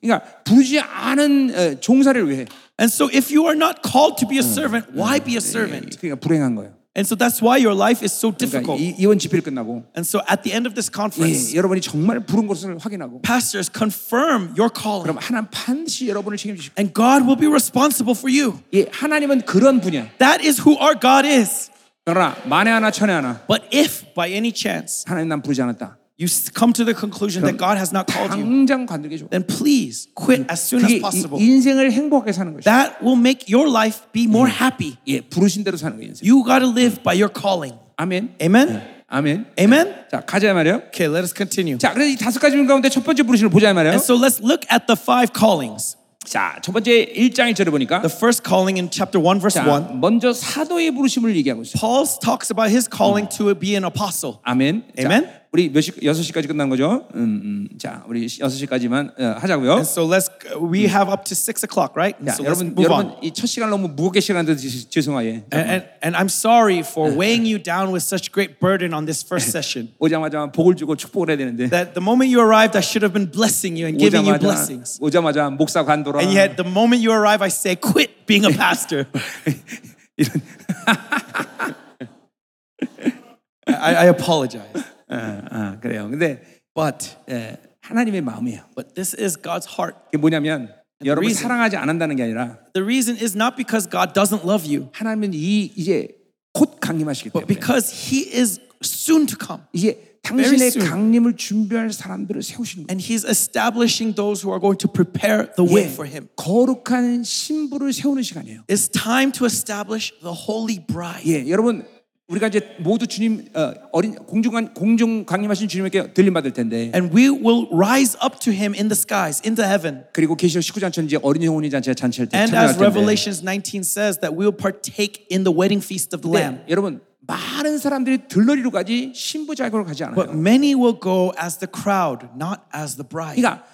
A: 그러니까 부르지 않은 어, 종사를 왜 해?
B: And so if you are not called to be a servant, why be a servant?
A: 그러니까 불행한 거예요.
B: And so that's why your life is so
A: 그러니까
B: difficult.
A: 이, 이번 집회를 끝나고
B: And so at the end of this
A: 예,
B: conference,
A: 여러분이 정말 부른 것을 확인하고
B: pastors confirm your calling
A: 그럼 하나님 반드시 여러분을 책임지실 거예요.
B: and God will be responsible for you.
A: 예, 하나님은 그런 분이야.
B: That is who our God is.
A: 그러나 만에 하나 천에 하나
B: But if by any chance
A: 하나님 난 부르지 않았다.
B: you s- come to the conclusion that God has not called you,
A: 당장 관두게 줘.
B: then please quit as soon
A: 그게
B: as
A: 이-
B: possible.
A: 인생을 행복하게 사는 것이.
B: That will make your life be more happy.
A: 예, 부르신 대로 사는 거 인생.
B: You got to live by your calling.
A: 아멘. 예,
B: Amen?
A: 아멘.
B: Amen?
A: 자, 가자 말이요.
B: Okay, let us continue.
A: 자, 그래서 이 다섯 가지 분 가운데 첫 번째 부르심을 보자 말이요.
B: And so let's look at the five callings.
A: 자, 첫 번째 1장 1절을 보니까
B: The first calling in chapter 1, verse
A: 자,
B: 1,
A: 먼저 사도의 부르심을 얘기하고 있어요.
B: Paul talks about his calling to be an apostle.
A: 아멘. 자,
B: 아멘.
A: 우리 몇 시, 6시까지 끝난 거죠? 음, 음, 자, 우리 6시까지만 어, 하자고요.
B: And so let's, we have up to six o'clock, right? And
A: 자,
B: so let's
A: 여러분,
B: move on.
A: 여러분 이 첫 시간 너무 무겁게 시간 돼서 죄- 죄송해요.
B: And, and, and I'm sorry for weighing you down with such great burden on this first session.
A: 오자마자 복을 주고 축복을 해야 되는데
B: That the moment you arrived, I should have been blessing you and giving you
A: 오자마자
B: blessings.
A: 오자마자 목사 관둬라.
B: And yet, the moment you arrive, I say, quit being a pastor.
A: 이런
B: I, I apologize.
A: 아, 그래요. 근데
B: But, eh,
A: 예, 하나님의 마음이에요.
B: but this is God's heart.
A: 그게 뭐냐면 여러분
B: reason-
A: 사랑하지 않는다는 게 아니라
B: The reason is not because God doesn't love you,
A: 하나님은 이 이제 곧 강림하시기
B: but
A: 때문에
B: because He is soon to come.
A: 이제
B: Very
A: 당신의
B: soon.
A: 강림을 준비할 사람들을 세우시는 거예요.
B: And He's establishing those who are going to prepare the way
A: 예,
B: for Him.
A: 거룩한 신부를 세우는 시간이에요.
B: It's time to establish the holy bride.
A: 예, 여러분 우리가 이제 모두 주님 어, 어린 공중간 공중 강림하신 주님께 들림 받을 텐데
B: And we will rise up to Him in the skies, into heaven.
A: 그리고 계시록 19장 천지 어린 영혼이 잔치 잔치할 때
B: And
A: 참여할
B: as
A: 텐데
B: Revelations 19 says, that we will partake in the wedding feast of the Lamb.
A: 네, 여러분 많은 사람들이 들러리로까지 신부 자격으로 가지 않아요.
B: But many will go as the crowd, not as the bride.
A: 그러니까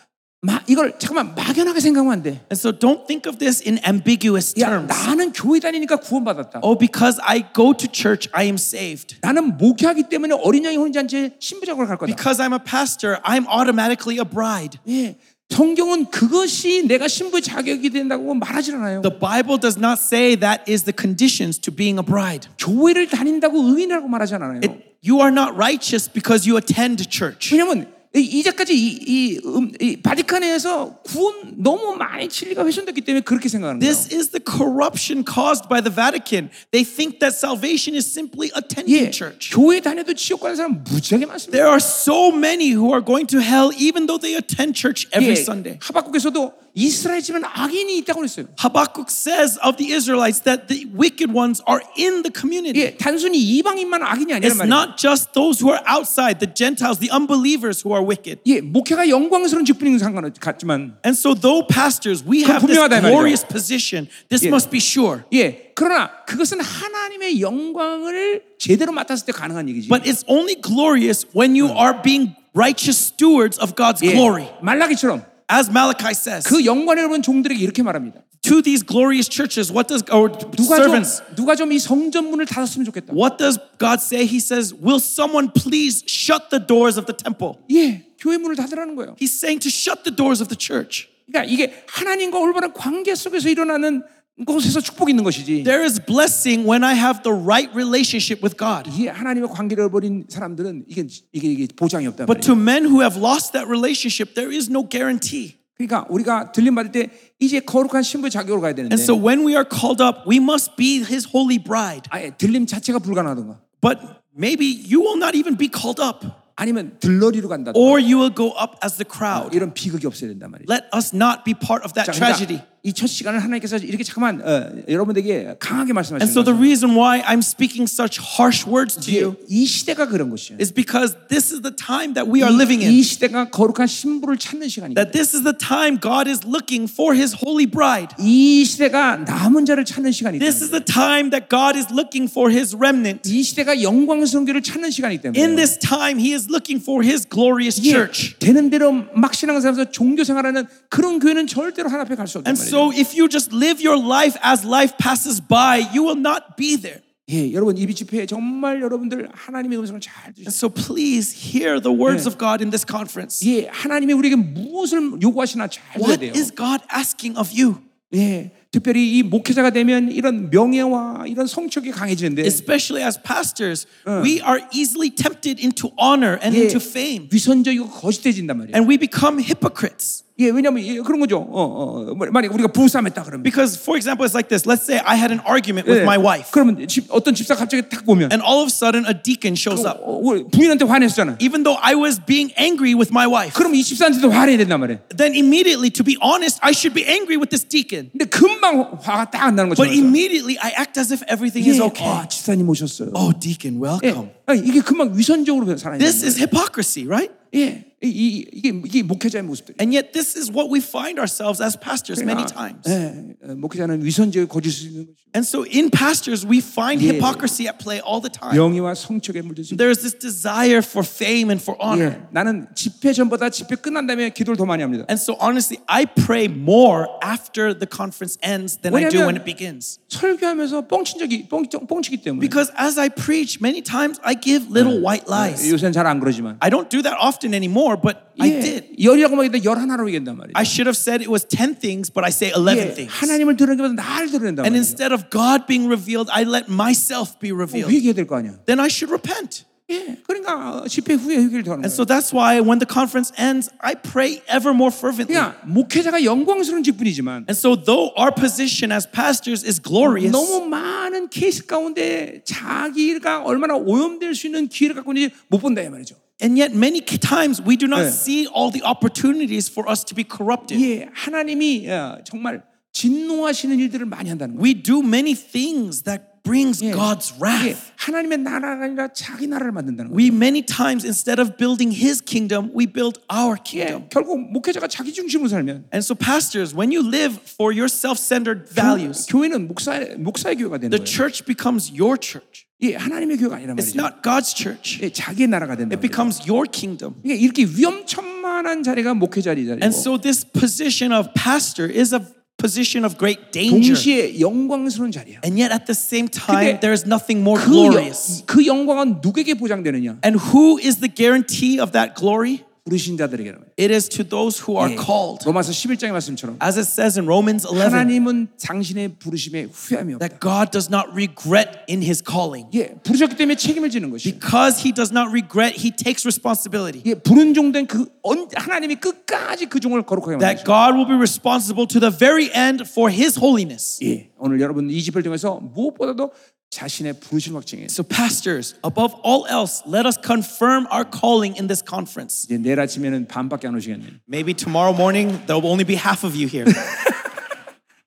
A: 마- 이걸 잠깐만 막연하게 생각하면 안 돼.
B: And so don't think of this in ambiguous
A: 야,
B: terms.
A: 나는 교회 다니니까 구원받았다.
B: Oh, because I go to church, I am saved.
A: 나는 목회하기 때문에 어린 양이 혼인잔치에 신부적으로 갈 거다.
B: Because I'm a pastor, I'm automatically a bride.
A: 예. 성경은 그것이 내가 신부 자격이 된다고 말하지 않아요.
B: The Bible does not say that is the conditions to being a bride.
A: 교회를 다닌다고 의인이라고 말하지 않아요.
B: It, you are not righteous because you attend church.
A: 왜냐면 이- 이제까지 이, 이, 음, 이 바티칸에서 구원 너무 많이 진리가 훼손됐기 때문에 그렇게 생각하는 거예요.
B: This is the corruption caused by the Vatican. They think that salvation is simply attending
A: 예,
B: church.
A: 교회 다녀도 지옥 가는 사람 무지하게 많습니다.
B: There are so many who are going to hell even though they attend church every
A: 예,
B: Sunday.
A: 하박국에서도 이스라엘 집은 악인이 있다고 그랬어요.
B: Habakkuk says of the Israelites that the wicked ones are in the community.
A: 예, 단순히 이방인만 악인이 아니란
B: It's
A: 말이에요.
B: not just those who are outside, the Gentiles, the unbelievers who are wicked.
A: 예, 목회가 영광스러운 직분인 상관은 같지만
B: And so, though pastors, we
A: 그건
B: have this
A: 분명하다 이 말이죠.
B: glorious position. This
A: 예.
B: must be sure.
A: 예, 그러나 그것은 하나님의 영광을 제대로 맡았을 때 가능한 얘기지.
B: But it's only glorious when you are being righteous stewards of God's
A: 예,
B: glory.
A: 말라기처럼
B: As Malachi says,
A: 그 영광을 여러분 종들에게 이렇게 말합니다.
B: to these glorious churches, what does or
A: 누가 좀
B: servants?
A: 누가 좀 이 성전문을 닫았으면 좋겠다.
B: What does God say? He says, "Will someone please shut the doors of the temple?"
A: 예, 교회 문을 닫으라는 거예요.
B: He's saying to shut the doors of the church.
A: 그러니까 이게 하나님과 올바른 관계 속에서 일어나는 곳에서 축복이 있는 것이지.
B: There is blessing when I have the right relationship with God.
A: 이게 하나님의 관계를 잃어버린 사람들은 이게 이게, 이게 보장이 없다
B: But
A: 말이에요.
B: to men who have lost that relationship, there is no guarantee.
A: 그러니까 우리가 들림 받을 때 이제 거룩한 신부 자격으로 가야 되는데
B: And so when we are called up, we must be his holy bride.
A: 아예 들림 자체가 불가능하던가
B: But maybe you will not even be called up,
A: 아니면 들러리로 간다
B: or you will go up as the crowd.
A: 이런 비극이 없어야 된단 말이에요.
B: Let us not be part of that
A: 자, 그러니까
B: tragedy.
A: 이첫 시간을 하나님께서 이렇게 잠깐만 어, 여러분에게 강하게
B: And
A: 말씀하시는
B: so the
A: 거예요.
B: reason why I'm speaking such harsh words to
A: 이게
B: you
A: 이 시대가 그런 것이에요.
B: is because this is the time that we are living
A: 이
B: in.
A: 시대가 거룩한 신부를 찾는 시간이에요.
B: That this is the time God is looking for his holy bride.
A: 이 시대가 남은 자를 찾는 시간이다.
B: This is the time that God is looking for his remnant.
A: 이 시대가 영광스러운 교를 찾는 시간이기 때문에
B: In this time, he is looking for his glorious
A: 이게
B: church.
A: 되는 대로 막 신앙생활에서 종교 생활하는 그런 교회는 절대로 하나 앞에 갈 수 없단
B: And
A: 말이에요.
B: so, if you just live your life as life passes by, you will not be there.
A: 예, 여러분 이비 집회에 정말 여러분들 하나님의 음성을 잘
B: And
A: 들으세요.
B: so, please hear the words
A: Yeah.
B: of God in this conference.
A: 예, 하나님이 우리에게 무엇을 요구하시나 잘 들어야
B: What
A: 돼요.
B: is God asking of you?
A: 예, 특별히 이 목회자가 되면 이런 명예와 이런 성적이 강해지는데
B: Especially as pastors, we are easily tempted into honor and
A: 예,
B: into fame,
A: 위선적이고 거짓해진단 말이에요.
B: and we become hypocrites.
A: 예, 왜냐하면 예, 그런 거죠. 어, 어, 어, 만약 우리가 부부싸움했다 그러면
B: Because, for example, it's like this let's say I had an
A: 예,
B: argument with my wife,
A: 그러면 집, 어떤 집사 갑자기 탁 보면
B: and all of a sudden a deacon shows up,
A: 어, 우리 부인한테 화냈잖아.
B: even though I was being angry with my wife.
A: 그럼 이 집사한테도 화내야 된단 말이에요.
B: Then, immediately, to be honest, I should be angry with this deacon.
A: 근데 금방 화가 딱 안나는 거죠.
B: But immediately I act as if everything is okay.
A: 아, 집사님 오셨어요.
B: Oh, deacon,
A: 예,
B: welcome.
A: 아, 이게 금방 위선적으로 살아있는
B: This is hypocrisy, right?
A: 예, 이, 이, 이게, 이게 목회자의 모습들이.
B: And yet, this is what we find ourselves as pastors many times.
A: 예, 어, 목회자는 위선적으로 거질 수 있는 거죠.
B: And so, in pastors, we find hypocrisy at play all the time.
A: 명예와 성적에 물들지.
B: There's this desire for fame and for honor.
A: 예, 나는 집회 전보다 집회 끝난 다음에 기도를 더 많이 합니다.
B: And so, honestly, I pray more after the conference ends than I
A: 왜냐면-
B: do when it begins.
A: 설교하면서 뻥친 적이 뻥, 뻥치기 때문에.
B: Because as I preach, many times I give little white lies.
A: 요새는 잘 안 그러지만.
B: I don't do that often anymore, but I
A: 예,
B: did.
A: 열이라고 말했는데 열 하나로 얘기한단 말이에요.
B: I should have 사id it was 10 things, but I say 11
A: 예,
B: things.
A: 하나님을 드러내는 것보다 나를 드러낸단
B: And
A: 말이에요.
B: instead of God being revealed, I let myself be revealed.
A: 회개해야 될 거 아니야.
B: Then I should repent.
A: 예, 그러니까 어, 집회 후에 회개를 더 하는
B: And
A: 거예요.
B: so that's why when the conference ends, I pray ever more fervently.
A: 그러니까 목회자가 영광스러운 직분이지만
B: And so, though our position as pastors is glorious,
A: 너무 많은 케이스 가운데 자기가 얼마나 오염될 수 있는 기회를 갖고 있는지 못 본다 이 말이죠.
B: and yet many times we do not
A: Yeah.
B: see all the opportunities for us to be corrupted.
A: 예, 하나님이 어, 정말 진노하시는 일들을 많이 한다는 거예요.
B: We do many things that brings God's
A: 예,
B: wrath.
A: 하나님의 나라가 아니라 자기 나라를 만든다는 거예요.
B: We many times, instead of building his kingdom, we build our kingdom.
A: 예, 결국 목회자가 자기 중심으로 살면
B: And so, pastors, when you live for your self centered values,
A: 교회는 목사 목사의 교회가 되는
B: the
A: 거예요.
B: church becomes your church.
A: 예, 하나님의 교회가 아니란
B: It's
A: 말이죠.
B: not God's church,
A: 예, 자기의 나라가 된다.
B: it becomes your kingdom.
A: 이게 이렇게 위험천만한 자리가 목회 자리
B: And
A: 자리고
B: so, this position of pastor is a position of great danger.
A: 동시에 영광스러운 자리야.
B: And yet, at the same time,
A: 근데
B: there is nothing more
A: 그, 영-
B: glorious.
A: 그 영광은 누구에게 보장되느냐?
B: And who is the guarantee of that glory?
A: 부르신 자들에게. 는
B: It is to those who are called.
A: 로마서 11장의 말씀처럼
B: As it says in Romans 11,
A: 하나님은 당신의 부르심에 후회함이 없다.
B: that God does not regret in his calling.
A: 예, 부르셨기 때문에 책임을 지는 것이.
B: Because he does not regret, he takes responsibility.
A: 예, 부른 종된 그 언- 하나님이 끝까지 그 종을 거룩하게 만드셨다.
B: that God will be responsible to the very end for his holiness.
A: 예, 오늘 여러분 이 집을 통해서 무엇보다도 자신의 부르심 확증에
B: So, pastors, above all else, let us confirm our calling in this conference.
A: 이제 내일 아침에는 반밖에 안 오시겠네.
B: Maybe tomorrow morning, there will only be half of you here.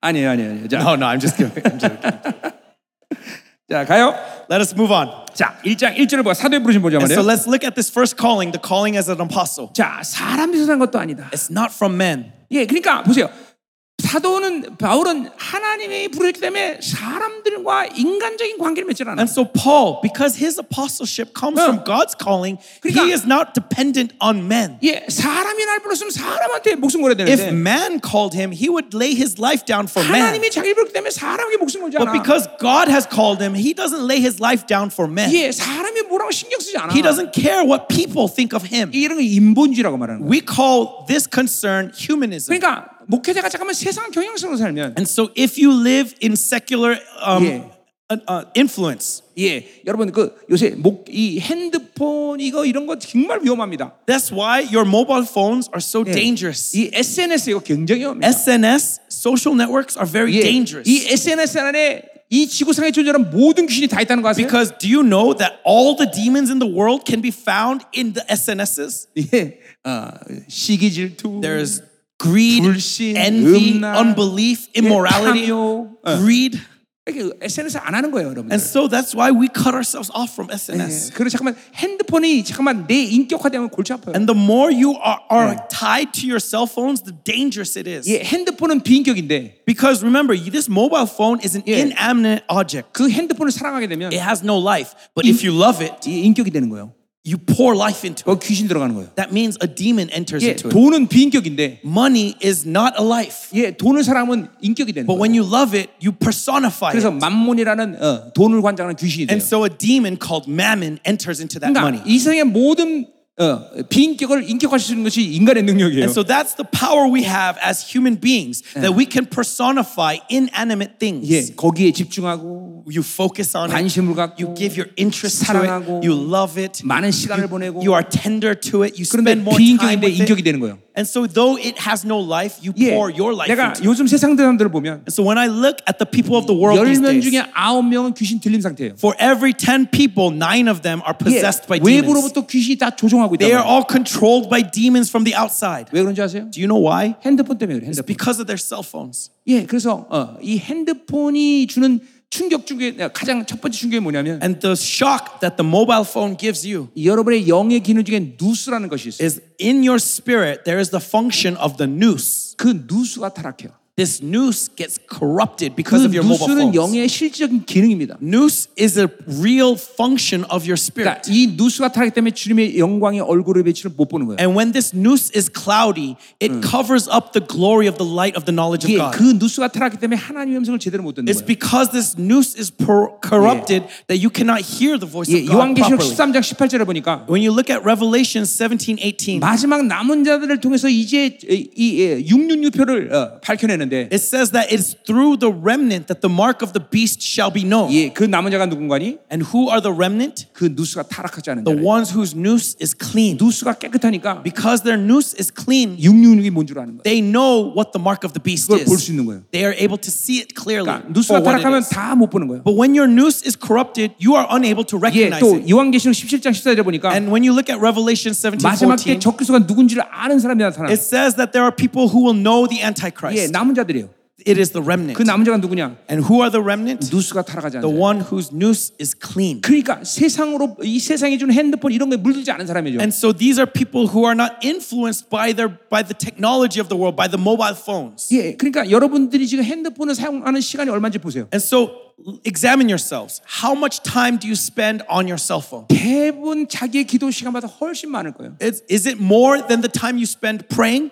A: 아니에요, 아니에요. 아니에요. 자,
B: Oh, No, no, I'm just kidding. I'm just kidding.
A: 자, 가요.
B: Let us move on.
A: 자, 1장 1절을 봐. 사도의 부르심 보자
B: And so,
A: 말이에요.
B: let's look at this first calling the calling as an apostle.
A: 자, 사람에서 산 것도 아니다.
B: It's not from men.
A: 예, 그러니까 보세요. 사도는 바울은 하나님이 부르셨기 때문에 사람들과 인간적인 관계를 맺질 않아.
B: And so, Paul, because his apostleship comes
A: Yeah.
B: from God's calling,
A: 그러니까-
B: he is not dependent on men.
A: 예, 사람이 날 불렀으면 사람한테 목숨 걸어야
B: If
A: 되는데
B: man called him, he would lay his life down for man.
A: 하나님이 자기를 부르기 때문에 사람에게 목숨 걸지
B: But
A: 않아.
B: because God has called him, he doesn't lay his life down for men.
A: 예, 사람이 뭐라고 신경 쓰지 않아.
B: He doesn't care what people think of him.
A: 이런 거 인본주의라고 말하는 거예요.
B: We call this concern humanism.
A: 그러니까 목회자가 잠깐만 세상 경향성으로 살면
B: And so if you live in secular um,
A: Yeah.
B: uh, uh, influence,
A: 예, 여러분 그 요새 목 이 핸드폰 이거 이런 거 정말 위험합니다. 예.
B: that's why your mobile phones are so dangerous.
A: 이 SNS 이거 굉장히 위험해요.
B: SNS, social networks are very
A: 예,
B: dangerous.
A: 이 SNS 안에 이 지구상에 존재하는 모든 귀신이 다 있다는 거 아세요?
B: Because do you know that all the demons in the world can be found in the SNSs?
A: 예, 어, 시기 질투,
B: There's greed,
A: 불신,
B: envy,
A: 음란,
B: unbelief, immorality,
A: 탐욕, 어.
B: greed.
A: 예, 이렇게 SNS 안 하는 거예요, 여러분.
B: And so that's why we cut ourselves off from
A: 예,
B: SNS.
A: 그리고 잠깐만 핸드폰이 잠깐만 내 인격화되면 골치 아파요.
B: And the more you are, are tied to your cell phones, the dangerous it is.
A: 예, 핸드폰은 비인격인데
B: Because remember, you- this mobile phone is an
A: Yeah.
B: inanimate object.
A: 그 핸드폰을 사랑하게 되면
B: It has no life. But if you love it,
A: 이 인격이 되는 거예요.
B: you pour life into it.
A: 거기 귀신 들어가는 거예요.
B: That means a demon enters
A: 예,
B: into it.
A: 돈은 비인격인데
B: Money is not a life.
A: 예, 돈을 사랑하면 인격이 되는 거예요.
B: But when you love it, you personify
A: 그래서
B: it.
A: 만몬이라는 어, 돈을 관장하는 귀신이 돼요.
B: And so a demon called mammon enters into that
A: 그러니까
B: money.
A: 이 세상의 모든 어, 비인격을 인격화시키는 것이 인간의 능력이에요.
B: And so that's the power we have as human beings that we can personify inanimate things.
A: 예, 거기에 집중하고
B: you focus on
A: 관심을
B: it.
A: 갖고,
B: You give your interest to
A: 사랑하고,
B: it. You love it.
A: 많은 시간을 보내고
B: You are tender to it. You
A: 그런데
B: spend more time
A: 비인격인데
B: with
A: 인격이
B: it.
A: 되는 거예요.
B: And so though it has no life, you
A: 예,
B: pour your life
A: 내가
B: into it.
A: 요즘 세상 사람들을 보면
B: And so when I look at the people of the world these
A: 10명
B: days,
A: 중에 9명은 귀신 들린 상태예요.
B: for every 10 people, 9 of them are
A: 예,
B: possessed by demons.
A: 외부로부터 귀신이 다 조종하고 있다.
B: They are all controlled by demons from the outside.
A: 왜 그런지 아세요?
B: Do you know why?
A: 핸드폰 때문에 그래요.
B: It's
A: 핸드폰.
B: because of their cell phones.
A: 예, 그래서 어, 이 핸드폰이 주는 충격 중에 가장 첫 번째 충격이 뭐냐면
B: And the shock that the mobile phone gives you
A: 여러분의 영의 기능 중에 누스라는 것이 있어요.
B: is in your spirit, there is the function of the noose.
A: 그 누스가 타락해요.
B: This noose gets corrupted
A: 그
B: because of your mobile
A: 누스는
B: phone.
A: 영의 실질적인 기능입니다.
B: Noose is a real function of your
A: 그러니까
B: spirit.
A: 이 누스가 타락했기 때문에 주님의 영광의 얼굴의 배치를 못 보는 거예요.
B: And when this noose is cloudy, it covers up the glory of the light of the knowledge of
A: 이게
B: God.
A: 그 누스가 타락했기 때문에 하나님의 음성을 제대로 못 듣는
B: It's
A: 거예요.
B: because this noose is per- corrupted that you cannot hear the voice
A: 예,
B: of God
A: 요한계시록
B: properly.
A: 13장 18절에 보니까
B: When you look at Revelation 17, 18,
A: 마지막 남은 자들을 통해서 이제 이 666표를 어, 밝혀내는데
B: it says that it's through the remnant that the mark of the beast shall be known.
A: 예, 그 남은 자가 누군가니
B: And who are the remnant?
A: 그 누스가 타락하지 않은
B: The
A: 자.
B: ones whose noose is clean.
A: 누스가 깨끗하니까
B: Because their noose is clean,
A: 666이 뭔 줄 아는 거예요.
B: they know what the mark of the beast
A: 그걸 볼 수
B: is.
A: 있는 거예요.
B: They are able to see it clearly.
A: 그러니까
B: for
A: 누스가
B: what it
A: 타락하면
B: is.
A: 다 못 보는 거예요.
B: But when your noose is corrupted, you are unable to
A: 예,
B: recognize
A: 또
B: it.
A: 요한계시록 17장 14절에 보니까
B: And when you look at Revelation 17,
A: 마지막 때
B: 14,
A: 적그리스도가 누군지를 아는 사람이 나타나.
B: it says that there are people who will know the
A: 예,
B: Antichrist.
A: 남은 자들이에요.
B: it is the remnant.
A: 그 남자가 누구냐?
B: And who are the remnant?
A: 누수가 타락하지 않는
B: The
A: 자.
B: one whose noose is clean.
A: 그러니까 세상으로 이 세상이 주는 핸드폰 이런 거에 물들지 않은 사람이죠.
B: And so these are people who are not influenced by their by the technology of the world, by the mobile phones.
A: 예, 그러니까 여러분들이 지금 핸드폰을 사용하는 시간이 얼마인지 보세요.
B: And so examine yourselves. How much time do you spend on your cell phone?
A: 대부분 자기의 기도 시간보다 훨씬 많을 거예요.
B: Is, is it more than the time you spend praying?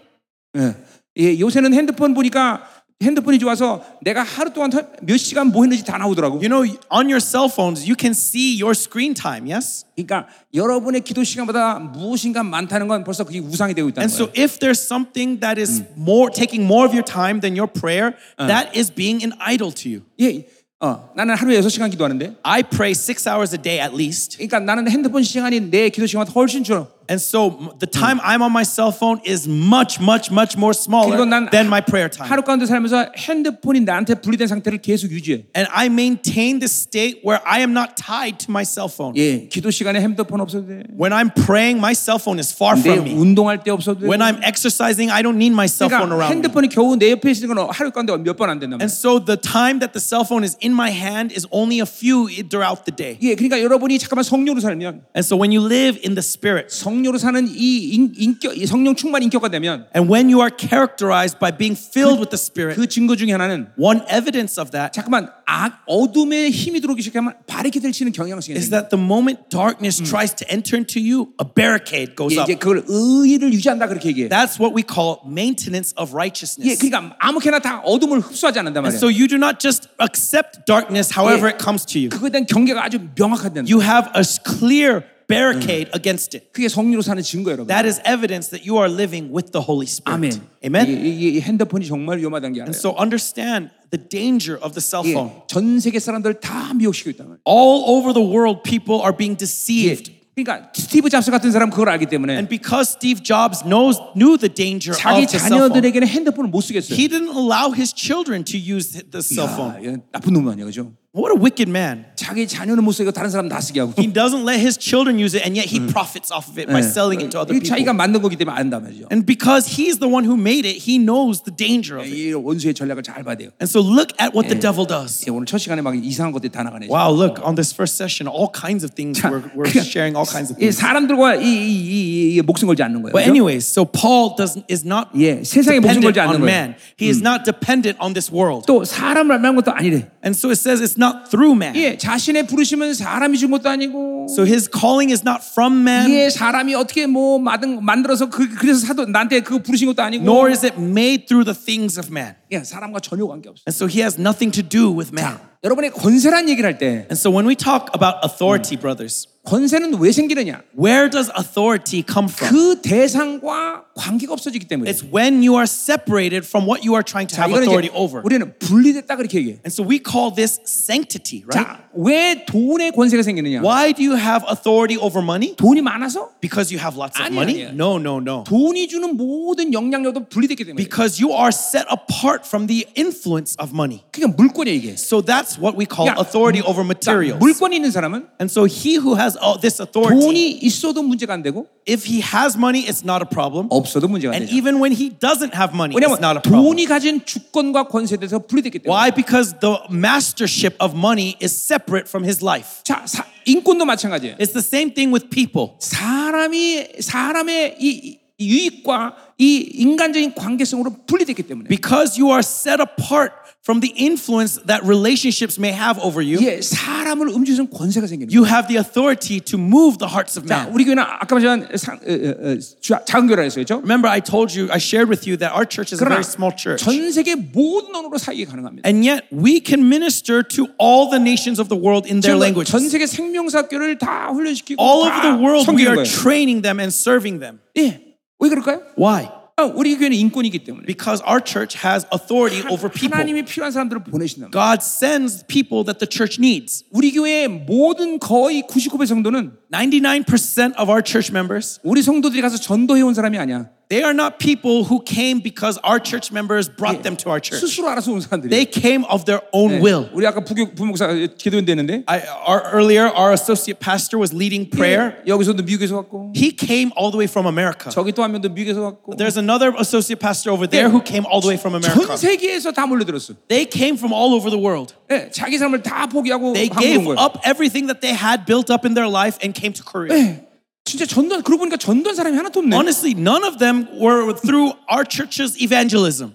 A: 예, 요새는 핸드폰 보니까 핸드폰이 좋아서 내가 하루 동안 몇 시간 뭐 했는지 다 나오더라고.
B: You know, on your cell phones, you can see your screen time, yes?
A: 그러니까 여러분의 기도 시간보다 무엇인가 많다는 건 벌써 그게 우상이 되고 있다는
B: And
A: 거예요.
B: so if there's something that is more taking more of your time than your prayer, that is being an idol to you.
A: 예, 어, 나는 하루에 6시간 기도하는데
B: I pray 6 hours a day at least.
A: 그러니까 나는 핸드폰 시간이 내 기도 시간보다 훨씬 줄어.
B: And so m- the time I'm on my cell phone is much much much more smaller
A: 그리고 난
B: than my prayer time.
A: 하루 가운데 살면서 핸드폰이 나한테 분리된 상태를 계속 유지해.
B: and I maintain this state where I am not tied to my cell phone.
A: 예, 기도 시간에 핸드폰 없어도 돼.
B: When I'm praying, my cell phone is far
A: 내
B: from me.
A: 운동할 때 없어도 돼.
B: When I'm exercising, I don't need my cell phone
A: 그러니까
B: around me.
A: 핸드폰이 겨우 내 옆에 있는 건 하루 가운데 몇 번 안 된다 말이야.
B: And so the time that the cell phone is in my hand is only a few i- throughout the day.
A: 예, 그러니까 여러분이 잠깐만 성령으로 살면
B: And so when you live in the spirit
A: 성령으로 사는 이 인, 인격, 이 성령 충만 인격화 되면
B: and when you are characterized by being filled with the spirit,
A: 그 증거 중에 하나는
B: one evidence of that
A: 잠깐만 악 어둠의 힘이 들어오기 시작하면 바리케드를 치는 경향성이
B: is
A: 생겨.
B: that the moment darkness tries to enter into you, a barricade goes
A: 예,
B: up.
A: 이제 그걸 의의를 유지한다 그렇게 얘기해.
B: That's what we call maintenance of
A: 예,
B: righteousness.
A: 그러니까 아무렇게나 다 어둠을 흡수하지 않는단 말이야.
B: So you do not just accept darkness however it comes to you.
A: 그거에 대한 경계가 아주 명확하다.
B: You have a s- clear barricade against it.
A: 그게 성리로 사는 증거 여러분.
B: That is evidence that you are living with the Holy Spirit.
A: 아멘.
B: Amen.
A: 이게, 이게 이 핸드폰이 정말 위험하다는 게 알아요.
B: So understand the danger of the cell
A: 예,
B: phone.
A: 전 세계 사람들 다 미혹시키고 있단 말이에요.
B: All over the world, people are being
A: 예,
B: deceived.
A: 그러니까 스티브 잡스 같은 사람 은 그걸 알기 때문에
B: And because Steve Jobs knows knew the danger of
A: 자기
B: the cell phone,
A: 자녀들에게는 핸드폰을 못 쓰겠어요.
B: he didn't allow his children to use the cell
A: 야,
B: phone.
A: 이건 나쁜 놈 아니야, 그죠?
B: What a wicked man.
A: 자기 자녀는 못 쓰고 다른 사람 다 쓰게 하고.
B: He doesn't let his children use it, and yet he profits off of it by selling it to other
A: 이게 자기가
B: people.
A: 만든 거기 때문에 안다 말이죠.
B: And because he's the one who made it, he knows the danger of it.
A: 이 원수의 전략을 잘 봐야 돼요.
B: And so look at what the devil does.
A: 예, 오늘 첫 시간에 막 이상한 것들이 다 나가네.
B: Wow, look, on this first session, all kinds of things, we're, we're
A: 그냥
B: sharing all kinds of
A: 이
B: things.
A: 사람들과 이, 이, 이, 이, 이 목숨 걸지 않는 거예요.
B: But
A: 그죠?
B: anyways, so Paul doesn't is not
A: 예, 세상에 목숨
B: dependent
A: 걸지 않는
B: on
A: 거예요.
B: man. He is not dependent on this world.
A: 또 사람을 만난 것도 아니래.
B: And so it says it's not through man.
A: 예, 자신의 부르심은 사람이 준 것도 아니고.
B: So his calling is not from man,
A: 예, 사람이 어떻게 뭐 만든, 만들어서 그, 그래서 사도 나한테 그거 부르신 것도 아니고.
B: nor is it made through the things of man.
A: 예, 사람과 전혀 관계 없어.
B: And so he has nothing to do with man.
A: 여러분의 권세란 얘기를 할 때
B: And so when we talk about authority, brothers,
A: 권세는 왜 생기느냐?
B: where does authority come from?
A: 그 대상과 관계가 없어지기 때문에.
B: It's when you are separated from what you are trying to have
A: 이거는 이제
B: authority over.
A: 우리는 분리됐다 그렇게 얘기해.
B: And so we call this sanctity, right?
A: 자, 왜 돈의 권세가 생기느냐?
B: Why do you have authority over money?
A: 돈이 많아서
B: Because you have lots of
A: 아니야,
B: money?
A: 아니야.
B: No, no, no.
A: 돈이 주는 모든 영향력도 분리됐기 때문에.
B: Because you are set apart from the influence of money.
A: 그게 물권이야 이게.
B: So that's what we call
A: Yeah.
B: authority over
A: 자,
B: materials.
A: 물권이 있는 사람은
B: And so he who has all this authority,
A: 돈이 있어도 문제가 안 되고
B: if he has money, it's not a problem.
A: 없어도 문제가 안
B: And
A: 되죠.
B: even when he doesn't have money, it's not a
A: 왜냐하면
B: problem.
A: 돈이 가진 주권과 권세에 대해서 분리됐기 때문에.
B: Why? Because the mastership of money is separate from his life.
A: 자, 사- 인권도 마찬가지예요.
B: It's the same thing with people.
A: 사람이 사람의 이, 이 유익과 이 인간적인 관계성으로 분리됐기 때문에.
B: Because you are set apart from the influence that relationships may have over you,
A: 예, 사람을 움직이는 권세가 생기는. 거예요.
B: you have the authority to move the hearts of
A: 자,
B: man.
A: 우리 교회는 아까 말한 상, 에, 에, 에, 자- 작은 교회라 했어요, 그죠
B: Remember, I told you, I shared with you that our church is a
A: 그러나
B: very small church.
A: 전 세계 모든 언어로 사역이 가능합니다.
B: And yet, we can minister to all the nations of the world in their
A: 지금 전
B: languages.
A: 세계 생명사교를 다 훈련시키고
B: All
A: 다
B: over the world, we
A: 섬기는
B: are
A: 거예요.
B: training them and serving them.
A: 예, 왜 그럴까요?
B: Why?
A: 아, 우리 교회는 인권이기 때문에
B: Because our church has authority over people.
A: 하나님이 필요한 사람들을 보내신다.
B: God sends people that the church needs.
A: 우리 교회의 모든 거의 99배 성도는
B: 99% of our church members,
A: 우리 성도들이 가서 전도해 온 사람이 아니야.
B: They are not people who came because our church members brought them to our church.
A: 스스로 알아서 온 사람들이.
B: They came of their own will.
A: 우리 아까 부교, 부목사 기도했는데 했는데
B: I, our, earlier, our associate pastor was leading prayer.
A: 여기서도 미국에서 왔고
B: He came all the way from America.
A: 저기 또 한 명도 미국에서 왔고
B: There's another associate pastor over there who came all the way from
A: 전
B: America.
A: 세계에서 다 몰려들었어.
B: They came from all over the world.
A: 예, 자기 삶을 다 포기하고
B: They
A: 한국 온
B: gave
A: 거예요.
B: up everything that they had built up in their life and came to Korea.
A: 진짜 전도한 그러고 보니까 전도한 사람이 하나도 없네.
B: Honestly, none of them were through our church's evangelism.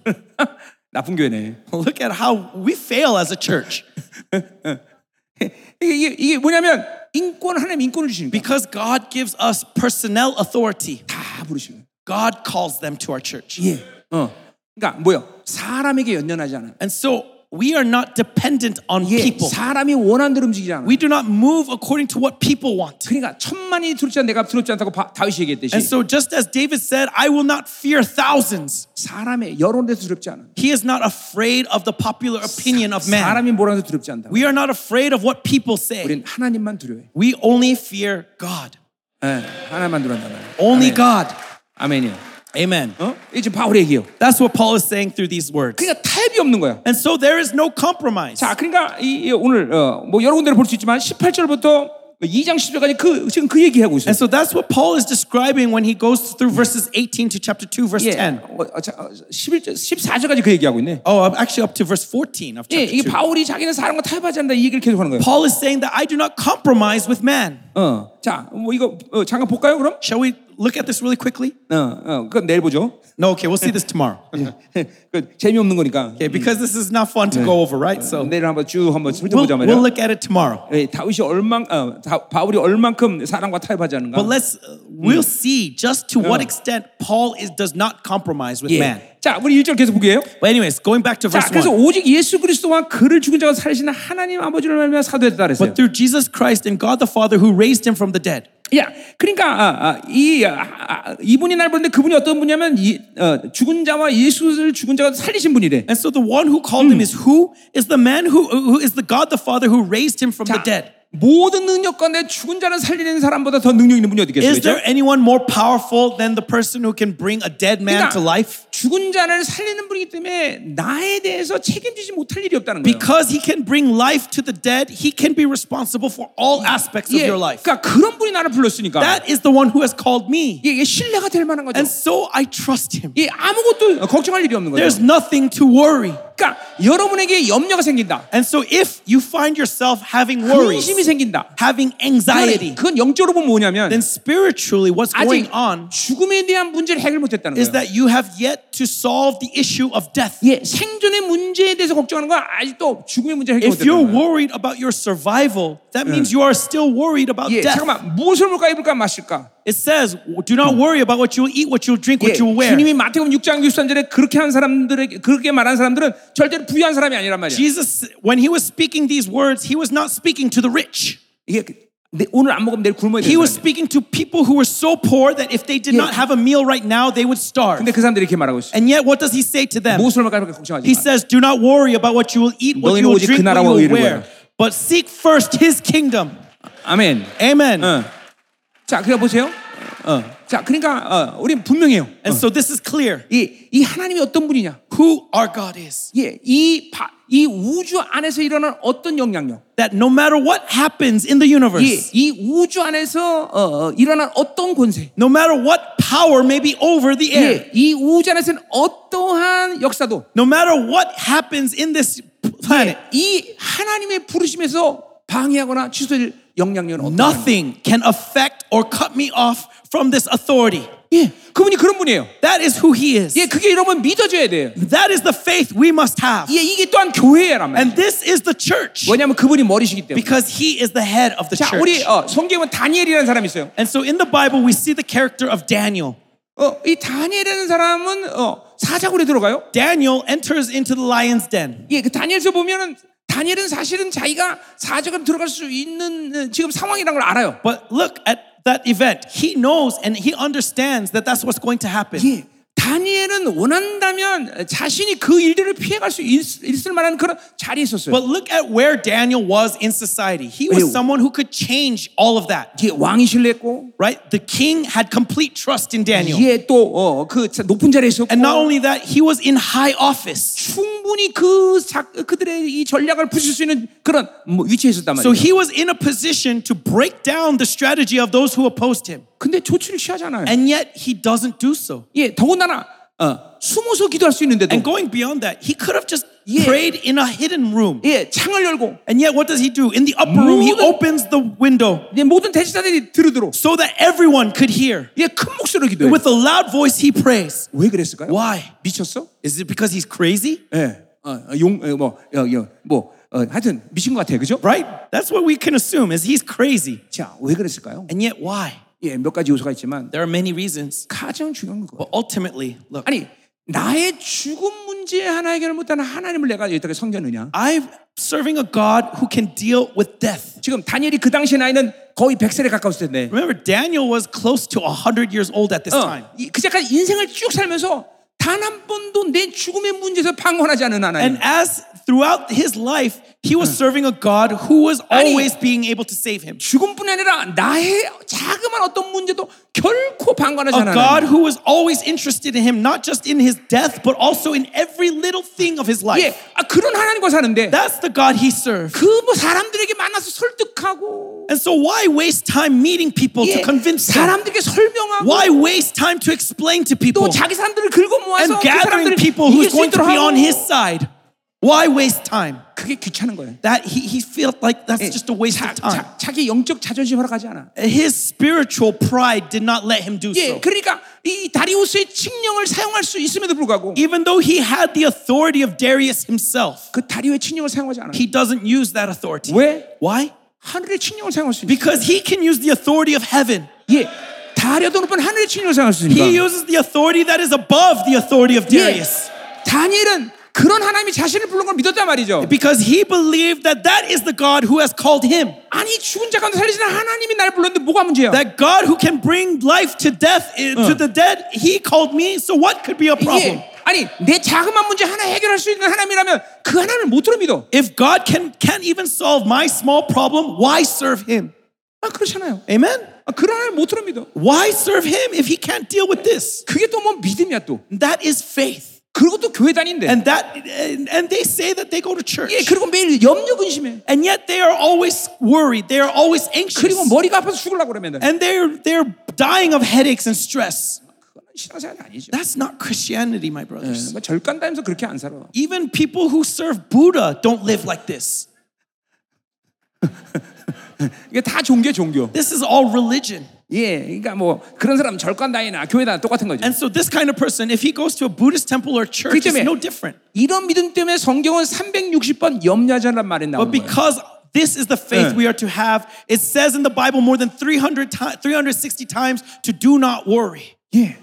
A: 나쁜 교회네.
B: Look at how we fail as a church
A: 이게, 이게, 이게 뭐냐면 인권 하나님 인권을 주십니다.
B: because God gives us personnel authority.
A: 다 부르시는. 거예요.
B: God calls them to our church.
A: 예. 어. 그러니까 뭐요? 사람에게 연연하지 않아.
B: And so we are not dependent on
A: 예.
B: people.
A: 사람이 원하는 대로 움직이지 않아.
B: We do not move according to what people want.
A: 그러니까 천만이 두렵지 않 내가 두렵지 않다고 바, 다윗이 얘기했듯이
B: And so just as David said, I will not fear thousands.
A: 사람의 여론에서 두렵지 않아.
B: He is not afraid of the popular opinion of man.
A: 사람이 뭐라서 두렵지 않다.
B: We are not afraid of what people say.
A: 우린 하나님만 두려워해.
B: We only fear God.
A: 예. 하나님만 두려운다 말이야.
B: Only
A: 아멘.
B: God.
A: 아멘이요.
B: Amen.
A: 어? 이제 바울의 얘기요.
B: That's what Paul is saying through these words.
A: 그러니까 타협이 없는 거야.
B: And so there is no compromise.
A: 자, 그러니까 이, 이 오늘 어, 뭐 여러 군데를 볼 수 있지만 18절부터 2장 10절까지 그 지금 그 얘기하고 있어요.
B: And so that's what Paul is describing when he goes through verses 18 to chapter 2, verse
A: 예,
B: 10.
A: 어, 어, 자, 어, 11절, 14절까지 그 얘기하고 있네.
B: Oh, I'm actually up to verse 14 of
A: 예,
B: chapter
A: 이게
B: 2.
A: 바울이 자기는 사람과 타협하지 않는다 이 얘기를 계속하는 거예요.
B: Paul is saying that I do not compromise with man.
A: 어, 자, 뭐 이거 어, 잠깐 볼까요, 그럼?
B: Shall we look at this really quickly?
A: 어, 어, 그건 내일 보죠.
B: No, okay, we'll see this tomorrow. 예.
A: 그 재미없는 거니까
B: Okay, because this is not fun to go over, right? So
A: 내일 한번 쭉 한번
B: 어. we'll,
A: 훑어보자 말이야.
B: we'll look at it tomorrow.
A: 예, 다윗이 얼만, 어, 다, 바울이 얼만큼 사람과 타협하지 않는가?
B: But let's uh, we'll see just to what
A: Yeah.
B: extent Paul is does not compromise with man.
A: 예. 자, 우리 1절 계속 보게요.
B: But anyways, going back to
A: 자,
B: verse
A: 그래서
B: 1.
A: 오직 예수 그리스도와 그를 죽은 자가 살리시는 하나님 아버지를 말미암아 사도했다 그랬어요.
B: But through Jesus Christ and God the Father who raised him from the dead.
A: 야, 그러니까 아, 아, 이 아, 아, 이분이 날 보는데 그분이 어떤 분이냐면 이, 어, 죽은 자와 예수를 죽은 자가 살리신 분이래.
B: And so the one who called him is who? Is the man who, who is the God the Father who raised him from the
A: 자,
B: dead.
A: 모든 능력 가운데 죽은 자를 살리는 사람보다 더 능력 있는 분이 어디
B: Is
A: 계시겠어요?
B: there anyone more powerful than the person who can bring a dead man to life?
A: 죽은 자를 살리는 분이기 때문에 나에 대해서 책임지지 못할 일이 없다는 거예요.
B: Because he can bring life to the dead, he can be responsible for all aspects of
A: 예,
B: your life.
A: 그러니까 그런 분이 나를 불렀으니까
B: That is the one who has called me.
A: 예, 이게 신뢰가 될 만한 거죠.
B: And so I trust him.
A: 예, 아무것도 걱정할 일이 없는 거죠.
B: There's nothing to worry.
A: 그러니까 여러분에게 염려가 생긴다,
B: And so if you find yourself having
A: 근심이
B: worries,
A: 생긴다.
B: having anxiety,
A: 그건 영적으로 보면 뭐냐면
B: then spiritually what's going
A: 아직
B: on
A: 죽음에 대한 문제를 해결 못했다는
B: is
A: 거예요.
B: that you have yet to solve the issue of death.
A: 예, 생존의 문제에 대해서 걱정하는 건 아직도 죽음의 문제를 해결
B: If you're
A: 못했다는 거예요.
B: worried about your survival, that means you are still worried Mm. about
A: 예,
B: death.
A: 잠깐만 무엇을 먹을까 입을까 마실까?
B: It says, do not worry about what you will eat, what you will drink,
A: 예,
B: what you will wear.
A: 주님이 마태복음 6장 63절에 그렇게 한 사람들에게 그렇게 말한 사람들은 절대로 부유한 사람이 아니란 말이야.
B: Jesus, when he was speaking these words, he was not speaking to the rich.
A: 이게 그- 내- 오늘 안 먹으면 내일 굶어야 되는
B: He
A: 사람이야.
B: was speaking to people who were so poor that if they did
A: Yeah.
B: not have a meal right now, they would starve.
A: 근데 그 사람들이 이렇게 말하고 있어.
B: And yet, what does he say to them?
A: 무엇을 먹을까 입을까 걱정하지
B: He
A: 마.
B: says, Do not worry about what you will eat, what
A: 너희는
B: you will
A: 오직 그
B: drink, what
A: 나라와
B: you will
A: 의를
B: wear,
A: 구하라.
B: but seek first his kingdom.
A: 아멘.
B: Amen.
A: 어. 자, 그래 보세요. 어. 자, 그러니까 어, 우리 분명해요. 어.
B: And so this is clear
A: 이, 이 하나님이 어떤 분이냐?
B: who our God is.
A: 예, 이, 바, 이 우주 안에서 일어난 어떤 영향력,
B: That no matter what happens in the universe,
A: 예, 이 우주 안에서 어, 어, 일어난 어떤 권세,
B: no matter what power may be over the air,
A: 예, 이 우주 안에서는 어떠한 역사도
B: no matter what happens in this planet,
A: 이 하나님의 부르심에서 방해하거나 취소될 영향력은 없다.
B: nothing can affect or cut me off from this authority.
A: 예, 그분이 그런 분이에요.
B: That is who he is.
A: 예, 그게 여러분 믿어줘야 돼요.
B: That is the faith we must have.
A: 예, 이게 또한 교회란 말이에요.
B: And this is the church
A: 왜냐하면 그분이 머리시기 때문에.
B: because he is the head of the
A: 자, 우리
B: church.
A: 어, 성경은 다니엘이라는 사람이 있어요.
B: And so in the Bible, we see the character of Daniel.
A: 어, 이 다니엘이라는 사람은 어, 사자굴에 들어가요.
B: Daniel enters into the lion's den.
A: 예, 그 다니엘서 보면은 다니엘은 사실은 자기가 사자굴 들어갈 수 있는 어, 지금 상황이라는 걸 알아요.
B: But look at that event. He knows and he understands that that's what's going to happen.
A: 예, 다니엘은 원한다면 자신이 그 일들을 피해갈 수 있, 있을 만한 그런 자리에 있었어요.
B: But look at where Daniel was in society. He
A: Ew.
B: was someone who could change all of that,
A: 이게 예, 왕이 신뢰했고
B: right? The king had complete trust in Daniel.
A: 이에 또그 높은 자리에 있었고
B: And not only that, he was in high office.
A: 충분히 그 자, 그들의 이 전략을 부술 수 있는 그런 뭐 위치에 있었단
B: So
A: 말이에요.
B: he was in a position to break down the strategy of those who opposed him.
A: 근데 조치를 취하잖아요.
B: And yet he doesn't do so.
A: 예, 더군다나 어, 숨어서 기도할 수 있는데도
B: And going beyond that, he could have just
A: Oh. Yeah.
B: prayed in a hidden room.
A: 예, 창을 열고
B: And yet what does he do? In the upper room, he
A: Mood.
B: opens the window
A: 예, 모든 대지사들이 들으도록
B: so that everyone could hear.
A: 예, 큰 목소리로 기도해.
B: With a loud voice, he prays.
A: 왜 그랬을까요?
B: Why?
A: 미쳤어?
B: Is it because he's crazy?
A: 예. 어, 어, 용, 어, 뭐, 어, 어, 뭐, 어, 하여튼 미친 것 같아요, 그죠?
B: Right? That's what we can assume is he's crazy.
A: 자, 왜 그랬을까요?
B: And yet why?
A: 예, 몇 가지 요소가 있지만
B: There are many reasons.
A: 가장 중요한 거.
B: But ultimately, look,
A: 아니, 나의 죽음 문제 하나 해결을 못하는 하나님을 내가 여기다가 섬겼느냐?
B: I'm serving a God who can deal with death.
A: 지금 다니엘이 그 당시 나이는 거의 100세에 가까웠을 텐데.
B: Remember, Daniel was close to 100 years old at this time.
A: 어, 이- 그 잠깐 인생을 쭉 살면서 단 한 번도 내 죽음의 문제에서 방관하지 않은 하나님.
B: And as throughout his life, he was serving a God who was
A: 아니-
B: always being able to save him.
A: 죽음뿐 아니라 나의 자그마한 어떤 문제도 결코 방관하지
B: A
A: 않은
B: God
A: 하나님.
B: who was always interested in him, not just in his death, but also in every little thing of
A: 예,
B: his life.
A: 아, 그런 하나님과 사는데
B: That's the God he served.
A: 그 뭐 사람들에게 만나서 설득하고
B: And so, why waste time meeting people
A: 예,
B: to convince them?
A: 사람들에게 설명하고
B: Why waste time to explain to
A: 또
B: people
A: 자기 사람들을 긁어
B: and
A: 모아서 그
B: gathering
A: 사람들을
B: people
A: 이길
B: who's
A: 수
B: going to
A: 있도록
B: be
A: 하고
B: on his side? Why waste time?
A: 그게 귀찮은 거예요.
B: That he, he felt like that's
A: 예,
B: just a waste
A: 자,
B: of time.
A: 자, 자기 영적 자존심 하러 가지 않아.
B: His spiritual pride did not let him do
A: 예,
B: so.
A: 그러니까 이 다리우스의 칙령을 사용할 수 있음에도 불구하고
B: Even though he had the authority of Darius himself,
A: 그 다리우의 칙령을 사용하지 않아.
B: he doesn't use that authority.
A: 왜?
B: Why?
A: 하늘의 칙령을 사용할 수 있어.
B: Because he can use the authority of heaven.
A: 예, 다리도 높은 하늘의 칙령을 사용할 수 있으니까.
B: He uses the authority that is above the authority of
A: 예,
B: Darius.
A: 다니엘은 그런 하나님이 자신을 부른 걸 믿었단 말이죠.
B: Because he believed that that is the God who has called him.
A: 아니 죽은 자 가운데 살리시는 하나님이 나를 불렀는데 뭐가 문제야?
B: That God who can bring life to death, eh, to the dead, he called me. So what could be a
A: 이게
B: problem?
A: 예, 아니 내 자그마한 문제 하나 해결할 수 있는 하나님이라면 그 하나님을 못 들어 믿어.
B: If God can, can't even solve my small problem, why serve him?
A: 아 그렇잖아요.
B: Amen?
A: 아, 그런 하나님 못 들어 믿어.
B: Why serve him if he can't deal with this?
A: 그게 또 뭐 믿음이야 또.
B: That is faith.
A: 그리고 또 교회 다닌대.
B: And that and, and they say that they go to church.
A: 예, 그리고 매일 염려 근심해.
B: And yet they are always worried. They are always anxious.
A: 그리고 머리가 아파서 죽으려고 그러면
B: And they're they're dying of headaches and stress.
A: 신앙생활이 아니죠.
B: That's not Christianity, my brothers.
A: 뭐 절간 다니면서 그렇게 안 살아.
B: Even people who serve Buddha don't live like this.
A: 이게 다 종교 종교.
B: This is all religion.
A: 네. 예, 그러니까 뭐 그런 사람 절간 다니나 교회 다나 똑같은 거죠.
B: And so this kind of person, if he goes to a Buddhist temple or church,
A: 그렇기
B: it's
A: 때문에
B: no different.
A: 이런 믿음 때문에 성경은 360번 염려하자란 말이
B: But
A: 나오는 거예요.
B: because this is the faith
A: Yeah.
B: we are to have, it says in the Bible more than 300 ti- 360 times to do not worry.
A: 예.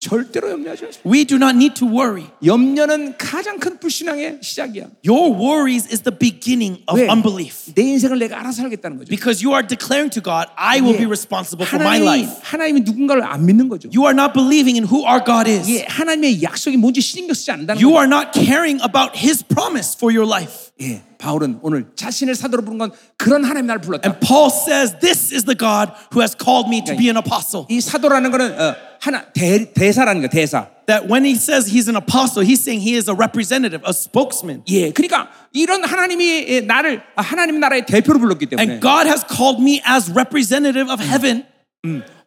A: 절대로 염려하지 마세요.
B: We do not need to worry.
A: 염려는 가장 큰 불신앙의 시작이야.
B: Your worries is the beginning of
A: 왜?
B: unbelief.
A: 내 인생을 내가 알아서 살겠다는 거죠. 예.
B: Because you are declaring to God, I will be responsible for my
A: 하나님이,
B: life.
A: 하나님이 누군가를 안 믿는 거죠.
B: You are not believing in who our God is.
A: 예, 하나님의 약속이 뭔지 신경 쓰지 않는다는
B: You
A: 거죠.
B: are not caring about his promise for your life.
A: 예, 바울은 오늘 자신을 사도로 부른 건 그런 하나님 나를 불렀다.
B: And Paul says, This is the God who has called me to be an apostle.
A: 이 사도라는 거는 어, 하나 대, 대사라는 거 대사.
B: That when he says he's an apostle, he's saying he is a representative, a spokesman.
A: 예, 그러니까 이런 하나님이 예, 나를 아, 하나님 나라의 대표로 불렀기 때문에
B: And God has called me as representative of heaven.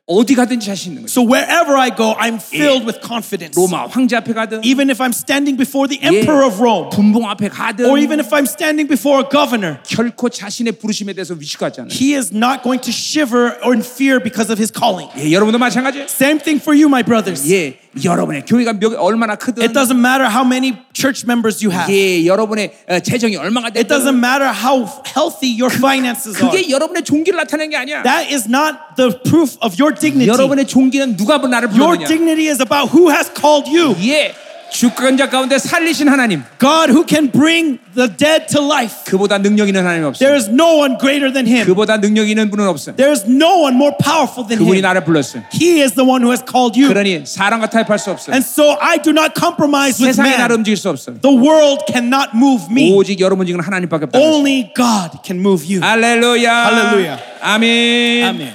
A: 어디 가든지 자신 있는 거죠.
B: So wherever I go, I'm filled with confidence.
A: 로마 황제 앞에 가든
B: Even if I'm standing before the
A: 예,
B: emperor of Rome,
A: 분봉 앞에 가든
B: or even if I'm standing before a governor,
A: 결코 자신의 부르심에 대해서 위축하지 않아요.
B: he is not going to shiver or in fear because of his calling.
A: 예, 여러분도 마찬가지예요.
B: Same thing for you, my brothers.
A: 예, 여러분의 교회가 몇, 얼마나 크든
B: It doesn't matter how many church members you have.
A: 예, 여러분의 어, 재정이 얼마가
B: It
A: 되든
B: doesn't matter how healthy your finances are.
A: 그게 여러분의 종기를 나타내는 게 아니야.
B: That is not the proof of your dignity.
A: 여러분의 종기는 누가 나를
B: Your
A: 부르느냐.
B: dignity is about who has called you.
A: 예, 주권자 가운데 살리신 하나님
B: God who can bring the dead to life.
A: 그보다 능력 있는 하나님 없어요.
B: There is no one greater than him.
A: 그보다 능력 있는 분은 없어요.
B: There is no one more powerful than
A: 그분이
B: him.
A: 나를 불렀어요.
B: He is the one who has called you.
A: 그러니 사람과 타협할 수 없어요.
B: And so I do not compromise with
A: 세상이 나를
B: man.
A: 움직일 수 없어요.
B: The world cannot move me.
A: 오직 여러분 지금 하나님밖에 없다.
B: Only God can move you.
A: 할렐루야.
B: 할렐루야.
A: 아멘.
B: 아멘.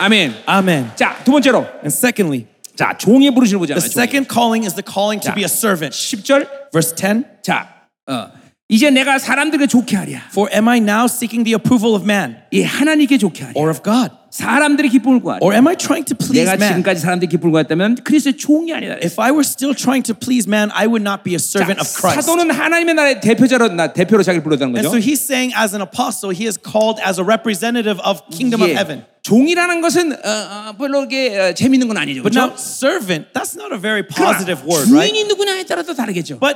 A: 아멘.
B: Amen.
A: 자, 두 번째로.
B: And secondly,
A: 자, 종의 부르심을
B: the
A: 보잖아요.
B: second calling is the calling to
A: Yeah.
B: be a servant.
A: 10절.
B: Verse 10
A: 자, 어. 이제 내가 사람들에게 좋게 하랴.
B: For am I now seeking the approval of man
A: 이 하나님께 좋게 하랴.
B: or of God?
A: 사람들의 기쁨을 구하랴.
B: Or am I trying to please
A: 내가
B: man?
A: 지금까지 사람들의 기쁨을 구했다면 그리스도의 종이 아니다.
B: If I were still trying to please man, I would not be a
A: 자,
B: servant of Christ.
A: 사도는 하나님의 나라의 대표자로 나 대표로 자기를 불렀다는
B: And
A: 거죠.
B: so he's saying, as an apostle, he is called as a representative of kingdom of
A: 예.
B: heaven.
A: 종이라는 것은 어, 어, 별로 이게 어, 재밌는 건 아니죠.
B: But now,
A: 그렇죠?
B: servant, that's not a very
A: 그러나
B: positive word, right?
A: 주인이 누구냐에 따라 또 다르겠죠.
B: But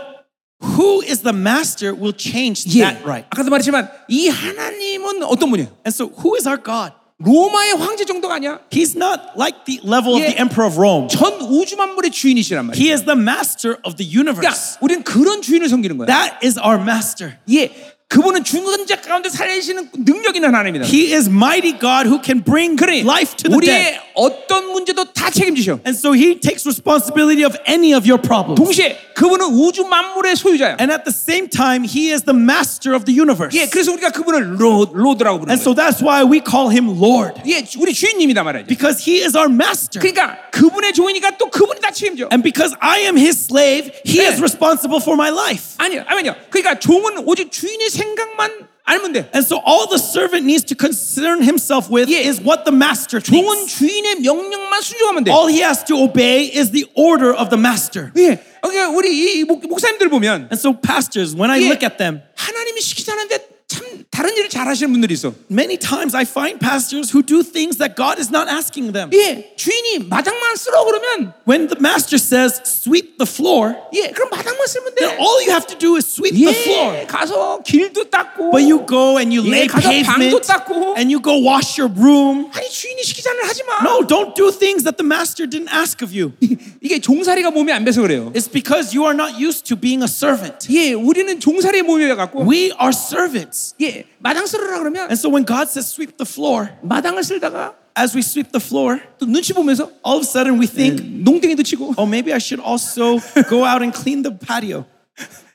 B: who is the master will change
A: 예.
B: that, right?
A: 아까도 말했지만 이 하나님은 어떤 분이에요?
B: And so, who is our God?
A: 로마의 황제 정도가 아니야.
B: He's not like the level
A: 예.
B: of the emperor of Rome.
A: 전 우주 만물의 주인이시란 말이야.
B: He is the master of the
A: 그러니까
B: universe.
A: 우리는 그런 주인을 섬기는 거야.
B: That is our master.
A: 예. 그분은 중건자 가운데 살리시는 능력 있는 하나님이다.
B: He is mighty God who can bring
A: 그러니
B: life to the dead.
A: 우리의 어떤 문제도 다 책임지셔.
B: And so he takes responsibility of any of your problems.
A: 동시에 그분은 우주 만물의 소유자야.
B: And at the same time, he is the master of the universe.
A: 예, 그래서 우리가 그분을 로, 로드라고 부르는
B: And
A: 거예요.
B: so that's why we call him Lord.
A: 예, 우리 주인님이다 말이죠.
B: Because he is our master.
A: 그러니까 그분의 종이니까 또 그분이 다 책임져.
B: And because I am his slave, he
A: 네.
B: is responsible for my life.
A: 아니요, 아니요. 그러니까 종은 오직 주인의 생각만 알면 돼.
B: And so all the servant needs to concern himself with
A: Yeah.
B: is what the master
A: 종은
B: thinks.
A: 주인의 명령만 순종하면 돼.
B: All he has to obey is the order of the master.
A: 예. 그러니까 우리 이 목, 목사님들 보면
B: And so pastors, when I
A: Yeah.
B: look at them,
A: 하나님이 시키자는데 참 다른 일을 잘 하시는 분들이 있어.
B: many times I find pastors who do things that God is not asking them.
A: 예. 주인이 마당만 쓰라고 그러면
B: When the master says sweep the floor,
A: 예. 그럼 마당만 쓰면 돼.
B: then all you have to do is sweep the floor.
A: 예. 가서 길도 닦고
B: But you go and you lay
A: Yeah, 가서 방도
B: pavement
A: 닦고.
B: and you go wash your room.
A: 아니 주인이 시키자는 하지 마.
B: No, don't do things that the master didn't ask of you.
A: 이게 종살이가 몸에 안 배서 그래요.
B: It's because you are not used to being a servant.
A: 예, 우리는 종살이에 몸에 배 갖고
B: We are servants.
A: 예, 마당 쓸으라 그러면
B: And so when God says sweep the floor,
A: 마당을 쓸다가
B: as we sweep the floor,
A: 또 눈치 보면서
B: all of a sudden we think,
A: 농땡이도 치고
B: oh, maybe I should also go out and clean the patio.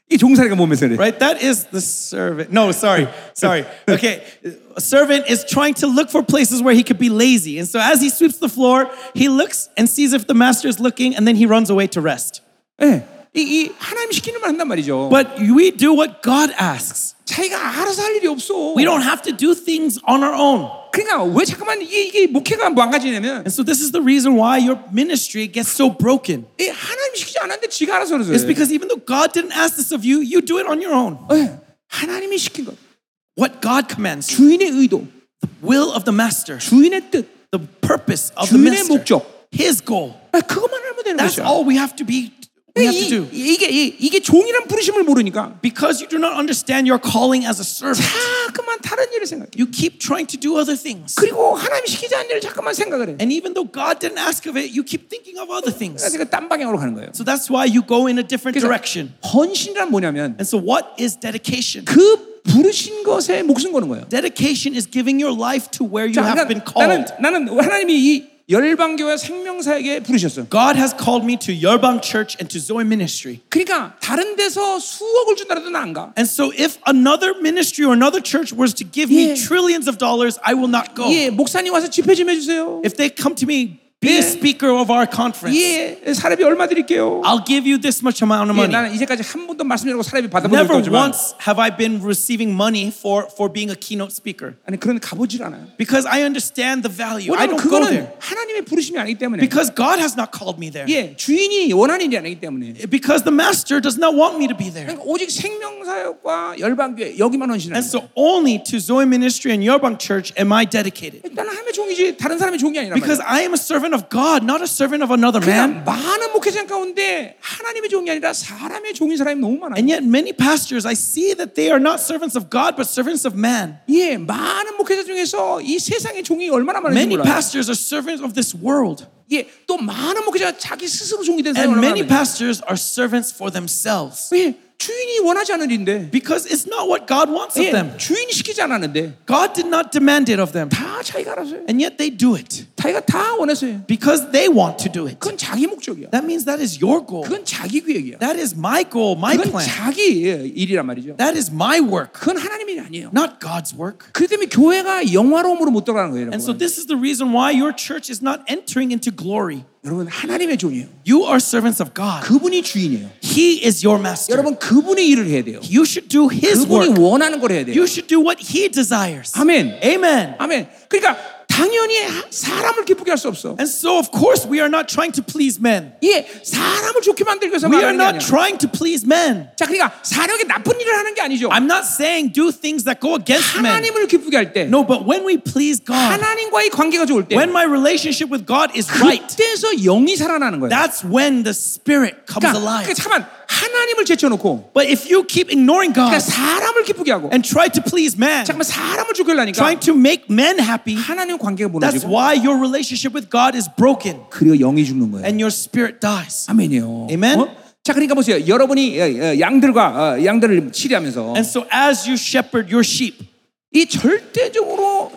A: 이게 종살이가 몸에서 그래.
B: Right? That is the servant. No, sorry. Sorry. Okay. A servant is trying to look for places where he could be lazy. And so as he sweeps the floor, he looks and sees if the master is looking and then he runs away to rest.
A: 예. 이, 이 하나님 시키는 말 한단 말이죠.
B: But we do what God asks.
A: 자기가 알아서 할 일이 없어.
B: We don't have to do things on our own.
A: 그러니까 왜 잠깐만 이게, 이게 목회가 망가지냐면
B: And so this is the reason why your ministry gets so broken.
A: 이 하나님 시키지 않았는데 지가 알아서 그래서
B: It's because even though God didn't ask this of you, you do it on your own.
A: 예, 하나님이 시킨 것
B: What God commands, you,
A: 주인의 의도
B: will of the master,
A: 주인의 뜻
B: the purpose of the
A: 주인의
B: master,
A: 목적.
B: his goal.
A: 아, 그것만 하면 되는
B: That's
A: 거죠.
B: all we have to be we have to
A: 이,
B: do.
A: 이, 이게 이, 이게 종이란 부르심을 모르니까
B: Because you do not understand your calling as a servant.
A: 자꾸만 다른 일을 생각해.
B: You keep trying to do other things.
A: 그리고 하나님 시키지 않는 일을 자꾸만 생각을 해.
B: And even though God didn't ask of it, you keep thinking of other things.
A: 그러니까 딴 방향으로 가는 거예요.
B: So that's why you go in a different
A: 그래서
B: direction.
A: 헌신이란 뭐냐면
B: And so what is dedication?
A: 그 부르신 것에 목숨 거는 거예요.
B: Dedication is giving your life to where you
A: 자,
B: have been
A: 그러니까 나는
B: called.
A: 나는 하나님이 이 열방교회 생명사에게 부르셨어.
B: God has called me to Yerbang Church and to Zoe Ministry.
A: 그러니까 다른 데서 수억을 준다라도 나안 가.
B: And so if another ministry or another church was to give
A: Yeah.
B: me trillions of dollars, I will not go.
A: 예, 목사님 와서 집회 좀 해주세요.
B: If they come to me, be
A: Yeah.
B: a speaker of our conference.
A: 예, 사례비 얼마 드릴게요.
B: I'll give you this much amount of
A: 예,
B: money.
A: 나는 이제까지 한 번도 말씀드리고 사례비 받아본 적도
B: Never
A: 없지만
B: once have I been receiving money for, for being a keynote speaker
A: 아니 그런 데 가보질 않아요.
B: because I understand the value. I
A: 왜냐면
B: don't go
A: 그거는
B: there
A: 하나님의 부르심이 아니기 때문에.
B: because God has not called me there.
A: 예, 주인이 원하는 일이 아니기 때문에.
B: Because the master does not want me to be there.
A: 그러니까 오직 생명사역과 열방교회 여기만 헌신하는
B: And
A: 거예요.
B: so only to Zoe Ministry and Yerbang Church am I dedicated.
A: 나는 하나님의 종이지 다른 사람의 종이 아니란 말이야.
B: Because I am a servant servant of God, not a servant of another man.
A: 그냥 많은 목회자 가운데 하나님의 종이 아니라 사람의 종인 사람이 너무 많아요.
B: And yet, many pastors, I see that they are not servants of God, but servants of man.
A: 예, 많은 목회자 중에서 이 세상의 종이 얼마나 많은지
B: Many
A: 몰라요.
B: pastors are servants of this world,
A: 예, 또 많은 목회자가 자기 스스로 종이 된 사람이
B: and
A: 얼마나
B: many
A: 많아요.
B: pastors are servants for themselves
A: 예, 주인이 원하지 않은 일인데
B: because it's not what God wants of
A: 예,
B: them.
A: 주인이 시키지 않았는데
B: God did not demand it of them,
A: 다 자기가 알아서 해요.
B: and yet they do it
A: 자기가 다 원해서요.
B: because they want to do it.
A: 그건 자기 목적이야.
B: That means that is your goal.
A: 그건 자기 계획이야.
B: That is my goal, my
A: 그건
B: plan.
A: 자기 예, 일이란 말이죠.
B: That is my work,
A: 그건 하나님 일이 아니에요.
B: not God's work.
A: 그 때문에 교회가 영화로움으로 못 들어가는 거예요.
B: And so,
A: 여러분,
B: this is the reason why your church is not entering into glory.
A: 여러분 하나님의 종이에요.
B: You are servants of God,
A: 그분이 주인이에요.
B: He is your master.
A: 여러분 그분의 일을 해야 돼요.
B: You should do His work.
A: 그분이 원하는 걸 해야 돼요.
B: You should do what He desires.
A: 아멘.
B: Amen.
A: 아멘. 그러니까 당연히 하- 사람을 기쁘게 할 수 없어.
B: And so, of course, we are not trying to please men.
A: 예, 사람을 좋게 만들기 위해서
B: We are
A: 말하는 게
B: not
A: 아니야.
B: trying to please men.
A: 자, 그러니까 사람에게 나쁜 일을 하는 게 아니죠.
B: I'm not saying do things that go against men.
A: 하나님을 기쁘게 할 때,
B: No, but when we please God,
A: 하나님과의 관계가 좋을 때,
B: when my relationship with God is right,
A: 그때서 영이 살아나는 거예요.
B: that's when the spirit comes
A: 그러니까 그
B: alive.
A: 잠깐 하나님을 제쳐놓고,
B: But if you keep ignoring God
A: 그러니까 사람을 기쁘게 하고,
B: Ah. and try to please man,
A: 잠깐만 사람을 좋게 하려니까
B: trying to make men happy,
A: 하나님 관계가
B: that's
A: 무너지고,
B: why your relationship with God is broken
A: 그리고 영이 죽는 거예요.
B: and your spirit dies.
A: 아멘이요.
B: Amen.
A: 어? 자, 그러니까 보세요. 여러분이 어, 어, 양들과 어, 양들을 치리하면서
B: And so, as you shepherd your sheep,
A: 이 절대적으로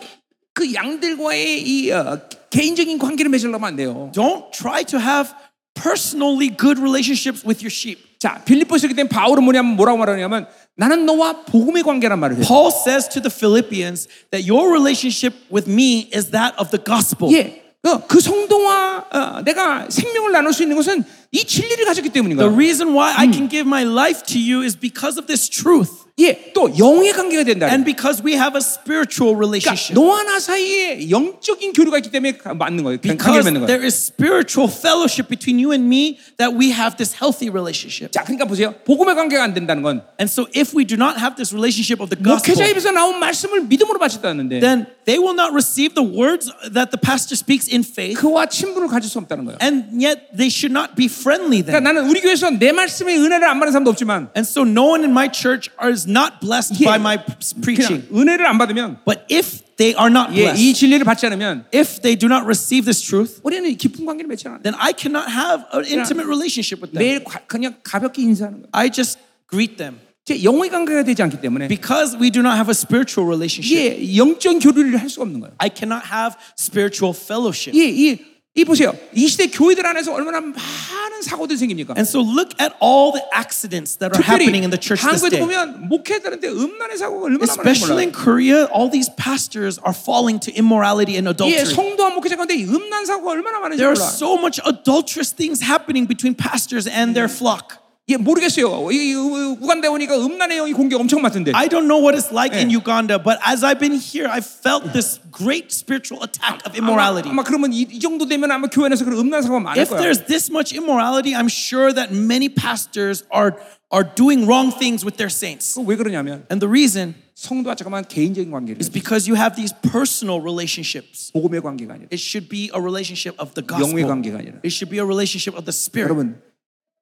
A: 그 양들과의 이 어, 개인적인 관계를 맺으려면 안 돼요.
B: don't try to have personally good relationships with your sheep.
A: 자, 빌립보서기 때문에 바울은 뭐냐면 뭐라고 말하냐면 나는 너와 복음의 관계란 말을 해요.
B: Paul says to the Philippians that your relationship with me is that of the gospel.
A: 예. 어, 그 성도와 어, 내가 생명을 나눌 수 있는 것은 이 진리를 가졌기 때문인
B: The
A: 거예요.
B: reason why I can give my life to you is because of this truth
A: 예. 또 영의 관계가 된다.
B: and because we have a spiritual
A: 그러니까
B: relationship.
A: 너와 나 사이에 영적인 교류가 있기 때문에 가- 맞는 거예요. 그냥 관계를
B: Because
A: 맺는 거예요.
B: there is spiritual fellowship between you and me that we have this healthy relationship.
A: 자, 그러니까 보세요. 복음의 관계가 안 된다는 건
B: And so if we do not have this relationship of the gospel,
A: 목회자
B: 네.
A: 입에서 나온 말씀을 믿음으로 바쳤다는데
B: then they will not receive the words that the pastor speaks in faith,
A: 그와 친분을 가질 수 없다는 거예요.
B: and yet they should not be friendly then.
A: 그러니까 나는 우리 교회에서 내 말씀의 은혜를 안 받는 사람도 없지만
B: And so no one in my church are- is not blessed
A: Yeah.
B: by my p-
A: 그냥
B: preaching.
A: 은혜를 안 받으면
B: But if they are not
A: 예,
B: blessed,
A: 이 진리를 받지 않으면
B: if they do not receive this truth,
A: 우리는 깊은 관계를 맺지 않아요.
B: then I cannot have an intimate relationship with them.
A: 매일 가- 그냥 가볍게 인사하는 거예요.
B: I just greet them
A: 제 영의 관계가 되지 않기 때문에
B: because we do not have a spiritual relationship.
A: 이게 영적 교류를 할 수가 없는 거예요.
B: I cannot have spiritual fellowship.
A: 이, 이, 이 보세요. 이 시대 교회들 안에서 얼마나 많은 사고들이 생깁니까?
B: And so look at all the accidents that are happening in the church this
A: 한국에도
B: day.
A: 보면 목회자들한테 음란의 사고가 얼마나 많은지
B: Especially
A: 몰라요.
B: in Korea, all these pastors are falling to immorality and
A: 예,
B: adultery.
A: 성도한 목회자 가운데 이 음란 사고가 얼마나 많은지
B: There are
A: 몰라.
B: so much adulterous things happening between pastors and their flock.
A: 예, 모르겠어요. 이, 이, 우- 우간다 오니까 음란의 영이 공격 엄청 많던데.
B: I don't know what it's like in
A: Yeah.
B: Uganda, but as I've been here, I've
A: Eh.
B: felt this great spiritual attack of immorality.
A: 아마 그러면 이, 이 정도 되면 아마 교회 안에서 그런 음란 사고가 많을
B: If
A: 거야.
B: there's this much immorality, I'm sure that many pastors are are doing wrong things with their saints.
A: 왜 그러냐면
B: And the reason
A: 성도와 잠깐만 개인적인 관계를
B: is because you have these personal relationships.
A: 복음의 관계가 아니라
B: It should be a relationship of the
A: 영의
B: gospel.
A: 관계가 아니라
B: It should be a relationship of the spirit.
A: 여러분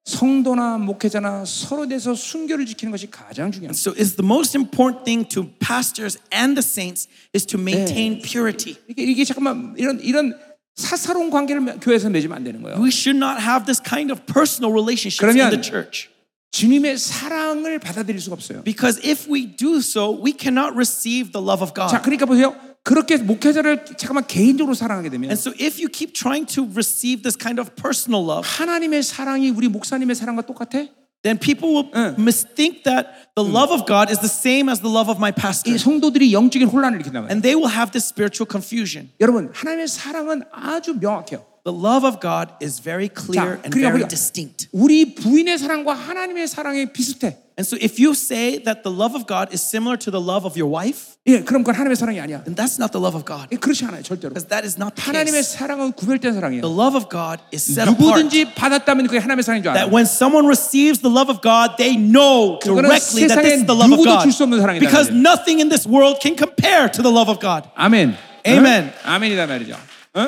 A: 성도나 목회자나 서로 대해서 순교를 지키는 것이 가장 중요합니다.
B: So it's the most important thing to pastors and the saints is to
A: Eh.
B: maintain purity.
A: 이게, 이게 잠깐만 이런 이런 사사로운 관계를 매- 교회에서 맺으면 안 되는 거예요.
B: We should not have this kind of personal relationships in
A: 그러면-
B: the church.
A: 주님의 사랑을 받아들일 수가 없어요.
B: Because if we do so, we cannot receive the love of
A: 자,
B: God.
A: 그러니까 보세요. 그렇게 목회자를 잠깐만 개인적으로 사랑하게 되면
B: And so if you keep trying to receive this kind of personal love,
A: 하나님의 사랑이 우리 목사님의 사랑과 똑같아?
B: then people will
A: Uh.
B: misthink that the
A: Mm.
B: love of God is the same as the love of my pastor.
A: 이 성도들이 영적인 혼란을 일으킨다고요.
B: And they will have this spiritual confusion.
A: 여러분 하나님의 사랑은 아주 명확해요.
B: The love of God is very clear
A: 자,
B: and
A: 그러니까
B: very
A: 우리가
B: distinct.
A: 우리 부인의 사랑과 하나님의 사랑이 비슷해.
B: And so if you say that the love of God is similar to the love of your wife,
A: 예, 그럼 그건 하나님의 사랑이 아니야.
B: then that's not the love of God.
A: 예, 그렇지 않아요, 절대로.
B: Because that is not the
A: 하나님의
B: case.
A: 사랑은 구별된
B: The
A: 사랑이에요.
B: love of God is set apart.
A: 누구든지 받았다면 그게 하나님의 사랑인 줄
B: that
A: 알아요.
B: when someone receives the love of God, they know
A: 그거는
B: directly that this
A: 세상에
B: is the love of
A: 누구도 줄수 없는
B: God.
A: 사랑이다,
B: Because
A: 말이에요.
B: nothing in this world can compare to the love of God.
A: 아멘.
B: Amen.
A: 응? 아멘이다 말이죠. 응?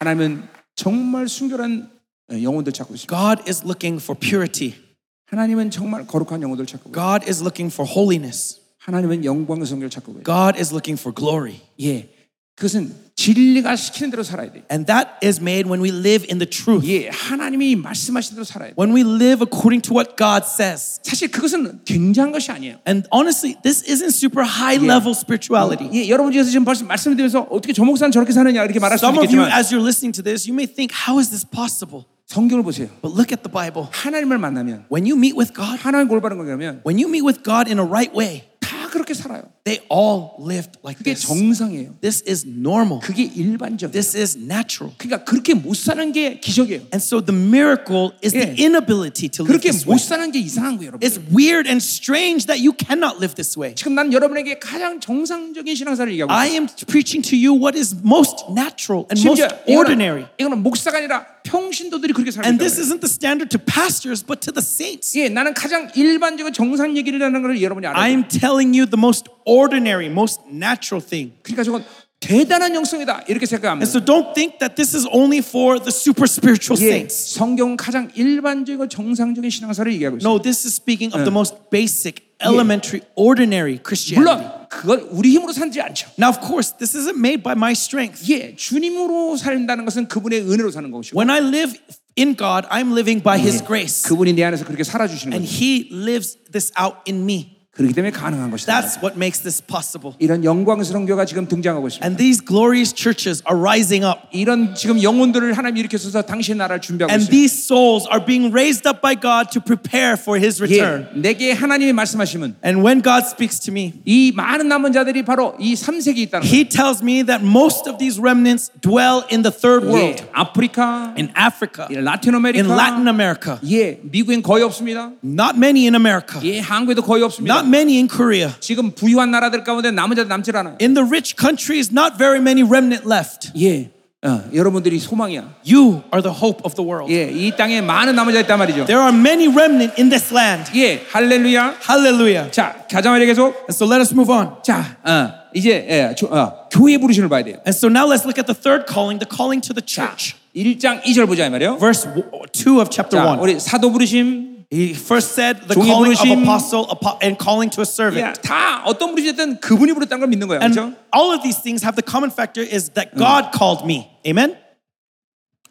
A: 하나님은 정말 순결한 영혼들 찾고 있습니다.
B: God is looking for purity.
A: 하나님은 정말 거룩한 영혼들 찾고 있고
B: God is looking for holiness.
A: 하나님은 영광 성결 찾고 있고
B: God is looking for glory.
A: 예. 그것은 진리가 시키는 대로 살아야 돼요.
B: And that is made when we live in the truth.
A: 예, 하나님이 말씀하신 대로 살아야 돼.
B: When we live according to what God says.
A: 사실 그것은 굉장한 것이 아니에요.
B: And honestly, this isn't super high level spirituality.
A: 예, 여러분 중에서 지금 벌써 말씀드리면서 어떻게 저 목사는 저렇게 사느냐 이렇게 말할 수도
B: Some of you,
A: 있겠지만
B: as you're listening to this, you may think, how is this possible?
A: 성경을 보세요.
B: But look at the Bible.
A: 하나님을 만나면
B: When you meet with God,
A: 하나님 골바른 거라면
B: when you meet with God in a right way,
A: 다 그렇게 살아요.
B: they all lived like
A: 그게
B: this.
A: 정상이에요.
B: This is normal.
A: 그게 일반적이에요.
B: This is natural.
A: 그러니까 그렇게 못 사는 게 기적이에요.
B: And so the miracle is the
A: Yeah.
B: inability to live
A: 그렇게
B: this way.
A: 못 사는 게 이상한 거예요, 여러분.
B: It's weird and strange that you cannot live this way.
A: 지금 난 여러분에게 가장 정상적인 신앙사를 얘기하고
B: I
A: 있어요.
B: am preaching to you what is most natural and most
A: 심지어
B: ordinary.
A: 이거는, 이거는 목사가 아니라 평신도들이 그렇게 살고
B: And this
A: 있어요.
B: isn't the standard to pastors, but to the saints.
A: 예, 나는 가장 일반적인 정상 얘기를 하는 걸 여러분이 알아야
B: I
A: 돼요.
B: am telling you the most ordinary, most natural thing.
A: 그러니까 저건 대단한 영성이다 이렇게 생각하면
B: And so don't think that this is only for the super spiritual
A: 예,
B: saints.
A: 성경은 가장 일반적이고 정상적인 신앙사를 얘기하고 있어요.
B: No, this is speaking of the most basic, elementary, ordinary Christianity.
A: 물론 그건 우리 힘으로 산지 않죠.
B: Now, of course, this isn't made by my strength.
A: 예, 주님으로 산다는 것은 그분의 은혜로 사는 것이고
B: When I live in God, I'm living by His grace.
A: 그분이 내 안에서 그렇게 살아주시는
B: And
A: 거죠.
B: He lives this out in me.
A: 그렇기 때문에 가능한 것이다.
B: That's what makes this possible.
A: 이런 영광스러운 교가 지금 등장하고 있습니다.
B: And these glorious churches are rising up.
A: 이런 지금 영혼들을 하나님 일으켜서 당신의 나라를 준비하고
B: And
A: 있어요.
B: these souls are being raised up by God to prepare for His return.
A: 예, 내게 하나님이 말씀하시면
B: And when God speaks to me,
A: 이 많은 남은 자들이 바로 이 3세기 있다는 거예요.
B: He tells me that most of these remnants dwell in the third world,
A: 예, 아프리카,
B: in Africa,
A: 예, 라틴
B: in
A: 아메리카,
B: Latin America.
A: 예, 미국엔 거의 없습니다.
B: Not many in America.
A: 예, 한국에도 거의 없습니다.
B: Not many in Korea.
A: 지금 부유한 나라들 가운데 남은 자들 남질 않아요.
B: In the rich countries, not very many remnant left.
A: 예, 어, 여러분들이 소망이야.
B: You are the hope of the world.
A: 예, 이 땅에 많은 남은 자들 있단 말이죠.
B: There are many remnant in this land.
A: 예, 할렐루야.
B: Hallelujah.
A: 자, 가자마자 계속.
B: And so let us move on.
A: 자, 어, 이제 예, 조- 어, 교회 부르심을 봐야 돼요.
B: And so now let's look at the third calling, the calling to the church.
A: 1장 2절 보자 이 말이에요.
B: Verse w- 2 of chapter
A: 자,
B: 1.
A: 우리 사도 부르심.
B: He first said the
A: 종이
B: calling of
A: 부르심.
B: apostle apo- and calling to a
A: 예,
B: servant.
A: 다 어떤 부르심이든 그분이 부르다는 걸 믿는 거예요. 그렇죠?
B: And all of these things have the common factor is that God called me. Amen?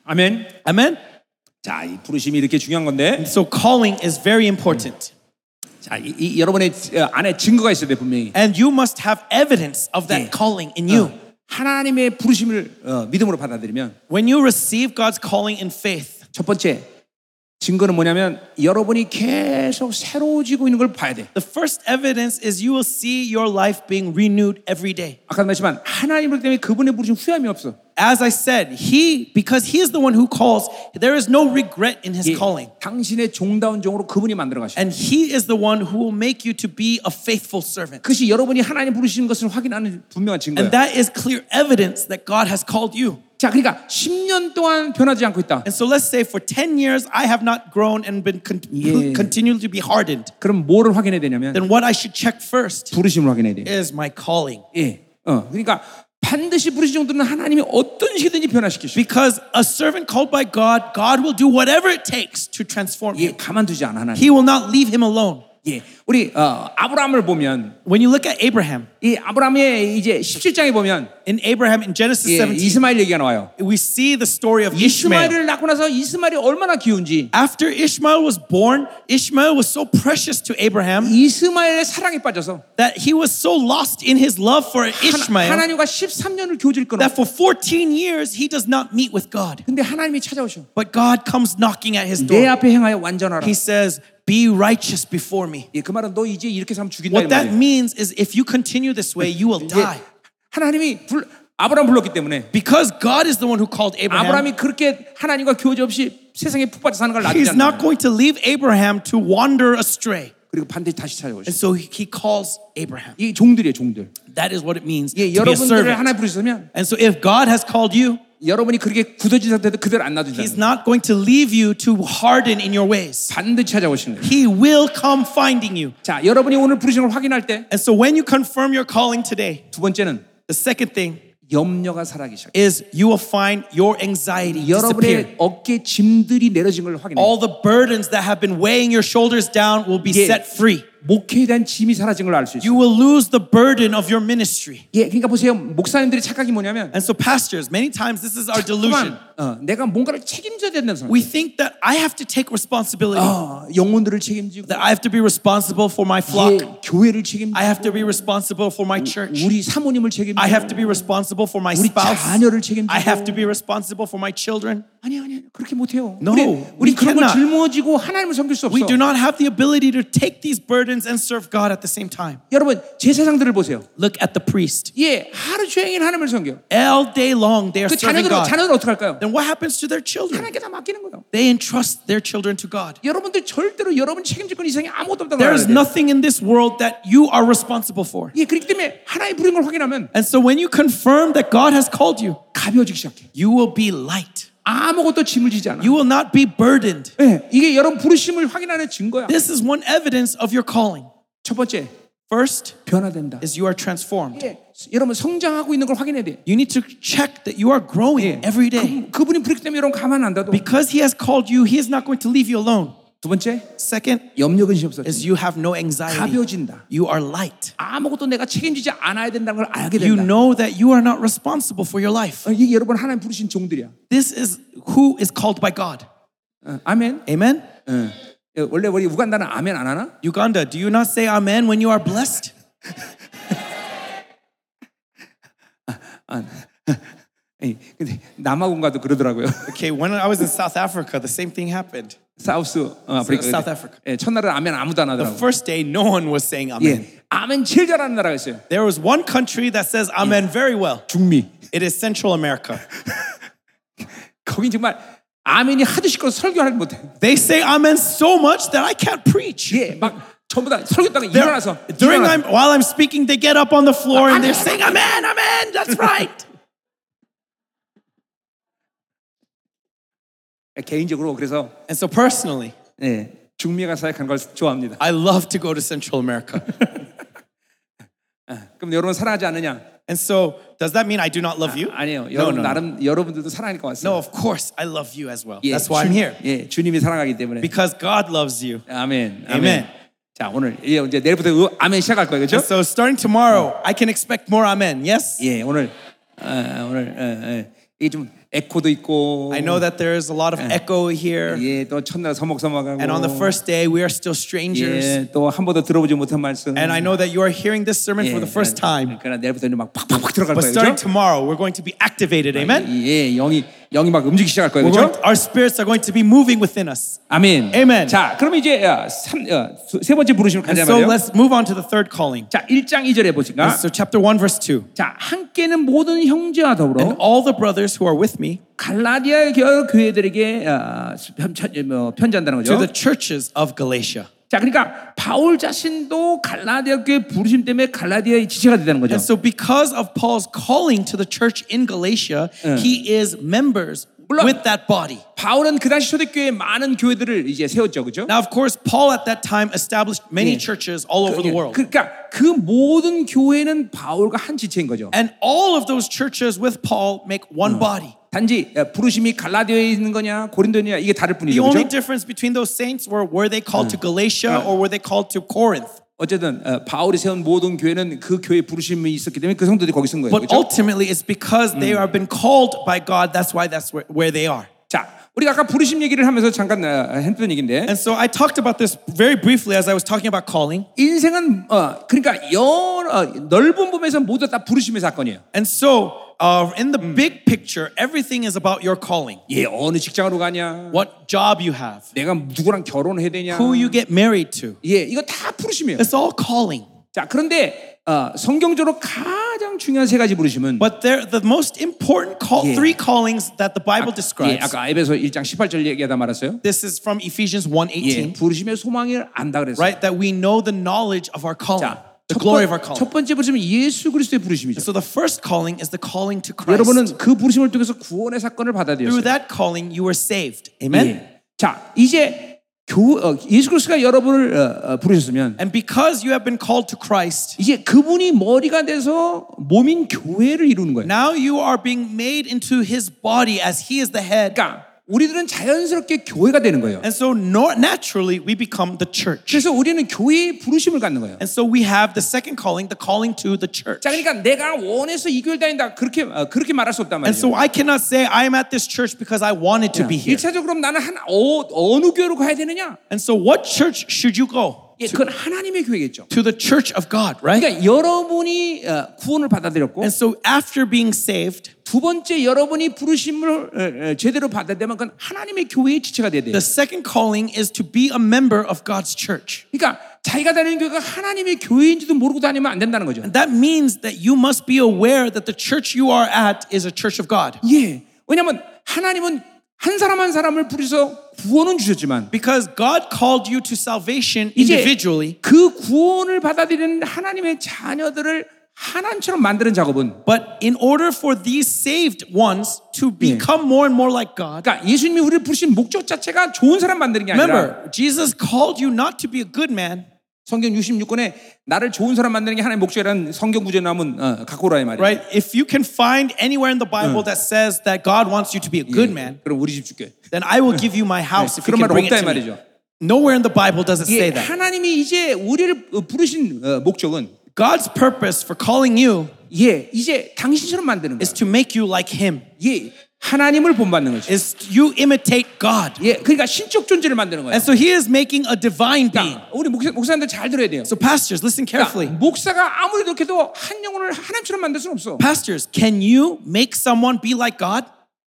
A: 아멘.
B: Amen?
A: 자, 이 부르심이 이렇게 중요한 건데.
B: So calling is very important.
A: 자, 이, 이 여러분의 어, 안에 증거가 있어야 돼 분명히.
B: And you must have evidence of that
A: Yeah.
B: calling in you.
A: 하나님의 부르심을 어, 믿음으로 받아들이면
B: When you receive God's calling in faith,
A: 첫 번째 증거는 뭐냐면 여러분이 계속 새로워지고 있는 걸 봐야 돼.
B: the first evidence is you will see your life being renewed every day.
A: 아까 말했지만 하나님을 때문에 그분의 부르심 후회함이 없어.
B: As I said, he because he is the one who calls, there is no regret in his
A: 예,
B: calling.
A: 당신의 종다운 종으로 그분이 만들어 가시오.
B: And he is the one who will make you to be a faithful servant.
A: 그것이 여러분이 하나님 부르시는 것을 확인하는 분명한 증거야.
B: And that is clear evidence that God has called you.
A: 자, 그러니까 10년 동안 변하지 않고 있다.
B: And so let's say for 10 years I have not grown and been con-
A: Yeah.
B: continued to be hardened.
A: 그럼 뭐를 확인해야 되냐면
B: Then what I should check first
A: 부르심을 확인해야 돼.
B: is my calling.
A: 예. 어, 그러니까 반드시 부르신 정도는 하나님이 어떤 시든지 변화시키시오.
B: Because a servant called by God, God will do whatever it takes to transform
A: 예,
B: him.
A: 가만두지 않아 하나님.
B: He will not leave him alone.
A: 예, 우리 어, 아브라함을 보면
B: When you look at Abraham,
A: 이 아브라함의 이제 17장에 보면
B: in Abraham in Genesis
A: 예,
B: 17,
A: 이스마엘 얘기가 나와요.
B: we see the story of Ishmael.
A: 이스마엘을 낳고 나서 이스마엘이 얼마나 귀운지
B: After Ishmael was born, Ishmael was so precious to Abraham
A: 이스마엘의 사랑에 빠져서
B: that he was so lost in his love for
A: 하나,
B: Ishmael
A: 하나님과 13년을 교제를 끊어.
B: that for 14 years he does not meet with God.
A: 근데 하나님이 찾아오셔.
B: But God comes knocking at his
A: 내
B: door.
A: 앞에 행하여 완전하라.
B: He says, Be righteous before me.
A: 예, 그 말은 너 이제 이렇게 살면 죽인다 이
B: What that
A: 말이에요.
B: means is if you continue this way, you will die.
A: 예, 하나님이 불, 아브라함 불렀기 때문에
B: Because God is the one who called Abraham,
A: 아브라함이 그렇게 하나님과 교제 없이 세상에 푹 빠져 사는 걸 놔두지
B: He's
A: 않는
B: not
A: 거예요.
B: going to leave Abraham to wander astray.
A: 그리고 반드시 다시 찾아오셔.
B: And so he- he calls Abraham.
A: 이 종들이에요, 종들.
B: That is what it means
A: 예,
B: to be a
A: 여러분들을 하나
B: servant.
A: 부르셨으면
B: And so if God has called you,
A: 여러분이 그렇게 굳어진 상태도 그대로 안 놔두잖아요.
B: He's not going to leave you to harden in your ways.
A: 반드시 찾아오시는 거예요.
B: He will come finding you.
A: 자, 여러분이 오늘 부르심을 확인할 때 두
B: And so when you confirm your calling today,
A: 번째는
B: the second thing,
A: 염려가 살아기 시작.
B: is you will find your anxiety disappear.
A: 여러분의 어깨 짐들이 내려진 걸 확인해.
B: All the burdens that have been weighing your shoulders down will be
A: Yeah.
B: set free.
A: 목회에 대한 짐이 사라진 걸 알 수 있어요.
B: You will lose the burden of your ministry.
A: 예, 그러니까 보세요. 목사님들이 착각이 뭐냐면
B: And so, pastors, many times this is our delusion.
A: 그만, 어, 내가 뭔가를 책임져야 된다는 생각.
B: We think that I have to take responsibility,
A: 어, 영혼들을 책임지고
B: that I have to be responsible for my flock,
A: 예, 교회를 책임지고
B: I have to be responsible for my church,
A: 우리 사모님을 책임지고
B: I have to be responsible for my
A: 우리
B: spouse,
A: 자녀를 책임지고
B: I have to be responsible for my children.
A: 아니 아니 아니, 그렇게 못 해요.
B: No,
A: 우리 우리
B: we
A: 그런 걸
B: cannot.
A: 짊어지고 하나님을 섬길 수 없어.
B: We do not have the ability to take these burdens and serve God at the same time.
A: 여러분 제사장들을 보세요.
B: Look at the priest.
A: 예, 하루 종일 하나님을 섬겨.
B: All day long they are
A: 그
B: serving
A: 자녀들은
B: God.
A: 자녀들은 어떻게 할까요?
B: Then what happens to their children?
A: 하나님께 다 맡기는 거예요.
B: They entrust their children to God.
A: 여러분들 절대로 여러분 책임질 건 이상이 아무것도 없다고
B: There is
A: 말해요.
B: nothing in this world that you are responsible for.
A: 예, 그렇기 때문에 하나의 부른 걸 확인하면
B: And so when you confirm that God has called you,
A: 가벼워지기 시작해.
B: you will be light.
A: 아무것도 짐을 지지 않아.
B: You will not be burdened.
A: 예, 이게 여러분 부르심을 확인하는 증거야.
B: This is one evidence of your calling.
A: 첫 번째,
B: First
A: 변화된다.
B: is you are transformed.
A: 예, 여러분 성장하고 있는 걸 확인해야 돼.
B: You need to check that you are growing every day.
A: 그, 그분이 부르기 때문에 여러분 가만 안 둬도.
B: Because he has called you, he is not going to leave you alone.
A: 두 번째,
B: Second
A: 염려 근심 없어.
B: is you have no anxiety.
A: 가벼워진다.
B: You are light.
A: 아무것도 내가 책임지지 않아야 된다는 걸 알게
B: You
A: 된다.
B: know that you are not responsible for your life.
A: 어, 이게 여러분 하나님 부르신 종들이야.
B: This is who is called by God.
A: 어, 아멘.
B: Amen.
A: 예, 원래 우리 우간다는 아멘 안 하나?
B: Uganda, do you not say amen when you are blessed?
A: 예, 근데 남아공가도 그러더라고요.
B: Okay, when I was in South Africa, the same thing happened.
A: 사우스 어, 아프리카.
B: South Africa.
A: 예, 첫날은 아멘 아무도 안 하더라고.
B: First day, no one was saying amen.
A: 예, 아멘 제일 잘하는 나라가 있어요.
B: There was one country that says amen very well.
A: 중미.
B: It is Central America.
A: 거긴 정말 아멘이 하도 시끄러 설교를 못해.
B: They say amen so much that I can't preach.
A: 예, 막 전부 다 설교다가
B: They're-
A: 일어나서
B: during
A: 일어나서.
B: I'm, while I'm speaking, they get up on the floor and
A: Amen,
B: they're saying amen, amen. That's right.
A: 예, 개인적으로 그래서
B: and so personally,
A: 예, 중미가 사역한 걸 좋아합니다.
B: I love to go to Central America.
A: 그럼 여러분 사랑하지 않느냐?
B: and so, does that mean I do not love you?
A: 아니에요.
B: No,
A: 여러분
B: no, no.
A: 나름 여러분들도 사랑하니까 왔어요.
B: No, of course, I love you as well.
A: 예,
B: That's why
A: 주-
B: I'm here.
A: 예, 주님이 사랑하기 때문에.
B: Because God loves you.
A: 아멘. 아멘.
B: 아멘.
A: 자, 오늘 예, 이제 내일부터 의- 아멘 시작할 거예요. 그렇죠?
B: And so, starting tomorrow, I can expect more amen. Yes?
A: 예, 오늘 어, 오늘 어, 어, 이게 좀 에코도 있고
B: I know that there is a lot of echo here.
A: 예, 또 첫날 서먹서먹하고
B: And on the first day, we are still strangers.
A: 예, 또한 번도 들어보지 못한 말씀. 예,
B: And I know that you are hearing this sermon for the first time.
A: 그러니까 내일부터 이제 막 팍팍팍 들어갈
B: But
A: 거예요.
B: starting
A: 그렇죠?
B: tomorrow, we're going to be activated. Amen?
A: 예, 영이 영이 막 움직이기 시작할 거예요.
B: We're
A: 그렇죠?
B: going to- our spirits are going to be moving within us.
A: 아멘.
B: Amen.
A: 자, 그럼 이제 야, 삼, 야, 두- 세 번째 부르심을
B: And
A: 가자
B: so,
A: 말이에요.
B: let's move on to the third calling.
A: 자, 1장 2절에 보니까
B: So, chapter 1, verse 2.
A: 자, 함께는 모든 형제와
B: And
A: 더불어
B: all the brothers who are with me
A: 갈라디아 교- 교회들에게 어, 편- 편- 어, 편지한다는 거죠.
B: to the churches of Galatia.
A: 자, 그러니까 바울 자신도 갈라디아 교회 부르심 때문에 갈라디아의 지체가 된다는 거죠.
B: And so, because of Paul's calling to the church in Galatia, he is members
A: 물론-
B: with that body.
A: 바울은 그 당시 초대교회 많은 교회들을 이제 세웠죠, 그죠?
B: Now, of course, Paul at that time established many
A: Yeah.
B: churches all over the world.
A: 그러니까 그 모든 교회는 바울과 한 지체인 거죠.
B: And all of those churches with Paul make one body.
A: 단지 어, 부르심이 갈라디아에 있는 거냐 고린도냐 이게 다를
B: The
A: 뿐이죠,
B: only
A: 그죠?
B: difference between those saints were were they called to Galatia or were they called to Corinth?
A: 어쨌든 어, 바울이 세운 모든 교회는 그 교회 부르심이 있었기 때문에 그 성도들이 거기 쓴 거예요,
B: But
A: 그죠?
B: ultimately, it's because they have been called by God. That's why that's where, where they are.
A: 자, 우리가 아까 부르심 얘기를 하면서 잠깐 어, 했던 얘기인데
B: And so I talked about this very briefly as I was talking about calling.
A: 인생은 어, 그러니까 여러, 어, 넓은 범위에서 모두 다 부르심의 사건이에요.
B: And so, uh, in the big picture, everything is about your calling.
A: 예, 어느 직장으로 가냐?
B: What job you have,
A: 내가 누구랑 결혼해야 되냐?
B: who you get married to.
A: 예, 이거 다 부르심이에요.
B: It's all calling.
A: 자, 그런데 어, 성경적으로 가장 중요한 세 가지 부르심은
B: But they're the most important call,
A: Yeah.
B: three callings that the Bible
A: 예,
B: describes.
A: 아까 에베소 1장 18절 얘기하다 말았어요.
B: This is from Ephesians 1:18,
A: 예, 부르심의 소망을 안다 그랬어요.
B: right? That we know the knowledge of our calling,
A: 자,
B: the
A: 첫,
B: glory of our
A: 번,
B: calling.
A: 첫 번째 부르심은 예수 그리스도의 부르심이죠.
B: So the first calling is the calling to Christ.
A: 여러분은 그 부르심을 통해서 구원의 사건을
B: Through
A: 받아들였어요.
B: that calling, you were saved. Amen.
A: 예. 자, 이제 교, 어, 예수 그리스도가 여러분을 어, 어, 부르셨으면
B: And because you have been called to Christ,
A: 이제 그분이 머리가 돼서 몸인 교회를 이루는 거예요.
B: now you are being made into his body as he is the head.
A: 그러니까 우리들은 자연스럽게 교회가 되는 거예요.
B: And so nor- naturally, we become the church.
A: 그래서 우리는 교회의 부르심을 갖는 거예요.
B: And so we have the second calling, the calling to the church.
A: 자, 그러니까 내가 원해서 이 교회를 다닌다 그렇게 어, 그렇게 말할 수 없단
B: And
A: 말이에요.
B: so I cannot say I am at this church because I wanted to be here.
A: 1차적으로 나는 한 어, 어느 교회로 가야 되느냐?
B: And so what church should you go?
A: 예, 그건 하나님의 교회겠죠.
B: To the church of God, right?
A: 그러니까 여러분이 어, 구원을 받아들였고
B: And so after being saved,
A: 두 번째 여러분이 부르심을 어, 어, 제대로 받아들면 그건 하나님의 교회의 지체가 돼야 돼요.
B: the second calling is to be a member of God's church.
A: 그러니까 자기가 다니는 교회가 하나님의 교회인지도 모르고 다니면 안 된다는 거죠.
B: And that means that you must be aware that the church you are at is a church of God.
A: 예. 왜냐하면 하나님은 한 사람 한 사람을 부르셔서 구원은 주셨지만
B: Because God called you to salvation
A: 이제
B: individually,
A: 그 구원을 받아들이는 하나님의 자녀들을 하나님처럼 만드는 작업은
B: but in order for these saved ones to become more and more like God,
A: 그러니까 예수님이 우리를 부르신 목적 자체가 좋은 사람 만드는 게 아니라
B: remember, Jesus called you not to be a good man,
A: 성경 66권에 나를 좋은 사람 만드는 게 하나님의 목적이라는 성경 구절 나오면 어, 갖고 오라 이 말이에요.
B: right? If you can find anywhere in the Bible that says that God wants you to be a good man,
A: 그럼 우리 집 줄게.
B: then I will give you my house if you
A: 그런
B: can
A: 말
B: bring
A: 없다
B: it
A: 이
B: to me.
A: 말이죠.
B: Nowhere in the Bible does it say
A: 예,
B: that.
A: 하나님이 이제 우리를 어, 부르신 어, 목적은
B: God's purpose for calling you
A: 예, 이제 당신처럼 만드는
B: is
A: 거예요.
B: to make you like Him,
A: 예, 하나님을 본받는 거죠.
B: is you imitate God.
A: 예, 그러니까 신적 존재를 만드는 거예요.
B: And so He is making a divine being.
A: 그러니까 우리 목사, 목사님들 잘 들어야 돼요.
B: So, pastors, listen
A: 그러니까
B: carefully.
A: 목사가 아무리 그렇게도 한 영혼을 하나님처럼 만들 수는 없어.
B: Pastors, can you make someone be like God?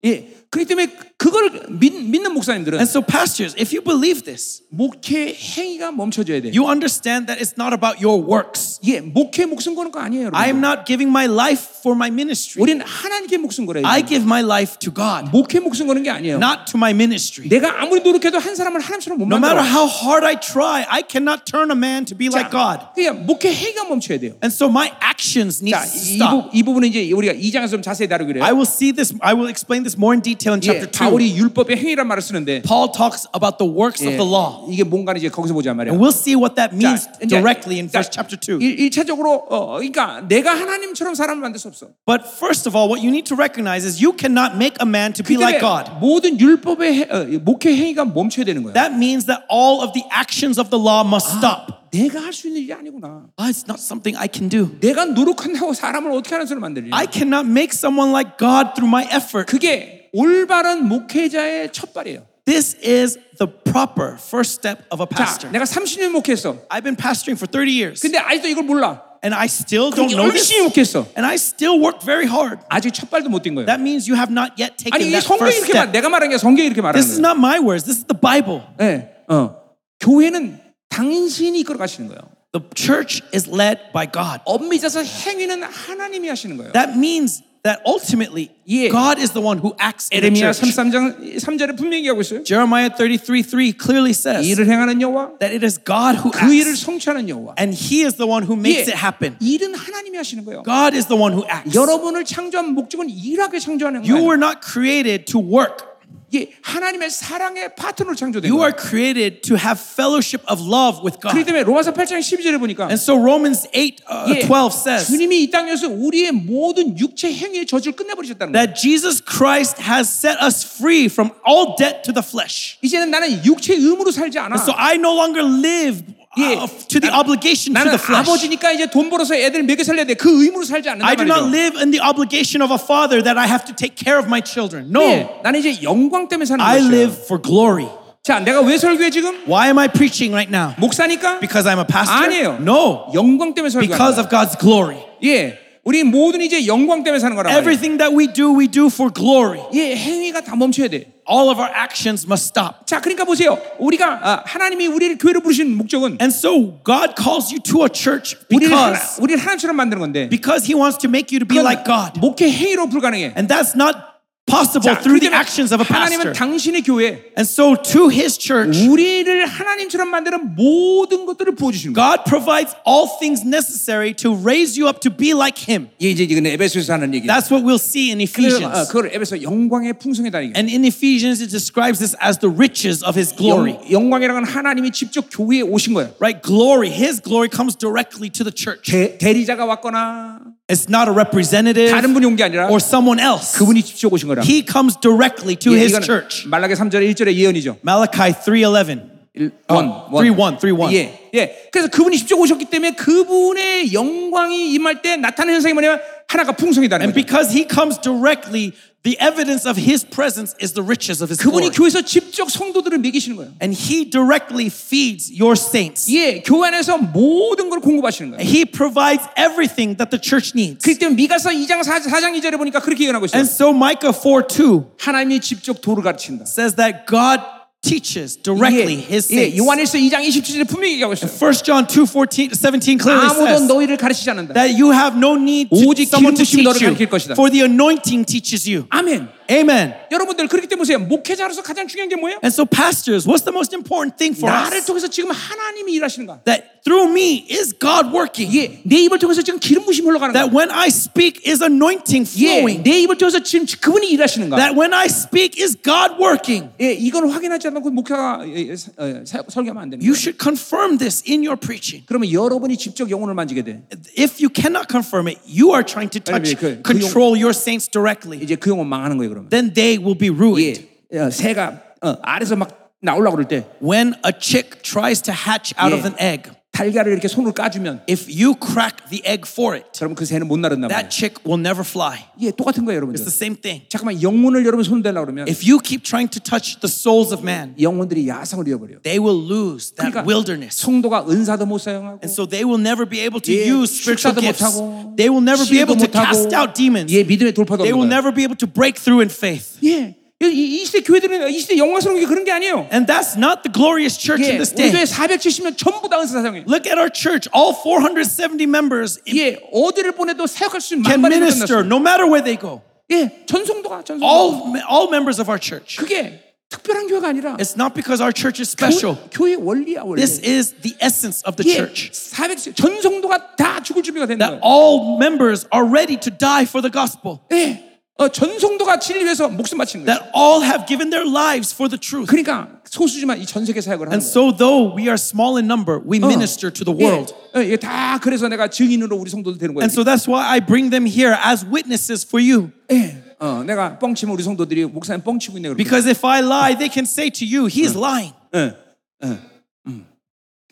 A: 예, 그렇기 때문에 그걸 믿, 믿는 목사님들은
B: And so, pastors, if you believe this,
A: 목회 행위가 멈춰져야 돼. 요
B: you understand that it's not about your works.
A: 예, 목회 목숨 거는 거 아니에요,
B: I am
A: 여러분.
B: not giving my life for my ministry.
A: 우리는 하나님께 목숨 걸어야
B: I
A: 돼.
B: give my life to God,
A: 목회 목숨 거는 게 아니에요.
B: not to my ministry.
A: 내가 아무리 노력해도 한 사람을 하나님처럼 못
B: No matter
A: 만들어.
B: how hard I try, I cannot turn a man to be like God.
A: 그냥 그러니까 목회 행위가 멈춰야 돼요.
B: And so my actions need
A: 자,
B: to
A: 이,
B: stop.
A: 부, 이 부분은 이제 우리가 2장에서 좀 자세히 다루기로 해요.
B: I will see this, I will explain this more in detail in
A: 예,
B: chapter 2.
A: 바울이 율법의 행위란 말을 쓰는데
B: Paul talks about the works
A: 예,
B: of the law.
A: 이게 뭔가 이제 거기서 보자 말이야.
B: And we'll see what that
A: 자,
B: means
A: 이제-
B: directly in
A: 자,
B: verse chapter 2.
A: 일, 일차적으로 어, 그러니까 내가 하나님처럼 사람을 만들 수 없어.
B: But first of all, what you need to recognize is you cannot make a man to be like God.
A: 모든 율법의 해- 어, 목회 행위가 멈춰야 되는 거야.
B: That means that all of the actions of the law must stop.
A: 아, 내가 할 수 있는 일이 아니구나.
B: Ah, it's not something I can do.
A: 내가 노력한다고 사람을 어떻게 하는 사람 만들리?
B: I cannot make someone like God through my effort.
A: 그게 올바른 목회자의 첫 발이에요.
B: This is the proper first step of a
A: 자,
B: pastor.
A: 내가 30년 목회했어.
B: I've been pastoring for 30 years
A: 근데 아직도 이걸 몰라.
B: and I still don't
A: 그게
B: know this.
A: 열심히 목회했어.
B: And I still work very hard.
A: 아직 첫 발도 못 뛴 거예요.
B: That means you have not yet taken
A: 아니 이
B: that
A: 성경이
B: first
A: 이렇게 말,
B: step.
A: 내가 말한 게 성경이 이렇게 말하는
B: This is
A: 거예요.
B: not my words. This is the Bible.
A: 예, 어. 교회는 당신이 이끌어 가시는 거예요.
B: The church is led by God.
A: 엄밀히 따서 행위는 하나님이 하시는 거예요.
B: That means that ultimately
A: Yeah.
B: God is the one who acts in the
A: 에레미야
B: church.
A: 33장 3절에 분명히 얘기하고 있어요.
B: Jeremiah 33 3 clearly says
A: 일을 행하는 여호와
B: that it is God who
A: 그 일을
B: acts,
A: 성취하는 여호와.
B: and He is the one who makes
A: 예,
B: it happen.
A: 일은 하나님이 하시는 거예요.
B: God is the one who acts.
A: 여러분을 창조한 목적은 일하게 창조하는
B: You
A: 거예요.
B: were not created to work.
A: 예, 하나님의 사랑의 파트너로 창조된
B: You are
A: 거예요.
B: created to have fellowship of love with
A: 그렇기
B: God.
A: 때문에 로마서 8장 12절에 보니까
B: And so Romans 8 uh,
A: 예,
B: 12 says
A: 주님이 이 땅에서 우리의 모든 육체 행위의 저주를 끝내버리셨다는 거예요.
B: that Jesus Christ has set us free from all debt to the flesh.
A: 이제는 나는 육체의 의무로 살지 않아.
B: So I no longer live
A: Yeah.
B: uh, to the obligation to
A: 나는
B: the flesh.
A: 아버지니까 이제 돈 벌어서 애들 먹여 살려야 돼. 그 의무로 살지 않는다
B: I do not
A: 말이죠.
B: live in the obligation of a father that I have to take care of my children. No,
A: 네, 나는 이제 영광 때문에 사는
B: 어. I
A: 것이에요.
B: live for glory.
A: 자, 내가 왜 설교해 지금?
B: Why am I preaching right now?
A: 목사니까?
B: Because I'm a pastor?
A: 아니에요.
B: No,
A: 영광 때문에 설교하는
B: because
A: 거야.
B: of God's glory.
A: Oh, 예, 우리 모든 이제 영광 때문에 사는 거란 말이에요.
B: Everything that we do, we do for glory.
A: 예, 행위가 다 멈춰야 돼.
B: All of our actions must stop.
A: 자, 그러니까 보세요. 우리가 아, 하나님이 우리를 교회로 부르신 목적은
B: And so God calls you to a church
A: 우리를 하나,
B: because
A: 우리를 하나님처럼 만드는 건데
B: because he wants to make you to be
A: 그건
B: like God.
A: 목회 행위로 불가능해.
B: And that's not possible
A: 자,
B: through the
A: 그러니까
B: actions of a
A: 하나님은
B: pastor.
A: 당신의 교회
B: And so to his church,
A: Mm-hmm. 우리를 하나님처럼 만드는 모든 것들을 부어주시는 거예요.
B: God provides all things necessary to raise you up to be like him.
A: 예, 이게 이제 이건 에베소에서 하는 얘기예요.
B: That's what we'll see in
A: 그래서, 어,
B: Ephesians.
A: 그걸 에베소 영광의 풍성이다 이게.
B: And in Ephesians, it describes this as the riches of his glory.
A: 영, 영광이라는 건 하나님이 직접 교회에 오신 거예요.
B: Right? Glory, his glory comes directly to the church.
A: 대, 대리자가 왔거나
B: It's not a representative
A: 다른 분이 온 게 아니라
B: or someone else.
A: 그분이 직접 오신 거라.
B: He comes directly to
A: 예,
B: his
A: 이거는
B: church.
A: 말라기 3절의 1절의 예언이죠.
B: Malachi 3:11.
A: 일-
B: 어,
A: 원, 원.
B: 3:1, 3:1.
A: 예, 예. 그래서 그분이 직접 오셨기 때문에 그분의 영광이 임할 때 나타나는 현상이 뭐냐면 하나가 풍성이다는
B: And
A: 거죠.
B: because he comes directly, the evidence of his presence is the riches of his
A: 그분이
B: glory.
A: 교회에서 직접 성도들을 먹이시는 거예요.
B: And he directly feeds your saints.
A: 예, 교회 안에서 모든 걸 공급하시는 거예요.
B: He provides everything that the church needs.
A: 그렇기 때문에 미가서 2장 4, 4장 2절에 보니까 그렇게 예언하고 있어요.
B: And so Micah 4 2
A: 하나님이 직접 도를 가르친다.
B: says that God teaches directly his
A: 예, 예,
B: saints.
A: 요한일서 2장 27절에 분명히 얘기하고 있어요.
B: 1 John 2 14, 17 clearly
A: 아무도
B: says
A: 너희를 가르치지 않는다.
B: that you have no need to
A: 오직
B: someone to
A: 기름 부심이 너를 가르칠
B: teach you,
A: 것이다.
B: for the anointing teaches you.
A: 아멘.
B: Amen.
A: 여러분들 그렇기 때문에 보세요. 목회자로서 가장 중요한 게 뭐예요?
B: And so, pastors, what's the most important thing for
A: 나를
B: us?
A: 통해서 지금 하나님이 일하시는 거야.
B: That through me is God working.
A: 예, 내 입을 통해서 지금 기름 부심 흘러가는 거야.
B: That when I speak is anointing
A: 예,
B: flowing.
A: 내 입을 통해서 지금 그분이 일하시는 거야.
B: That when I speak is God working.
A: 예, 이건 확인하지 않고 목회가 예, 예, 사- 어, 사- 설교하면 안 되는 거야.
B: You should confirm this in your preaching.
A: 그러면 여러분이 직접 영혼을 만지게 돼.
B: If you cannot confirm it, you are trying to
A: 아니,
B: touch,
A: 그- 그
B: control your saints directly.
A: 이제 그 영혼 망하는 거예요, 그러면.
B: Then they will be ruined.
A: 예, 어, 새가 어, 알에서 막 나오려고 그럴 때
B: When a chick tries to hatch
A: Yeah.
B: out of an egg,
A: 달걀을 이렇게 손으로 까주면
B: if you crack the egg for it,
A: 그러면 그 새는 못 날았나 봐요.
B: that chick will never fly.
A: 예, 똑같은 거예요,
B: It's
A: 여러분들.
B: the same thing.
A: 잠깐만 영혼을 여러분 손 대려고 그러면
B: If you keep trying to touch the souls of man,
A: 영혼들이 야성을 잃어버려요.
B: they will lose that
A: 그러니까
B: wilderness.
A: 성도가 은사도 못 사용하고
B: And so they will never be able to
A: 예,
B: use
A: 축사도
B: spiritual gifts.
A: 못하고
B: They will never be
A: 치유도
B: able to
A: 못하고,
B: cast out demons.
A: 예, 믿음의 돌파도
B: They will
A: 없는 거예요.
B: never be able to break through in faith.
A: 예. 이, 이- 이 시대 교회들은 이 시대 영광스러운 게 그런 게 아니에요.
B: And that's not the glorious church
A: 예,
B: in this
A: 우리 교회
B: day.
A: 470명 전부 다 은사 사용해요.
B: Look at our church. All 470 members
A: 예, 어디를 보내도 사역할 수 있는
B: can
A: 만반의 힘을
B: minister
A: 끝났어요.
B: no matter where they go.
A: 예, 전송도가 전송도.
B: All, all members of our church.
A: 그게 특별한 교회가 아니라
B: It's not because our church is special.
A: 교, 교회 원리야 원리.
B: This is the essence of the
A: 예,
B: church.
A: 400 전송도가 다 죽을 준비가 된 거예요.
B: That all members are ready to die for the gospel.
A: 예, 어, 전송도가 진리 위해서 목숨 바치는 거예요.
B: That all have given their lives for the truth.
A: 그러니까 소수지만 이 전 세계 사역을 하는
B: And
A: 거예요.
B: so, though we are small in number, we minister to the world.
A: 예, 예, 다 그래서 내가 증인으로 우리 성도들 되는 거예요.
B: And so that's why I bring them here as witnesses for you.
A: 예, 어, 내가 뻥치면 우리 성도들이 목사님 뻥치고 있네 그러고.
B: Because if I lie, they can say to you, He is lying.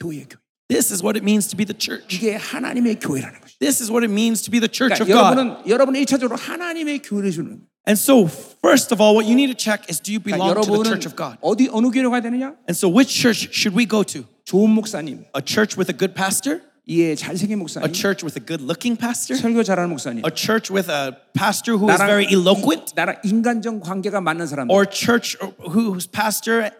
A: 교회 교회.
B: This is what it means to be the church.
A: 이게 하나님의 교회라는 거죠.
B: This is what it means to be the church of
A: 그러니까
B: God.
A: 여러분은 여러분은 일차적으로 하나님의 교회를 주는 거예요.
B: And so, first of all, what you need to check is do you belong
A: 그러니까
B: to the
A: 여러분은
B: church of God?
A: 어디 어느 교회로 가야 되느냐?
B: And so, which church should we go to?
A: 좋은 목사님,
B: A church with a good pastor?
A: 예, 잘생긴
B: A
A: 목사님,
B: church with a good looking pastor?
A: 설교 잘하는 목사님,
B: A church with a pastor who is very eloquent?
A: 나랑 인간적 관계가 맞는 사람
B: Or a church whose pastor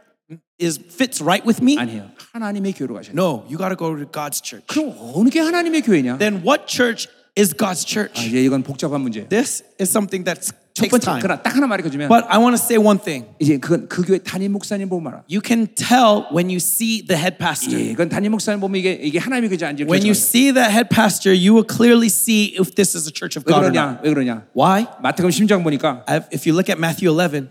B: is fits right with me?
A: 아니에요. 하나님의 교회로 가셔야 돼요.
B: No, you got to go to God's church.
A: 그럼 어느 게 하나님의 교회냐?
B: Then what church is
A: 아,
B: God's church?
A: 이제 이건 복잡한 문제예요.
B: This is something that
A: 첫
B: takes
A: 번째
B: time.
A: 그러나 딱 하나 말해주면
B: But I want to say one thing.
A: 이제 그건 그 교회 담임 목사님 보면 알아.
B: You can tell when you see the head
A: 예,
B: pastor.
A: 이건 담임 목사님 보면 이게 이게 하나님의 교회지 아닌지
B: When you
A: 결정해요.
B: see the head pastor, you will clearly see if this is a church of
A: 왜
B: God or
A: 그러냐?
B: not.
A: 왜 그러냐?
B: Why?
A: 마태복음 10장 보니까
B: I've- If you look at Matthew 11,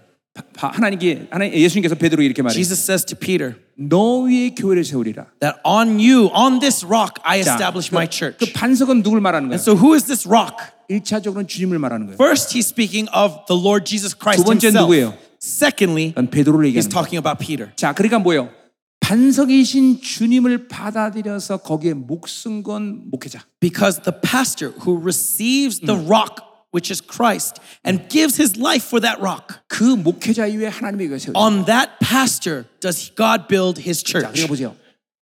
A: 바- 하나님께 하나님 예수님께서 베드로 이렇게 말해요.
B: Jesus says to Peter
A: 너희의 교회를 세우리라.
B: that on you, on this rock, I
A: 자,
B: establish
A: 그-
B: my church.
A: 그 반석은 누굴 말하는 거야?
B: So who is this rock?
A: 일차적으로는 주님을 말하는 거예요.
B: First, he's speaking of the Lord Jesus
A: 두
B: Christ
A: 번째는
B: himself.
A: 누구예요?
B: Secondly,
A: 난 베드로를
B: he's
A: 얘기하는 거예요.
B: talking about Peter.
A: 자, 그러니까 뭐예요? 반석이신 주님을 받아들여서 거기에 목숨 건 목회자.
B: Because the pastor who receives the rock, which is Christ, and gives his life for that rock,
A: 그 목회자 이외에 하나님의 교회 세우리
B: on that pastor does God build his
A: 자, 그러니까
B: church.
A: 보세요.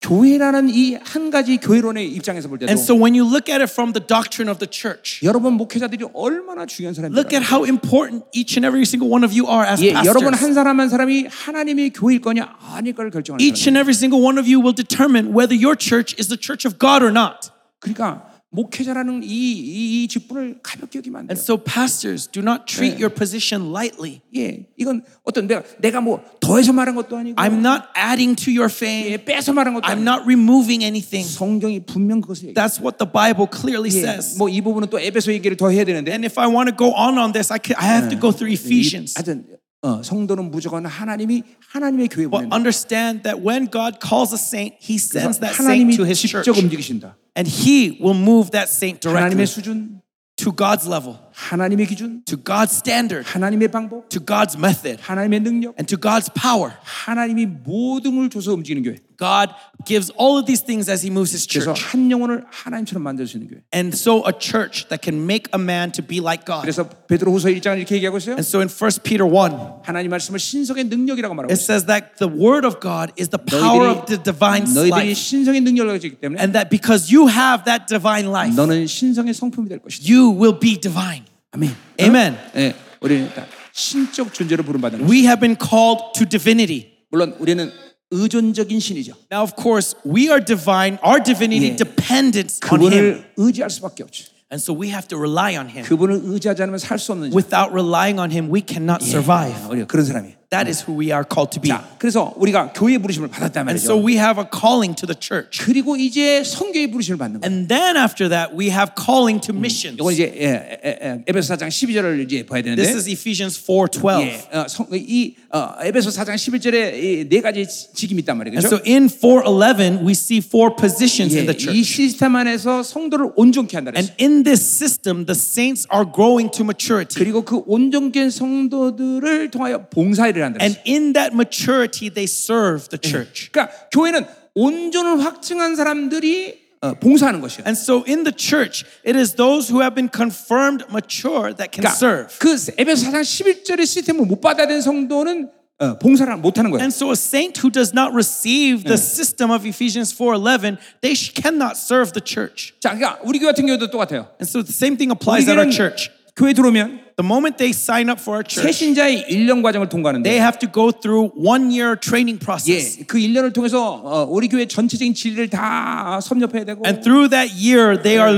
A: 교회라는 이 한 가지 교회론의 입장에서 볼 때도
B: And so when you look at it from the doctrine of the church,
A: 여러분 목회자들이 얼마나 중요한 사람인지
B: look at how important each and every single one of you are as
A: 예, 여러분
B: pastors.
A: 한 사람 한 사람이 하나님의 교회일 거냐 아닐 거를 결정하는
B: Each
A: 거예요.
B: and every single one of you will determine whether your church is the church of God or not.
A: 그러니까 목회자라는 이, 이, 이 직분을 가볍게 여기면 안 돼요.
B: And so, pastors, do not treat your position lightly.
A: 예, 이건 어떤 내가 내가 뭐 더해서 말한 것도 아니고
B: I'm not adding to your fame,
A: 예, 빼서 말한 것도
B: I'm
A: 아니고
B: not removing anything.
A: 성경이 분명 그것을 얘기해요. 예,
B: That's what the Bible clearly says.
A: 뭐이 부분은 또 에베소 얘기를 더 해야 되는데
B: And if I want to go on on this, I, could, I have to go through Ephesians.
A: 하여튼 어, 성도는 무조건 하나님이 하나님의 교회 보내
B: But understand that when God calls a saint, he sends that saint
A: 하나님이
B: to his church.
A: 직접 움직이신다.
B: And he will move that saint directly
A: 하나님의 수준,
B: to God's level,
A: 하나님의 기준,
B: to God's standard,
A: 하나님의 방법,
B: to God's method,
A: 하나님의 능력,
B: and to God's power.
A: 하나님이 모든 걸 줘서 움직이는 교회.
B: God gives all of these things as he moves his
A: 그래서
B: church.
A: 한 영혼을 하나님처럼 만들 수 있는 교회.
B: And so a church that can make a man to be like God.
A: 그래서 베드로후서 1장은 이렇게 얘기하고 있어요.
B: And so in 1 Peter 1,
A: 하나님 말씀을 신성의 능력이라고 말하고 있어요.
B: it says that the word of God is the power of the divine
A: 너희들이, 너희들이
B: life.
A: 신성의 능력을 가지고 있기 때문에
B: And that because you have that divine life,
A: 너는 신성의 성품이 될 것이다.
B: you will be divine.
A: 아멘.
B: Amen.
A: 예, 우리는 일단 신적 존재로 부름받는 거예요.
B: We have been called to divinity.
A: 물론 우리는 의존적인 신이죠.
B: Now, of course, we are divine. Our divinity
A: Yeah.
B: depends on Him.
A: 그분을 의지할 수밖에 없죠.
B: And so we have to rely on Him.
A: 그분을 의지하지 않으면 살 수 없는 존재. 아,
B: Without relying on Him, we cannot survive.
A: 우리가 그런 사람이에요.
B: That is who we are called to be.
A: 자, 그래서 우리가 교회 부르심을 받았단
B: And so
A: 말이죠.
B: we have a calling to the church.
A: 그리고 이제 성교의 부르심을 받는 거예요.
B: And then after that, we have calling to missions.
A: 이건 이제 예, 예, 예, 에베소 4장 12절을 이제 봐야 되는데
B: This is Ephesians 4:12.
A: 예, 어, 성, 이 어, 에베소 4장 11절에 네 가지 직임이 있단 말이에요.
B: And
A: 그렇죠?
B: so in 4:11, we see four positions
A: 예,
B: in the
A: 이
B: church.
A: 시스템 안에서 성도를 온전케 한다 그랬어요.
B: And in this system, the saints are growing to maturity.
A: 그리고 그 온전케 성도들을 통하여 봉사일을 한다 그랬어요.
B: And in that maturity, they serve the church.
A: 그러니까 교회는 온전을 확증한 사람들이 어, 봉사하는 것이에요.
B: And so in the church, it is those who have been confirmed mature that can
A: 그러니까
B: serve.
A: 그 에베소 4장 11절의 시스템을 못 받아야 된 성도는 어, 봉사를 못 하는 거예요.
B: And so a saint who does not receive the system of Ephesians 4:11, they sh- cannot serve the church.
A: 자, 그러니까 우리 교회 같은 경우도 똑같아요.
B: And so the same thing
A: 우리
B: applies at
A: 교회는
B: our church.
A: 교회 들어오면
B: The moment they sign up for our church,
A: 새신자의 1년 과정을
B: they
A: 통과하는데
B: have to go through one year training process.
A: 예, 그 1년을 통해서 어, 우리 교회 전체적인 진리를 다 섭렵해야 되고
B: And through that year, they are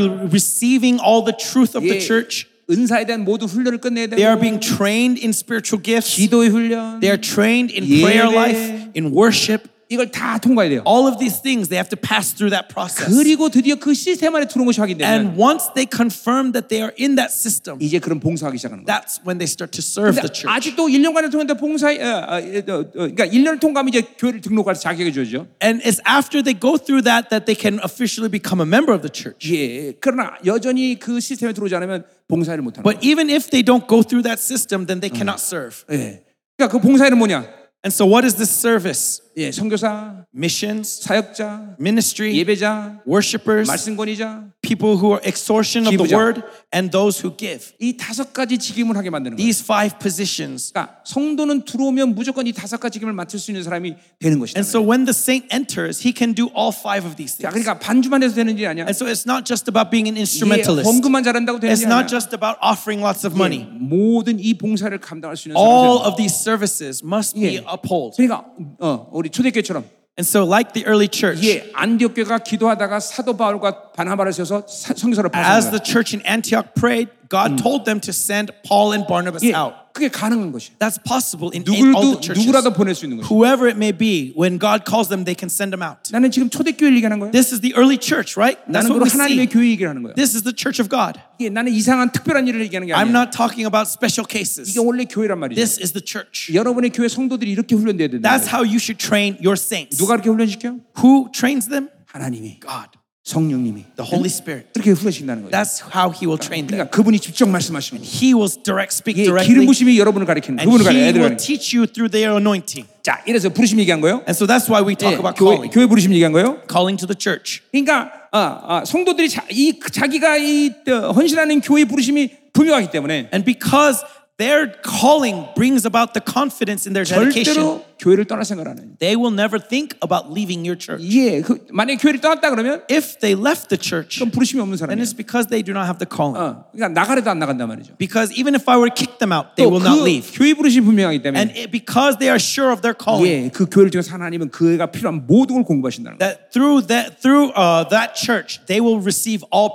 B: receiving all the truth of the
A: 예,
B: church.
A: 은사에 대한 모든 훈련을 끝내야
B: They are
A: 되고
B: being trained in spiritual gifts.
A: 기도의 훈련
B: They are trained in
A: Yeah.
B: prayer life, in worship.
A: 이걸 다 통과해야 돼요.
B: All of these things, they have to pass through that process.
A: 그리고 드디어 그 시스템 안에 들어온 것이 확인되면
B: And once they confirm that they are in that system,
A: 이제 그런 봉사하기 시작하는 거예요.
B: that's when they start to serve the
A: 근데
B: church.
A: 아직도 1년간을 통해서 봉사, 어, 어, 어, 어, 그러니까 1년을 통과하면 이제 교회를 등록할 자격이 주어지죠.
B: And it's after they go through that that they can officially become a member of the church.
A: 예, 그러나 여전히 그 시스템에 들어오지 않으면 봉사를 못하는 거예요.
B: But even if they don't go through that system, then they cannot serve.
A: 예. 그러니까 그 봉사는 뭐냐?
B: And so, what is this service?
A: 예, 선교사,
B: Missions,
A: 사역자,
B: ministry,
A: 예배자,
B: worshipers,
A: 말씀권이자
B: people who are extortion of the
A: 기부자.
B: word, and those who give.
A: 이 다섯 가지 직임을 하게 만드는 거예요.
B: These five positions.
A: 그러니까 성도는 들어오면 무조건 이 다섯 가지 직임을 맡을 수 있는 사람이 되는 것이다.
B: And so, when the saint enters, he can do all five of these
A: 자,
B: things.
A: 그러니까 반주만 해서 되는 일이 아니야.
B: And so, it's not just about being an
A: 이게
B: instrumentalist.
A: 헌금만 잘한다고 되는
B: It's
A: 일이 아니야.
B: not just about offering lots of money.
A: 모든 이 봉사를 감당할 수 있는
B: All
A: 사람.
B: of these services must be
A: Yeah.
B: upheld.
A: 그러니까 어, 우리 초대교처럼
B: And so, like the early church,
A: 예, 안디옥교가 기도하다가 사도 바울과 바나바를 세워서 사- 성서를
B: as the
A: 파송한
B: church in Antioch prayed, God told them to send Paul and Barnabas
A: 예,
B: out.
A: 그게 가능한 것이.
B: That's possible in in all
A: 누굴도
B: the churches.
A: 누구라도 보낼 수 있는 것이.
B: Whoever it may be, when God calls them, they can send them out.
A: 나는 지금 초대교회를 얘기하는 거야.
B: This is the early church, right?
A: 나는
B: That's
A: 바로
B: what we
A: 하나님의
B: see.
A: 교회 얘기를 하는 거야.
B: This is the church of God.
A: 이게 나는 이상한 특별한 일을 얘기하는 게
B: I'm
A: 아니야.
B: not talking about special
A: 이게
B: cases.
A: 원래 교회란 말이죠.
B: This is the church.
A: 여러분의 교회 성도들이 이렇게 훈련돼야 된다.
B: That's how you should train your saints.
A: 누가 이렇게 훈련시켜?
B: Who trains them?
A: 하나님이,
B: God,
A: 성령님이
B: the Holy Spirit.
A: 이렇게 훈련시킨다는 거예요.
B: That's how He will train them.
A: 그러니까 그분이 직접 말씀하시는 거예요.
B: He will direct, speak
A: 이게
B: directly,
A: 기름 부심이 여러분을 가리키는 거예요.
B: and
A: 그분을 가리키는
B: He
A: 애들
B: will
A: 가리키는 거예요.
B: teach you through their anointing.
A: 자, 이래서 부르심 얘기한 거예요.
B: And so that's why we
A: 예,
B: talk about
A: 교회,
B: calling,
A: 교회 부르심 얘기한 거예요.
B: calling to the church.
A: 그러니까 아, 아, 성도들이 자, 이, 자기가 이 어, 헌신하는 교회 부르심이 분명하기 때문에
B: And because Their calling brings about the confidence in their dedication.
A: 절대로 교회를 떠날 생각을 안 해요.
B: They will never think about leaving your church.
A: 예, 그, 만약에 교회를 떠났다 그러면
B: If they left the church,
A: 그럼 부르심이 없는
B: then
A: 사람이에요.
B: it's because they do not have the calling.
A: 어, 그러니까 나가래도 안 나간단 말이죠.
B: Because even if I were to kick them out, they
A: 또
B: will
A: 그
B: not leave.
A: 교회 부르심이 분명하기
B: And
A: 때문에
B: it, because they are sure of their calling,
A: 예, 그 교회를 통해서 하나님은 그 애가 필요한 모든 걸 공급하신다는 거예요.
B: that through that through uh, that church, they will receive all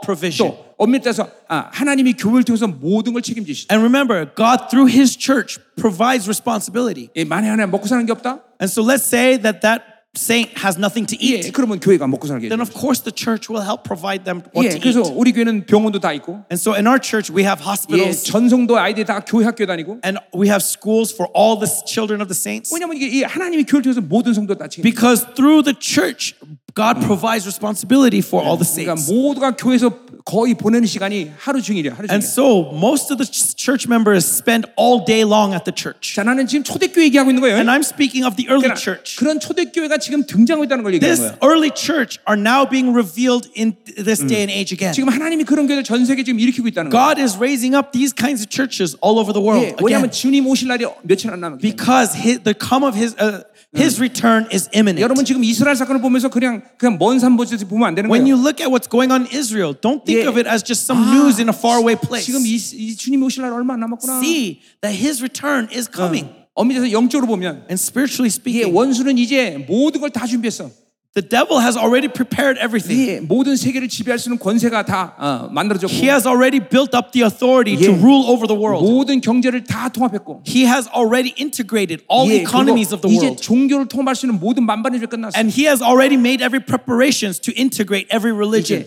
A: 또
B: provision.
A: 예. 엄밀히 따서 아, 하나님이 교회를 통해서 모든 걸 책임지시죠.
B: And remember, God through His church provides responsibility.
A: 예, 만에 하나 먹고 사는 게 없다?
B: And so let's say that that saint has nothing to
A: 예,
B: eat.
A: 그러면 교회가 먹고 살게
B: Then
A: 되죠.
B: of course the church will help provide them what
A: 예,
B: to
A: 그래서
B: eat.
A: 우리 교회는 병원도 다 있고
B: And so in our church we have
A: 예,
B: hospitals
A: 전성도 아이들이 다 교회 학교 다니고
B: and we have schools for all the s- children of the saints.
A: 왜냐면 이게 이 하나님이 교회를 통해서 모든 성도 다 책임.
B: Because through the church, God provides responsibility for all the
A: 그러니까
B: saints.
A: 모두가 교회에서 거의 보내는 시간이 하루 종일이야. 하루 종일.
B: And so most of the ch- church members spend all day long at the church.
A: 자, 나는 지금 초대교회 얘기하고 있는 거예요.
B: And I'm speaking of the early
A: 그러니까
B: church.
A: 그런 초대교회가 지금 등장하고 있다는 걸 얘기하는
B: This
A: 거예요.
B: early church are now being revealed in this day and age again.
A: 지금 하나님이 그런 교회를 전 세계 지금 일으키고 있다는 거예요.
B: God is raising up these kinds of churches all over the
A: 예,
B: world
A: 왜냐하면
B: again
A: 주님 오실 날이 며칠 안 남았기 때문에.
B: because his, the come of his uh, his return is
A: Mm. 여러분
B: imminent.
A: 지금 이스라엘 사건을 보면서 그냥 그냥 먼 산보지에서 보면 안 되는
B: When
A: 거예요.
B: you look at what's going on in Israel, don't think
A: Yeah.
B: of it as just some news in a faraway place.
A: 지금 이, 이 주님 오실 날 얼마 안 남았구나.
B: See that his return is coming.
A: 엄밀해서 영적으로 보면
B: And spiritually
A: 예,
B: speaking,
A: 원수는 이제 모든 걸 다 준비했어.
B: the devil has already prepared everything.
A: 예, 모든 세계를 지배할 수 있는 권세가 다 어, 만들어졌고
B: He has already built up the authority to
A: Yeah.
B: rule over the world.
A: 모든 경제를 다 통합했고
B: He has already integrated all the
A: 예,
B: economies of the
A: 그리고 이제
B: world.
A: 종교를 통합할 수 있는 모든 만반의 죄 끝났어.
B: And he has already made every preparations to integrate every religion.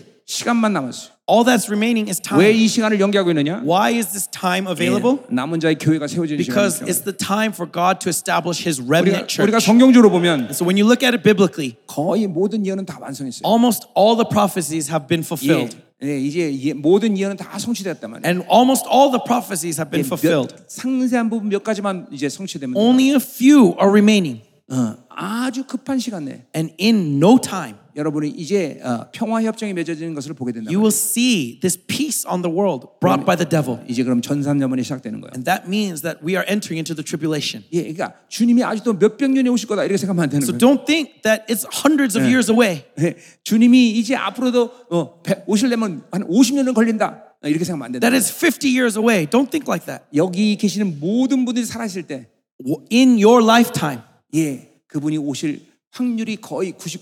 A: 이제 예, 시간만 남았어.
B: All that's remaining is time.
A: 왜 이 시간을 연기하고 있느냐? 예,
B: Why 아. is this time available?
A: 남은 자의 교회가 세워지는
B: Because
A: 시간이기
B: it's
A: 때문에.
B: the time for God to establish His
A: 우리가,
B: remnant
A: 우리가
B: church.
A: 성경적으로 보면
B: So when you look at it biblically,
A: 거의 모든 예언은 다 완성했어요.
B: almost all the prophecies have
A: 예,
B: been fulfilled.
A: 예, 이제 예, 모든 예언은 다 성취됐단 말이에요.
B: And almost all the prophecies have been
A: 몇-
B: fulfilled. 어.
A: 상세한 부분 몇 가지만 이제 성취되면 돼요.
B: Only a few are remaining.
A: 어, 아주 급한 시간 내에
B: And in no time,
A: 여러분이 이제 어, 평화 협정이 맺어지는 것을 보게 된다.
B: you will see this peace on the world brought by the devil.
A: 이제 그럼 전삼년이 시작되는 거예요.
B: And that means that we are entering into the tribulation.
A: 예, 그러니까 주님이 아직도 몇백 년에 오실 거다 이렇게 생각하면 안 되는
B: So
A: 거예요.
B: don't think that it's hundreds of years away.
A: 예, 주님이 이제 앞으로도 어, 백- 오실려면 한 50년은 걸린다 어, 이렇게 생각하면 안 된다.
B: That it's 50 years away. Don't think like that.
A: 여기 계시는 모든 분들이 살아있을 때,
B: In your lifetime,
A: 예, 그분이 오실 확률이 거의
B: the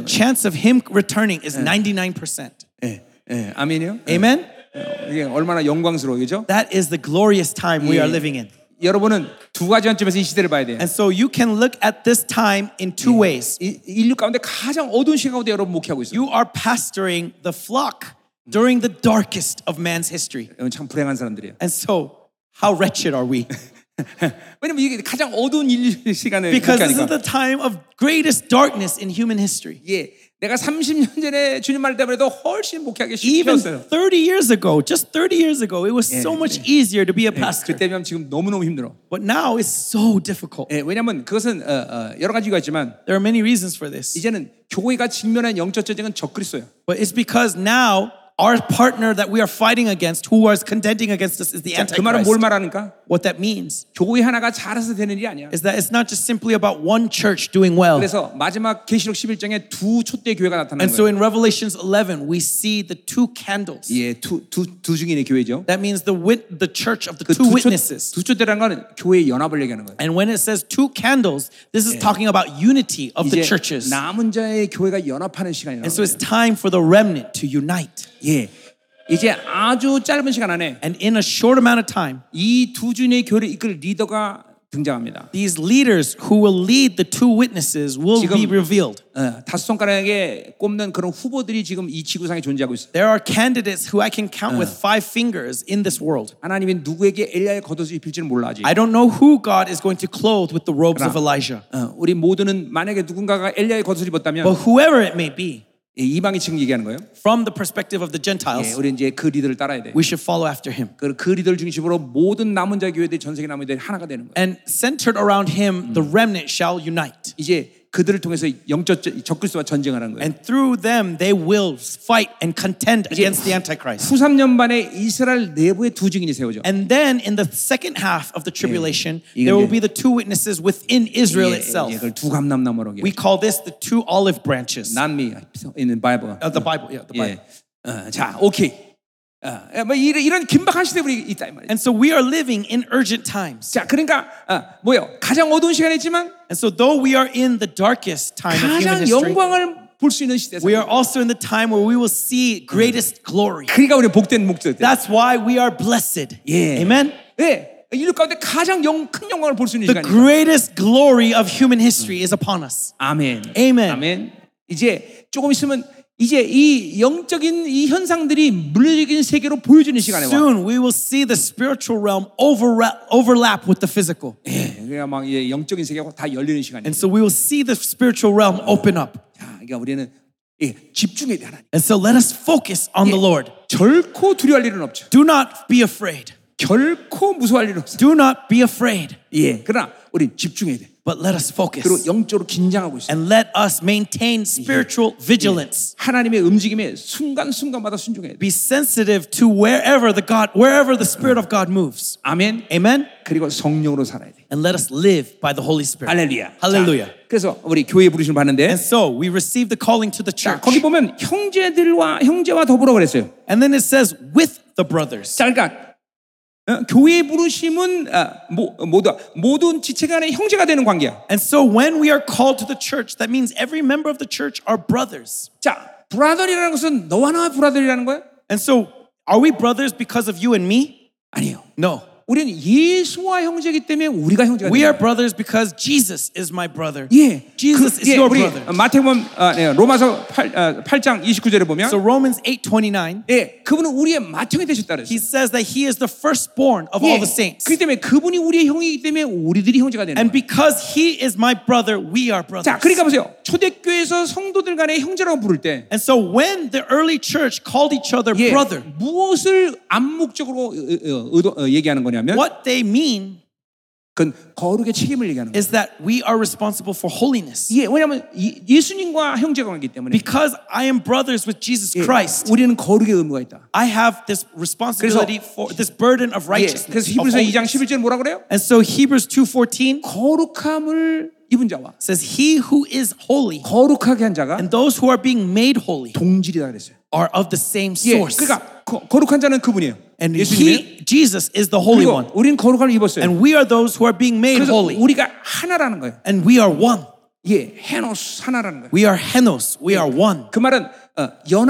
A: 99.9%.
B: chance of him returning is 99%.
A: 예, 예, 아멘이요. 예,
B: Amen?
A: 어, 이게 얼마나 영광스러워, 그죠?
B: That is the glorious time we
A: Yeah.
B: are living in.
A: 여러분은 두 가지 관점에서 이 시대를 봐야 돼요.
B: And so you can look at this time in two ways.
A: 이- 인류 가운데 가장 어두운 시간 가운데 여러분 목회하고 있어요.
B: You are pastoring the flock during the darkest of man's history.
A: 여러분 참 불행한 사람들이에요.
B: And so, how wretched are we?
A: 왜냐면 이게 가장 어두운 인류 시간에
B: Because this is
A: 목회하니까.
B: the time of greatest darkness in human history.
A: 예, 내가 30년 전에 주님 말 때문에 도 훨씬 목회하기
B: Even
A: 쉽었어요.
B: 30 years ago, just 30 years ago, it was so much easier to be a pastor.
A: 그때면 지금 너무너무 힘들어.
B: But now it's so difficult.
A: 예, 왜냐면 그것은 어, 어, 여러 가지가 있지만
B: There are many reasons for this.
A: 이제는 교회가 직면한 영적 전쟁은 적그리스도예요.
B: But it's because now our partner that we are fighting against, who is contending against us, is the
A: 자, 그 말은 뭘
B: Antichrist.
A: 말하는가?
B: What that means
A: 교회 하나가 잘해서 되는 일이 아니야.
B: is that it's not just simply about one church doing well.
A: 그래서 마지막 계시록 11장에 두 촛대 교회가 나타나는
B: And so
A: 거예요.
B: in Revelations 11, we see the two candles.
A: 예, 두두두 증인의 교회죠.
B: That means the wit- the church of the
A: 그
B: two
A: 두 촛-
B: witnesses.
A: 두 촛대라는 건 교회의 연합을 얘기하는 거예요.
B: And when it says two candles, this is talking about unity of the
A: 이제
B: churches.
A: 남은 자의 교회가 연합하는 시간이라는
B: And so it's
A: 거예요.
B: time for the remnant to unite.
A: 예. 이제 아주 짧은 시간 안에
B: And in a short amount of time,
A: 이 두 주인의 교회를 이끌 리더가 등장합니다.
B: these leaders who will lead the two witnesses will
A: 지금-
B: be revealed.
A: 어, 다섯 손가락에 꼽는 그런 후보들이 지금 이 지구상에 존재하고 있어요.
B: There are candidates who I can count with five fingers in this world.
A: 하나님이 누구에게 엘리야의 겉옷을 입힐지는 몰라 아직.
B: I don't know who God is going to clothe with the robes of
A: 그러나,
B: Elijah.
A: 어, 우리 모두는 만약에 누군가가 엘리야의 겉옷을 입었다면
B: But whoever it may be,
A: 예, 이방이 지금 얘기하는 거예요.
B: from the perspective of the
A: 예,
B: Gentiles,
A: 우리 이제 그 리더를 따라야 돼.
B: we should follow after him.
A: 그, 그 리더를 중심으로 모든 남은 자 교회들이 전 세계 남은 자들이 하나가 되는 거예요.
B: And centered around him, the remnant shall unite.
A: 이제 그들을 통해서 영적 적그리스도와 전쟁하는 거예요.
B: And through them, they will fight and contend against the Antichrist.
A: 후 3년 반에 이스라엘 내부에 두 증인이 세워져.
B: And then in the second half of the tribulation,
A: 이게
B: there will
A: 이제-
B: be the two witnesses within Israel
A: 예,
B: itself.
A: 예, 그걸 두 감람나무라고 해요.
B: We call this the two olive branches
A: 남미 있는 바이블.
B: of the Bible. Yeah, the Bible.
A: 예. 어, 자, 오케이. 어, 예, 뭐 이런, 이런 긴박한 시대 우리 있다 이 말이야.
B: And so we are living in urgent times.
A: 자, 그러니까 어, 뭐요? 가장 어두운 시간이지만
B: And so though we are in the darkest time of human
A: 가장
B: history,
A: 영광을 볼 수 있는 시대에서.
B: we are also in the time where we will see greatest glory.
A: 그러니까 우리 복된 목자들.
B: That's why we are blessed.
A: Yeah.
B: Amen.
A: 예, 인류 가운데 가장 영, 큰 영광을 볼 수 있는
B: The
A: 시간이에요.
B: greatest glory of human history is upon us.
A: 아멘.
B: Amen.
A: 아멘. 이제 조금 있으면 이제 이 영적인 이 현상들이 물리적인 세계로 보여주는 시간에 와.
B: Soon we will see the spiritual realm overra- overlap with the physical.
A: 예, 그래야 막 이제 영적인 세계가 다 열리는 시간이에요.
B: And so we will see the spiritual realm open up.
A: 자, 그러니까 우리는 예, 집중해야 돼 하나님.
B: And so let us focus on the Lord.
A: 결코 두려워할 일은 없죠.
B: Do not be afraid.
A: 결코 무서워할 일은 없어.
B: Do not be afraid,
A: 예. 그러나 우리 집중해야 돼.
B: but let us
A: 그리고
B: focus.
A: 영적으로 긴장하고 있어.
B: And let us maintain spiritual vigilance.
A: 하나님의 움직임에 순간순간마다 순종해야 돼.
B: Be sensitive to wherever the God, wherever the Spirit of God moves.
A: 아멘.
B: Amen.
A: 그리고 성령으로 살아야 돼.
B: And let us live by the Holy Spirit.
A: 할렐루야.
B: Hallelujah.
A: 자, 그래서 우리 교회 부르심을 받는데
B: And so we receive the calling to the
A: 자,
B: church.
A: 거기 보면 형제들과 형제와 더불어 그랬어요.
B: And then it says, with the brothers.
A: 자, 그러니까 어, 교회 부르심은 아, 모, 모두 모든 지체 간의 형제가 되는 관계야.
B: And so when we are called to the church, that means every member of the church are brothers.
A: 자, 브라더리라는 것은 너와 나와 브라더리라는 거야?
B: And so are we brothers because of you and me?
A: 아니에요.
B: No.
A: 우리는 예수와 형제이기 때문에 우리가 형제가
B: We
A: 되는
B: are
A: 거야.
B: brothers because Jesus is my brother.
A: 예.
B: Jesus is
A: 예,
B: your
A: 우리
B: brother.
A: 마태복음 아, 예, 로마서 8, 아, 8장 29절에 보면
B: So Romans 8:29,
A: 예, 그분은 우리의 마청이 되셨다 그랬어요. 예,
B: he says that he is the firstborn of all the saints.
A: 그렇기 때문에 그분이 우리의 형이기 때문에 우리들이 형제가 되는 거예요.
B: And because he is my brother, we are
A: 자,
B: brothers.
A: 그러니까 보세요. 초대교회에서 성도들 간의 형제라고 부를 때
B: And so when the early church called each other
A: 예,
B: brother,
A: 무엇을 암묵적으로 어, 어, 의도, 어, 얘기하는 거냐면
B: what they mean
A: 그건 거룩의 책임을 얘기하는 거예요.
B: is that we are responsible for holiness.
A: 예, 왜냐하면 이- 예수님과 형제가 관계 때문에
B: Because I am brothers with Jesus
A: 예,
B: Christ,
A: 우리는 거룩의 의무가 있다.
B: I have this responsibility for this burden of
A: 예,
B: righteousness.
A: 그래서
B: of
A: 히브리서 2장
B: holiness.
A: 11절 뭐라 그래요?
B: And so Hebrews 2:14
A: 거룩함을 입은 자와
B: says, "He who is holy
A: 거룩하게 한 자가
B: and those who are being made holy
A: 동질이다 그랬어요.
B: are of the same
A: 예,
B: source."
A: 그러니까 거, 거룩한 자는 그분이에요.
B: And
A: 예수님이에요.
B: he, Jesus is the holy
A: 그리고
B: one.
A: 우리는 거룩함을 입었어요.
B: And we are those who are being made
A: 그래서
B: holy.
A: 우리가 하나라는 거예요.
B: And we are one.
A: 예, 헤노스 하나라는 거예요.
B: We are henos. We are one.
A: 그 말은 어,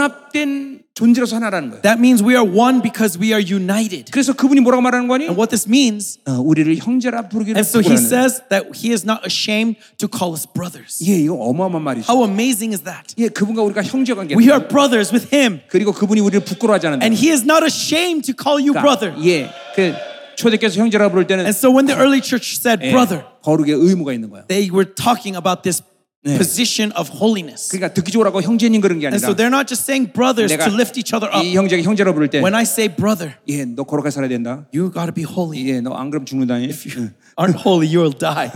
A: 연합된 존재로서 하나라는 거예요.
B: That means we are one because we are united.
A: 그래서 그분이 뭐라고 말하는 거니?
B: And what this means,
A: 어, 우리를 형제라 부르기로
B: and so he
A: 부르라는 거예요.
B: says that he is not ashamed to call us brothers.
A: 예, 이거 어마어마한 말이죠.
B: How amazing is that?
A: 예, 그분과 우리가 형제 관계.
B: We are brothers with him,
A: 그리고 그분이 우리를 부끄러워하지 않는다.
B: and he is not ashamed to call you brother.
A: 예, 그 초대께서 형제라 부를 때는
B: And so when the early church said
A: 예,
B: brother,
A: 거룩의 의무가 있는 거야.
B: they were talking about this position of holiness.
A: 그러니까 듣기 좋으라고 형제님 그런 게
B: And
A: 아니라
B: so they're not just saying brothers
A: 내가
B: to lift each other up.
A: 이 형제가 형제라 부를 때
B: When I say brother,
A: 예, 너 거룩하게 살아야 된다.
B: you gotta be holy.
A: 예, 너 안 그럼 죽는다니.
B: Aren't holy, you'll die.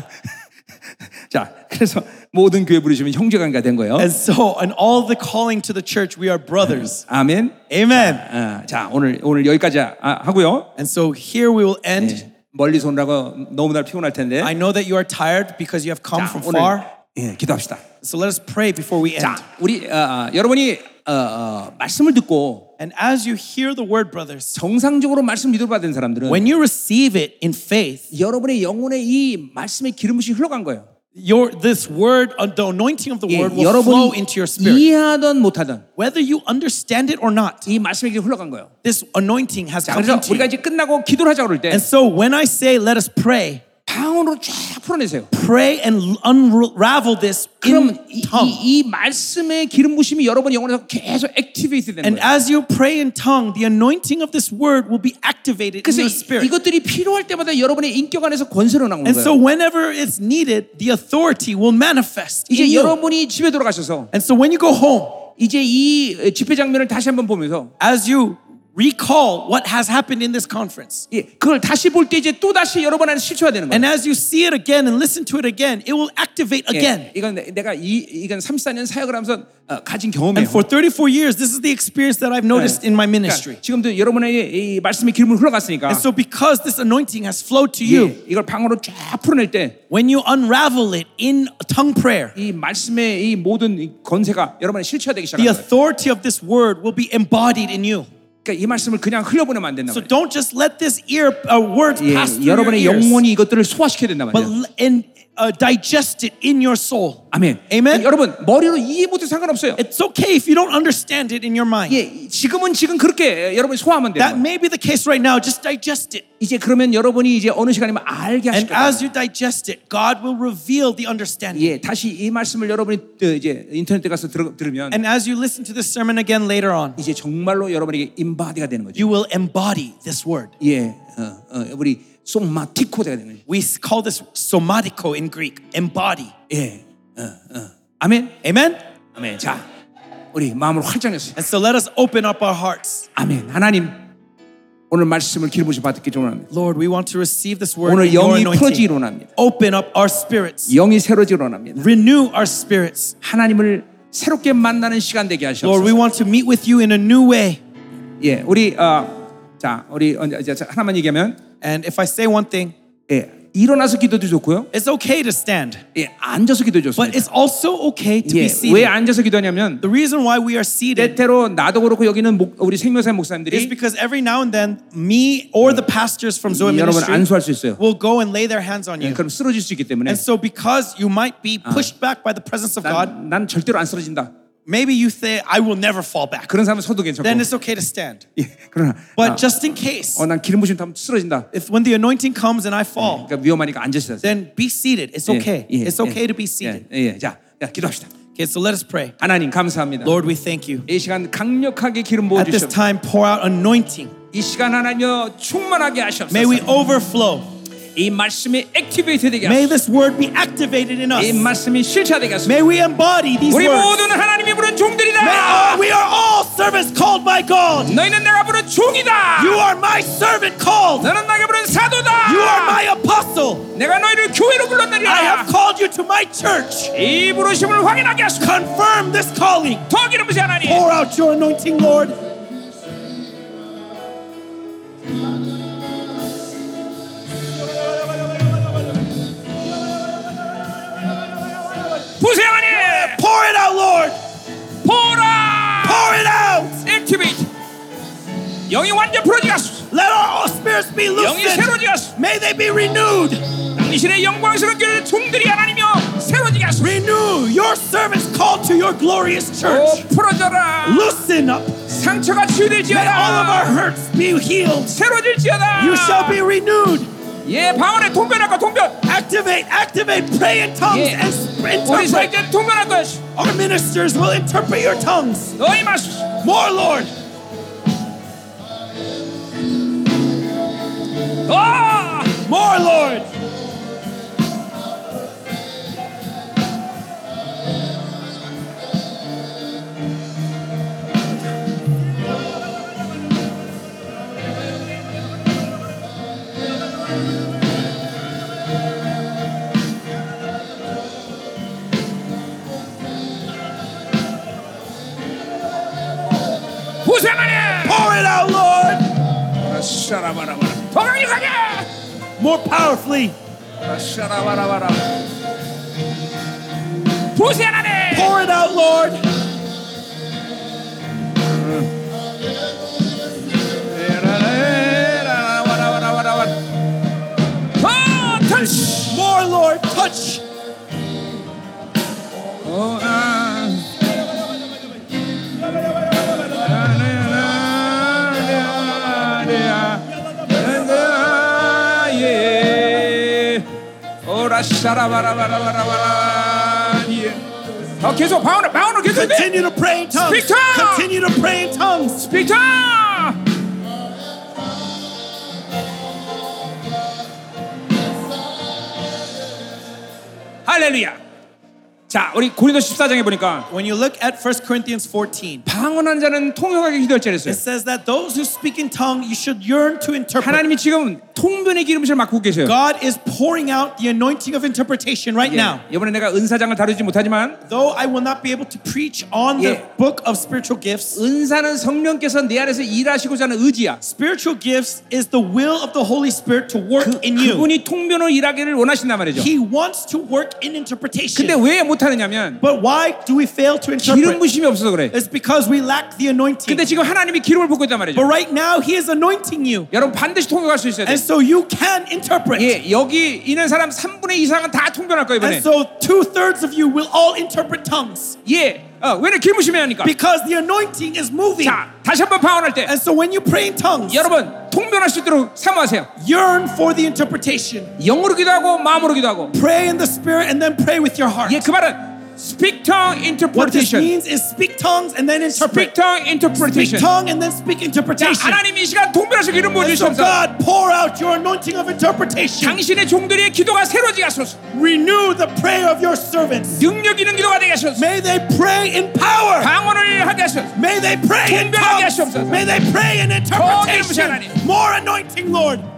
A: 자, 그래서 모든 교회 부르시면 형제 관계가 된 거예요.
B: And so, in all the calling to the church, we are brothers.
A: 아멘.
B: Amen.
A: 아, 자, 오늘 오늘 여기까지 하- 아, 하고요.
B: And so here we will end.
A: 멀리서 오느라고 너무나 피곤할 텐데.
B: I know that you are tired because you have come
A: 자,
B: from
A: 오늘
B: far.
A: 예, 기도합시다.
B: So let us pray before we end.
A: 자, 우리 어, 어, 여러분이 어, 어, 말씀을 듣고
B: And as you hear the word, brothers,
A: 정상적으로 말씀 믿음을 받은 사람들은
B: When you receive it in faith,
A: 여러분의 영혼에 이 말씀의 기름부심이 흘러간 거예요.
B: your this word, uh, the anointing of the
A: 예,
B: word, will flow
A: 여러분이
B: into your spirit.
A: 이해하든 못하든
B: Whether you understand it or not,
A: 이 말씀의 기름 흘러간 거예요.
B: this anointing has
A: 자,
B: come
A: 그래서
B: into
A: 우리가
B: you.
A: 이제 끝나고 기도를 하자 그럴 때
B: And so when I say, "Let us pray,"
A: 방언으로 쫙 풀어내세요.
B: pray and unravel this
A: 그럼
B: in
A: 이,
B: tongue.
A: 이, 이 말씀의 기름부심이 여러분 영혼에서 계속 액티베이트 되는
B: And
A: 거예요.
B: as you pray in tongue, the anointing of this word will be activated in
A: 그래서
B: your
A: 이-
B: spirit.
A: 이것들이 필요할 때마다 여러분의 인격 안에서 권세로 나오는
B: And so
A: 거예요.
B: whenever it's needed, the authority will manifest in
A: 이제
B: you.
A: 여러분이 집에 돌아가셔서
B: And so when you go home,
A: 이제 이 집회 장면을 다시 한번 보면서
B: as you recall what has happened in this conference.
A: 예, 그걸 다시 볼 때 이제 또 다시 여러 번 안에 실체화 되는 거예요.
B: And as you see it again and listen to it again, it will activate
A: 예,
B: again.
A: 이건 내- 내가 이 이건 34년 사역을 하면서 어, 가진 경험이에요. 예.
B: And for 34 years, this is the experience that I've noticed in my ministry.
A: 그러니까 지금도 여러분의 이, 이 말씀의 기름을 흘러갔으니까
B: And so, because this anointing has flowed to
A: 예,
B: you,
A: 이걸 방으로 쫙 풀어낼 때 이
B: when you unravel it in tongue prayer,
A: 말씀의 이 모든 이 건세가 여러분의 실체화되기 시작합니다.
B: the authority of this word will be embodied in you.
A: 그러니까 이 말씀을 그냥 흘려보내면 안 된다.
B: So don't just let this ear uh, words
A: 예,
B: pass through your
A: 여러분의
B: ears,
A: 영혼이 이것들을 소화시켜야 된다
B: but
A: 말이에요.
B: l- and uh, digest it in your soul.
A: 아멘.
B: Amen.
A: 여러분 머리로 이해 못해 도 상관없어요.
B: It's okay if you don't understand it in your mind.
A: 예, 지금은 지금 그렇게 여러분이 소화하면 돼요.
B: That may be the case right now. Just digest it.
A: 이제 그러면 여러분이 이제 어느 시간이면 알게 하실
B: And
A: 거예요.
B: as you digest it, God will reveal the understanding.
A: 예, 다시 이 말씀을 여러분이 또 이제 인터넷에 가서 들어, 들으면
B: And as you listen to this sermon again later on,
A: 이제 정말로 여러분에게 인바디가 되는 거죠.
B: you will embody this word.
A: 예, 어, 어, 우리 송마티코가 되는 거죠.
B: We s- call this somatiko in Greek, embody.
A: 예, 어, 어. 아멘,
B: Amen?
A: 아멘. 자, 우리 마음을 활짝 열어요.
B: And so let us open up our hearts.
A: 아멘. 하나님, 오늘 말씀을 기름부심 받기 원합니다.
B: Lord, we want to receive this word.
A: 오늘
B: in your
A: 영이 풀어지기
B: anointing.
A: 원합니다.
B: Open up our spirits.
A: 영이 새로지기 원합니다.
B: Renew our spirits.
A: 하나님을 새롭게 만나는 시간 되게
B: Lord, we
A: 하시옵소서.
B: want to meet with you in a new way.
A: 예, 우리 어, 자, 우리 어, 이제 하나만 얘기하면
B: And if I say one thing,
A: 예, 일어나서 기도도 좋고요.
B: it's okay to stand,
A: 예, 앉아서 기도
B: but
A: 좋습니다.
B: it's also okay to be
A: 예, 왜
B: seated.
A: 앉아서 기도하냐면
B: The reason why we are seated
A: 때때로 나도 그렇고 여기는 목, 우리 생명사
B: is
A: 목사님들이
B: because every now and then, me or the pastors from Zoe
A: 여러분 안수할 수
B: Ministry
A: 있어요.
B: will go and lay their hands on you.
A: 예, 그럼 쓰러질 수 있기 때문에
B: And so, because you might be pushed back by the presence of God,
A: 난, 난 절대로 안 쓰러진다.
B: maybe you say, I will never fall back.
A: 그런 사람은 서도 괜찮고.
B: Then it's okay to stand.
A: 예, 그러나
B: But
A: 아,
B: just in case,
A: 어, 난 기름 부심 타면 쓰러진다.
B: if when the anointing comes and I fall,
A: 그러니까 위험하니까 앉으시다.
B: then be seated. It's okay. It's okay to be seated.
A: 예, 예. 자, 야, 기도합시다.
B: Okay, so let us pray.
A: 하나님 감사합니다.
B: Lord, we thank you.
A: 이 시간 강력하게 기름 부어
B: At
A: 주시옵소서.
B: this time, pour out anointing.
A: 이 시간 하나님여 충만하게 하시옵소서.
B: May we overflow.
A: 이 말씀이 액티베이트 되게
B: May
A: 하소서.
B: this word be activated in
A: 이
B: us.
A: 말씀이 실체되게 하소서.
B: May we embody these
A: 우리
B: words.
A: 모두는 하나님이 부른 종들이다.
B: May all- uh, we are all servants called by God.
A: 너희는 내가 부른 종이다.
B: You are my servant called.
A: 너는 나게 부른 사도다.
B: You are my apostle.
A: 내가 너희를 교회로
B: I
A: 불렀느니라.
B: have called you to my church.
A: 이 부르심을 확인하게 하소서.
B: Confirm this calling.
A: 더 기름 부세 하나님.
B: Pour out your anointing, Lord.
A: 부세 하나님.
B: Pour it out, Lord.
A: 보라.
B: Pour it out.
A: 액티베이트. 영이 완전 풀어지게 하소서.
B: Let our spirits be
A: 영이
B: loosened.
A: 새로지게 하소서.
B: May they be renewed.
A: 당신의 영광스러운 교회 종들이 하나님이여 새로지게 하소서.
B: Renew your servants called to your glorious
A: 오,
B: church.
A: 풀어져라.
B: Loosen up.
A: 상처가
B: May all of our
A: 치유될지어다.
B: hurts be healed.
A: 새로질지어다.
B: You shall be renewed.
A: 예, 방언에 통변할까 통변.
B: Activate, activate, pray in tongues
A: Yeah.
B: and sp-
A: 우리
B: interpret.
A: 살때 통변할 것이.
B: Our ministers will interpret your tongues.
A: 너희 마소서.
B: More, Lord.
A: 아!
B: More, Lord.
A: 고생하네.
B: Pour it out, Lord.
A: 아샤라바라바라. 더 강력하게.
B: More powerfully.
A: 아샤라바라바라. 고생하네.
B: Pour it out, Lord.
A: 에라라라라라라라라라. 더 터치.
B: More, Lord. Touch.
A: 어, 아. 라라라라라라라라. 예. 오라샤라바라바라바라바라. 예. 어, 계속 방언을 방언을 계속 해.
B: Continue to pray in tongues.
A: Speak tongues.
B: Continue to pray in tongues.
A: 스피터! 할렐루야. 자, 우리 고린도 14장에 보니까
B: When you look at 1 Corinthians 14,
A: 방언한 자는 통역하기 힘들지
B: it
A: 그랬어요.
B: says that those who speak in tongue, you should yearn to interpret.
A: 하나님이 지금 통변의 기름을 맡고 계세요.
B: God is pouring out the anointing of interpretation right now.
A: 예, 이번에 내가 은사장을 다루지 못하지만
B: Though I will not be able to preach on the
A: Yeah.
B: book of spiritual gifts,
A: 은사는 성령께서 내 안에서 일하시고자 하는 의지야.
B: spiritual gifts is the will of the Holy Spirit to work in you.
A: 그분이 통변으로 일하기를 원하신단 말이죠.
B: He wants to work in
A: 근데
B: interpretation.
A: 왜 못하느냐면
B: But why do we fail to
A: 기름
B: interpret?
A: 부심이 없어서 그래.
B: It's because we lack the anointing.
A: 근데 지금 하나님이 기름을 붓고 있단 말이죠.
B: But right now, He is anointing you.
A: 여러분 반드시 통역할 수 있어야 돼.
B: And so you can interpret.
A: 예, 여기 있는 사람 3분의 이상은 다 통변할 거예요 이번에.
B: And so two thirds of you will all interpret tongues
A: 예, 어, 왜냐 기름 부심이 하니까.
B: because the anointing is moving.
A: 자, 다시 한번 방언할 때
B: And so when you pray in tongues,
A: 여러분 통변할 수 있도록 사모하세요.
B: yearn for the interpretation.
A: 영으로 기도하고 마음으로 기도하고.
B: Pray in the spirit and then pray with your heart.
A: 예, 그 말은 speak tongue
B: What this
A: interpretation.
B: means is speak tongues and then
A: Speak
B: interpret.
A: tongue
B: Speak
A: interpretation.
B: tongue and then speak
A: 자,
B: interpretation.
A: 하나님 이 시간 동별하시고 기름 부어
B: And so
A: 주시옵소서.
B: God, pour out your anointing of interpretation.
A: 당신의 종들의 기도가 새로지게 하소서.
B: Renew the prayer of your servants.
A: 능력 있는 기도가 되게 하소서.
B: May they pray in power.
A: 방언을 하게 하소서.
B: May they pray in
A: 분별하게
B: tongues.
A: 하시옵소서.
B: May they pray in
A: 더 기름 부으시
B: interpretation.
A: 하나님.
B: More anointing, Lord.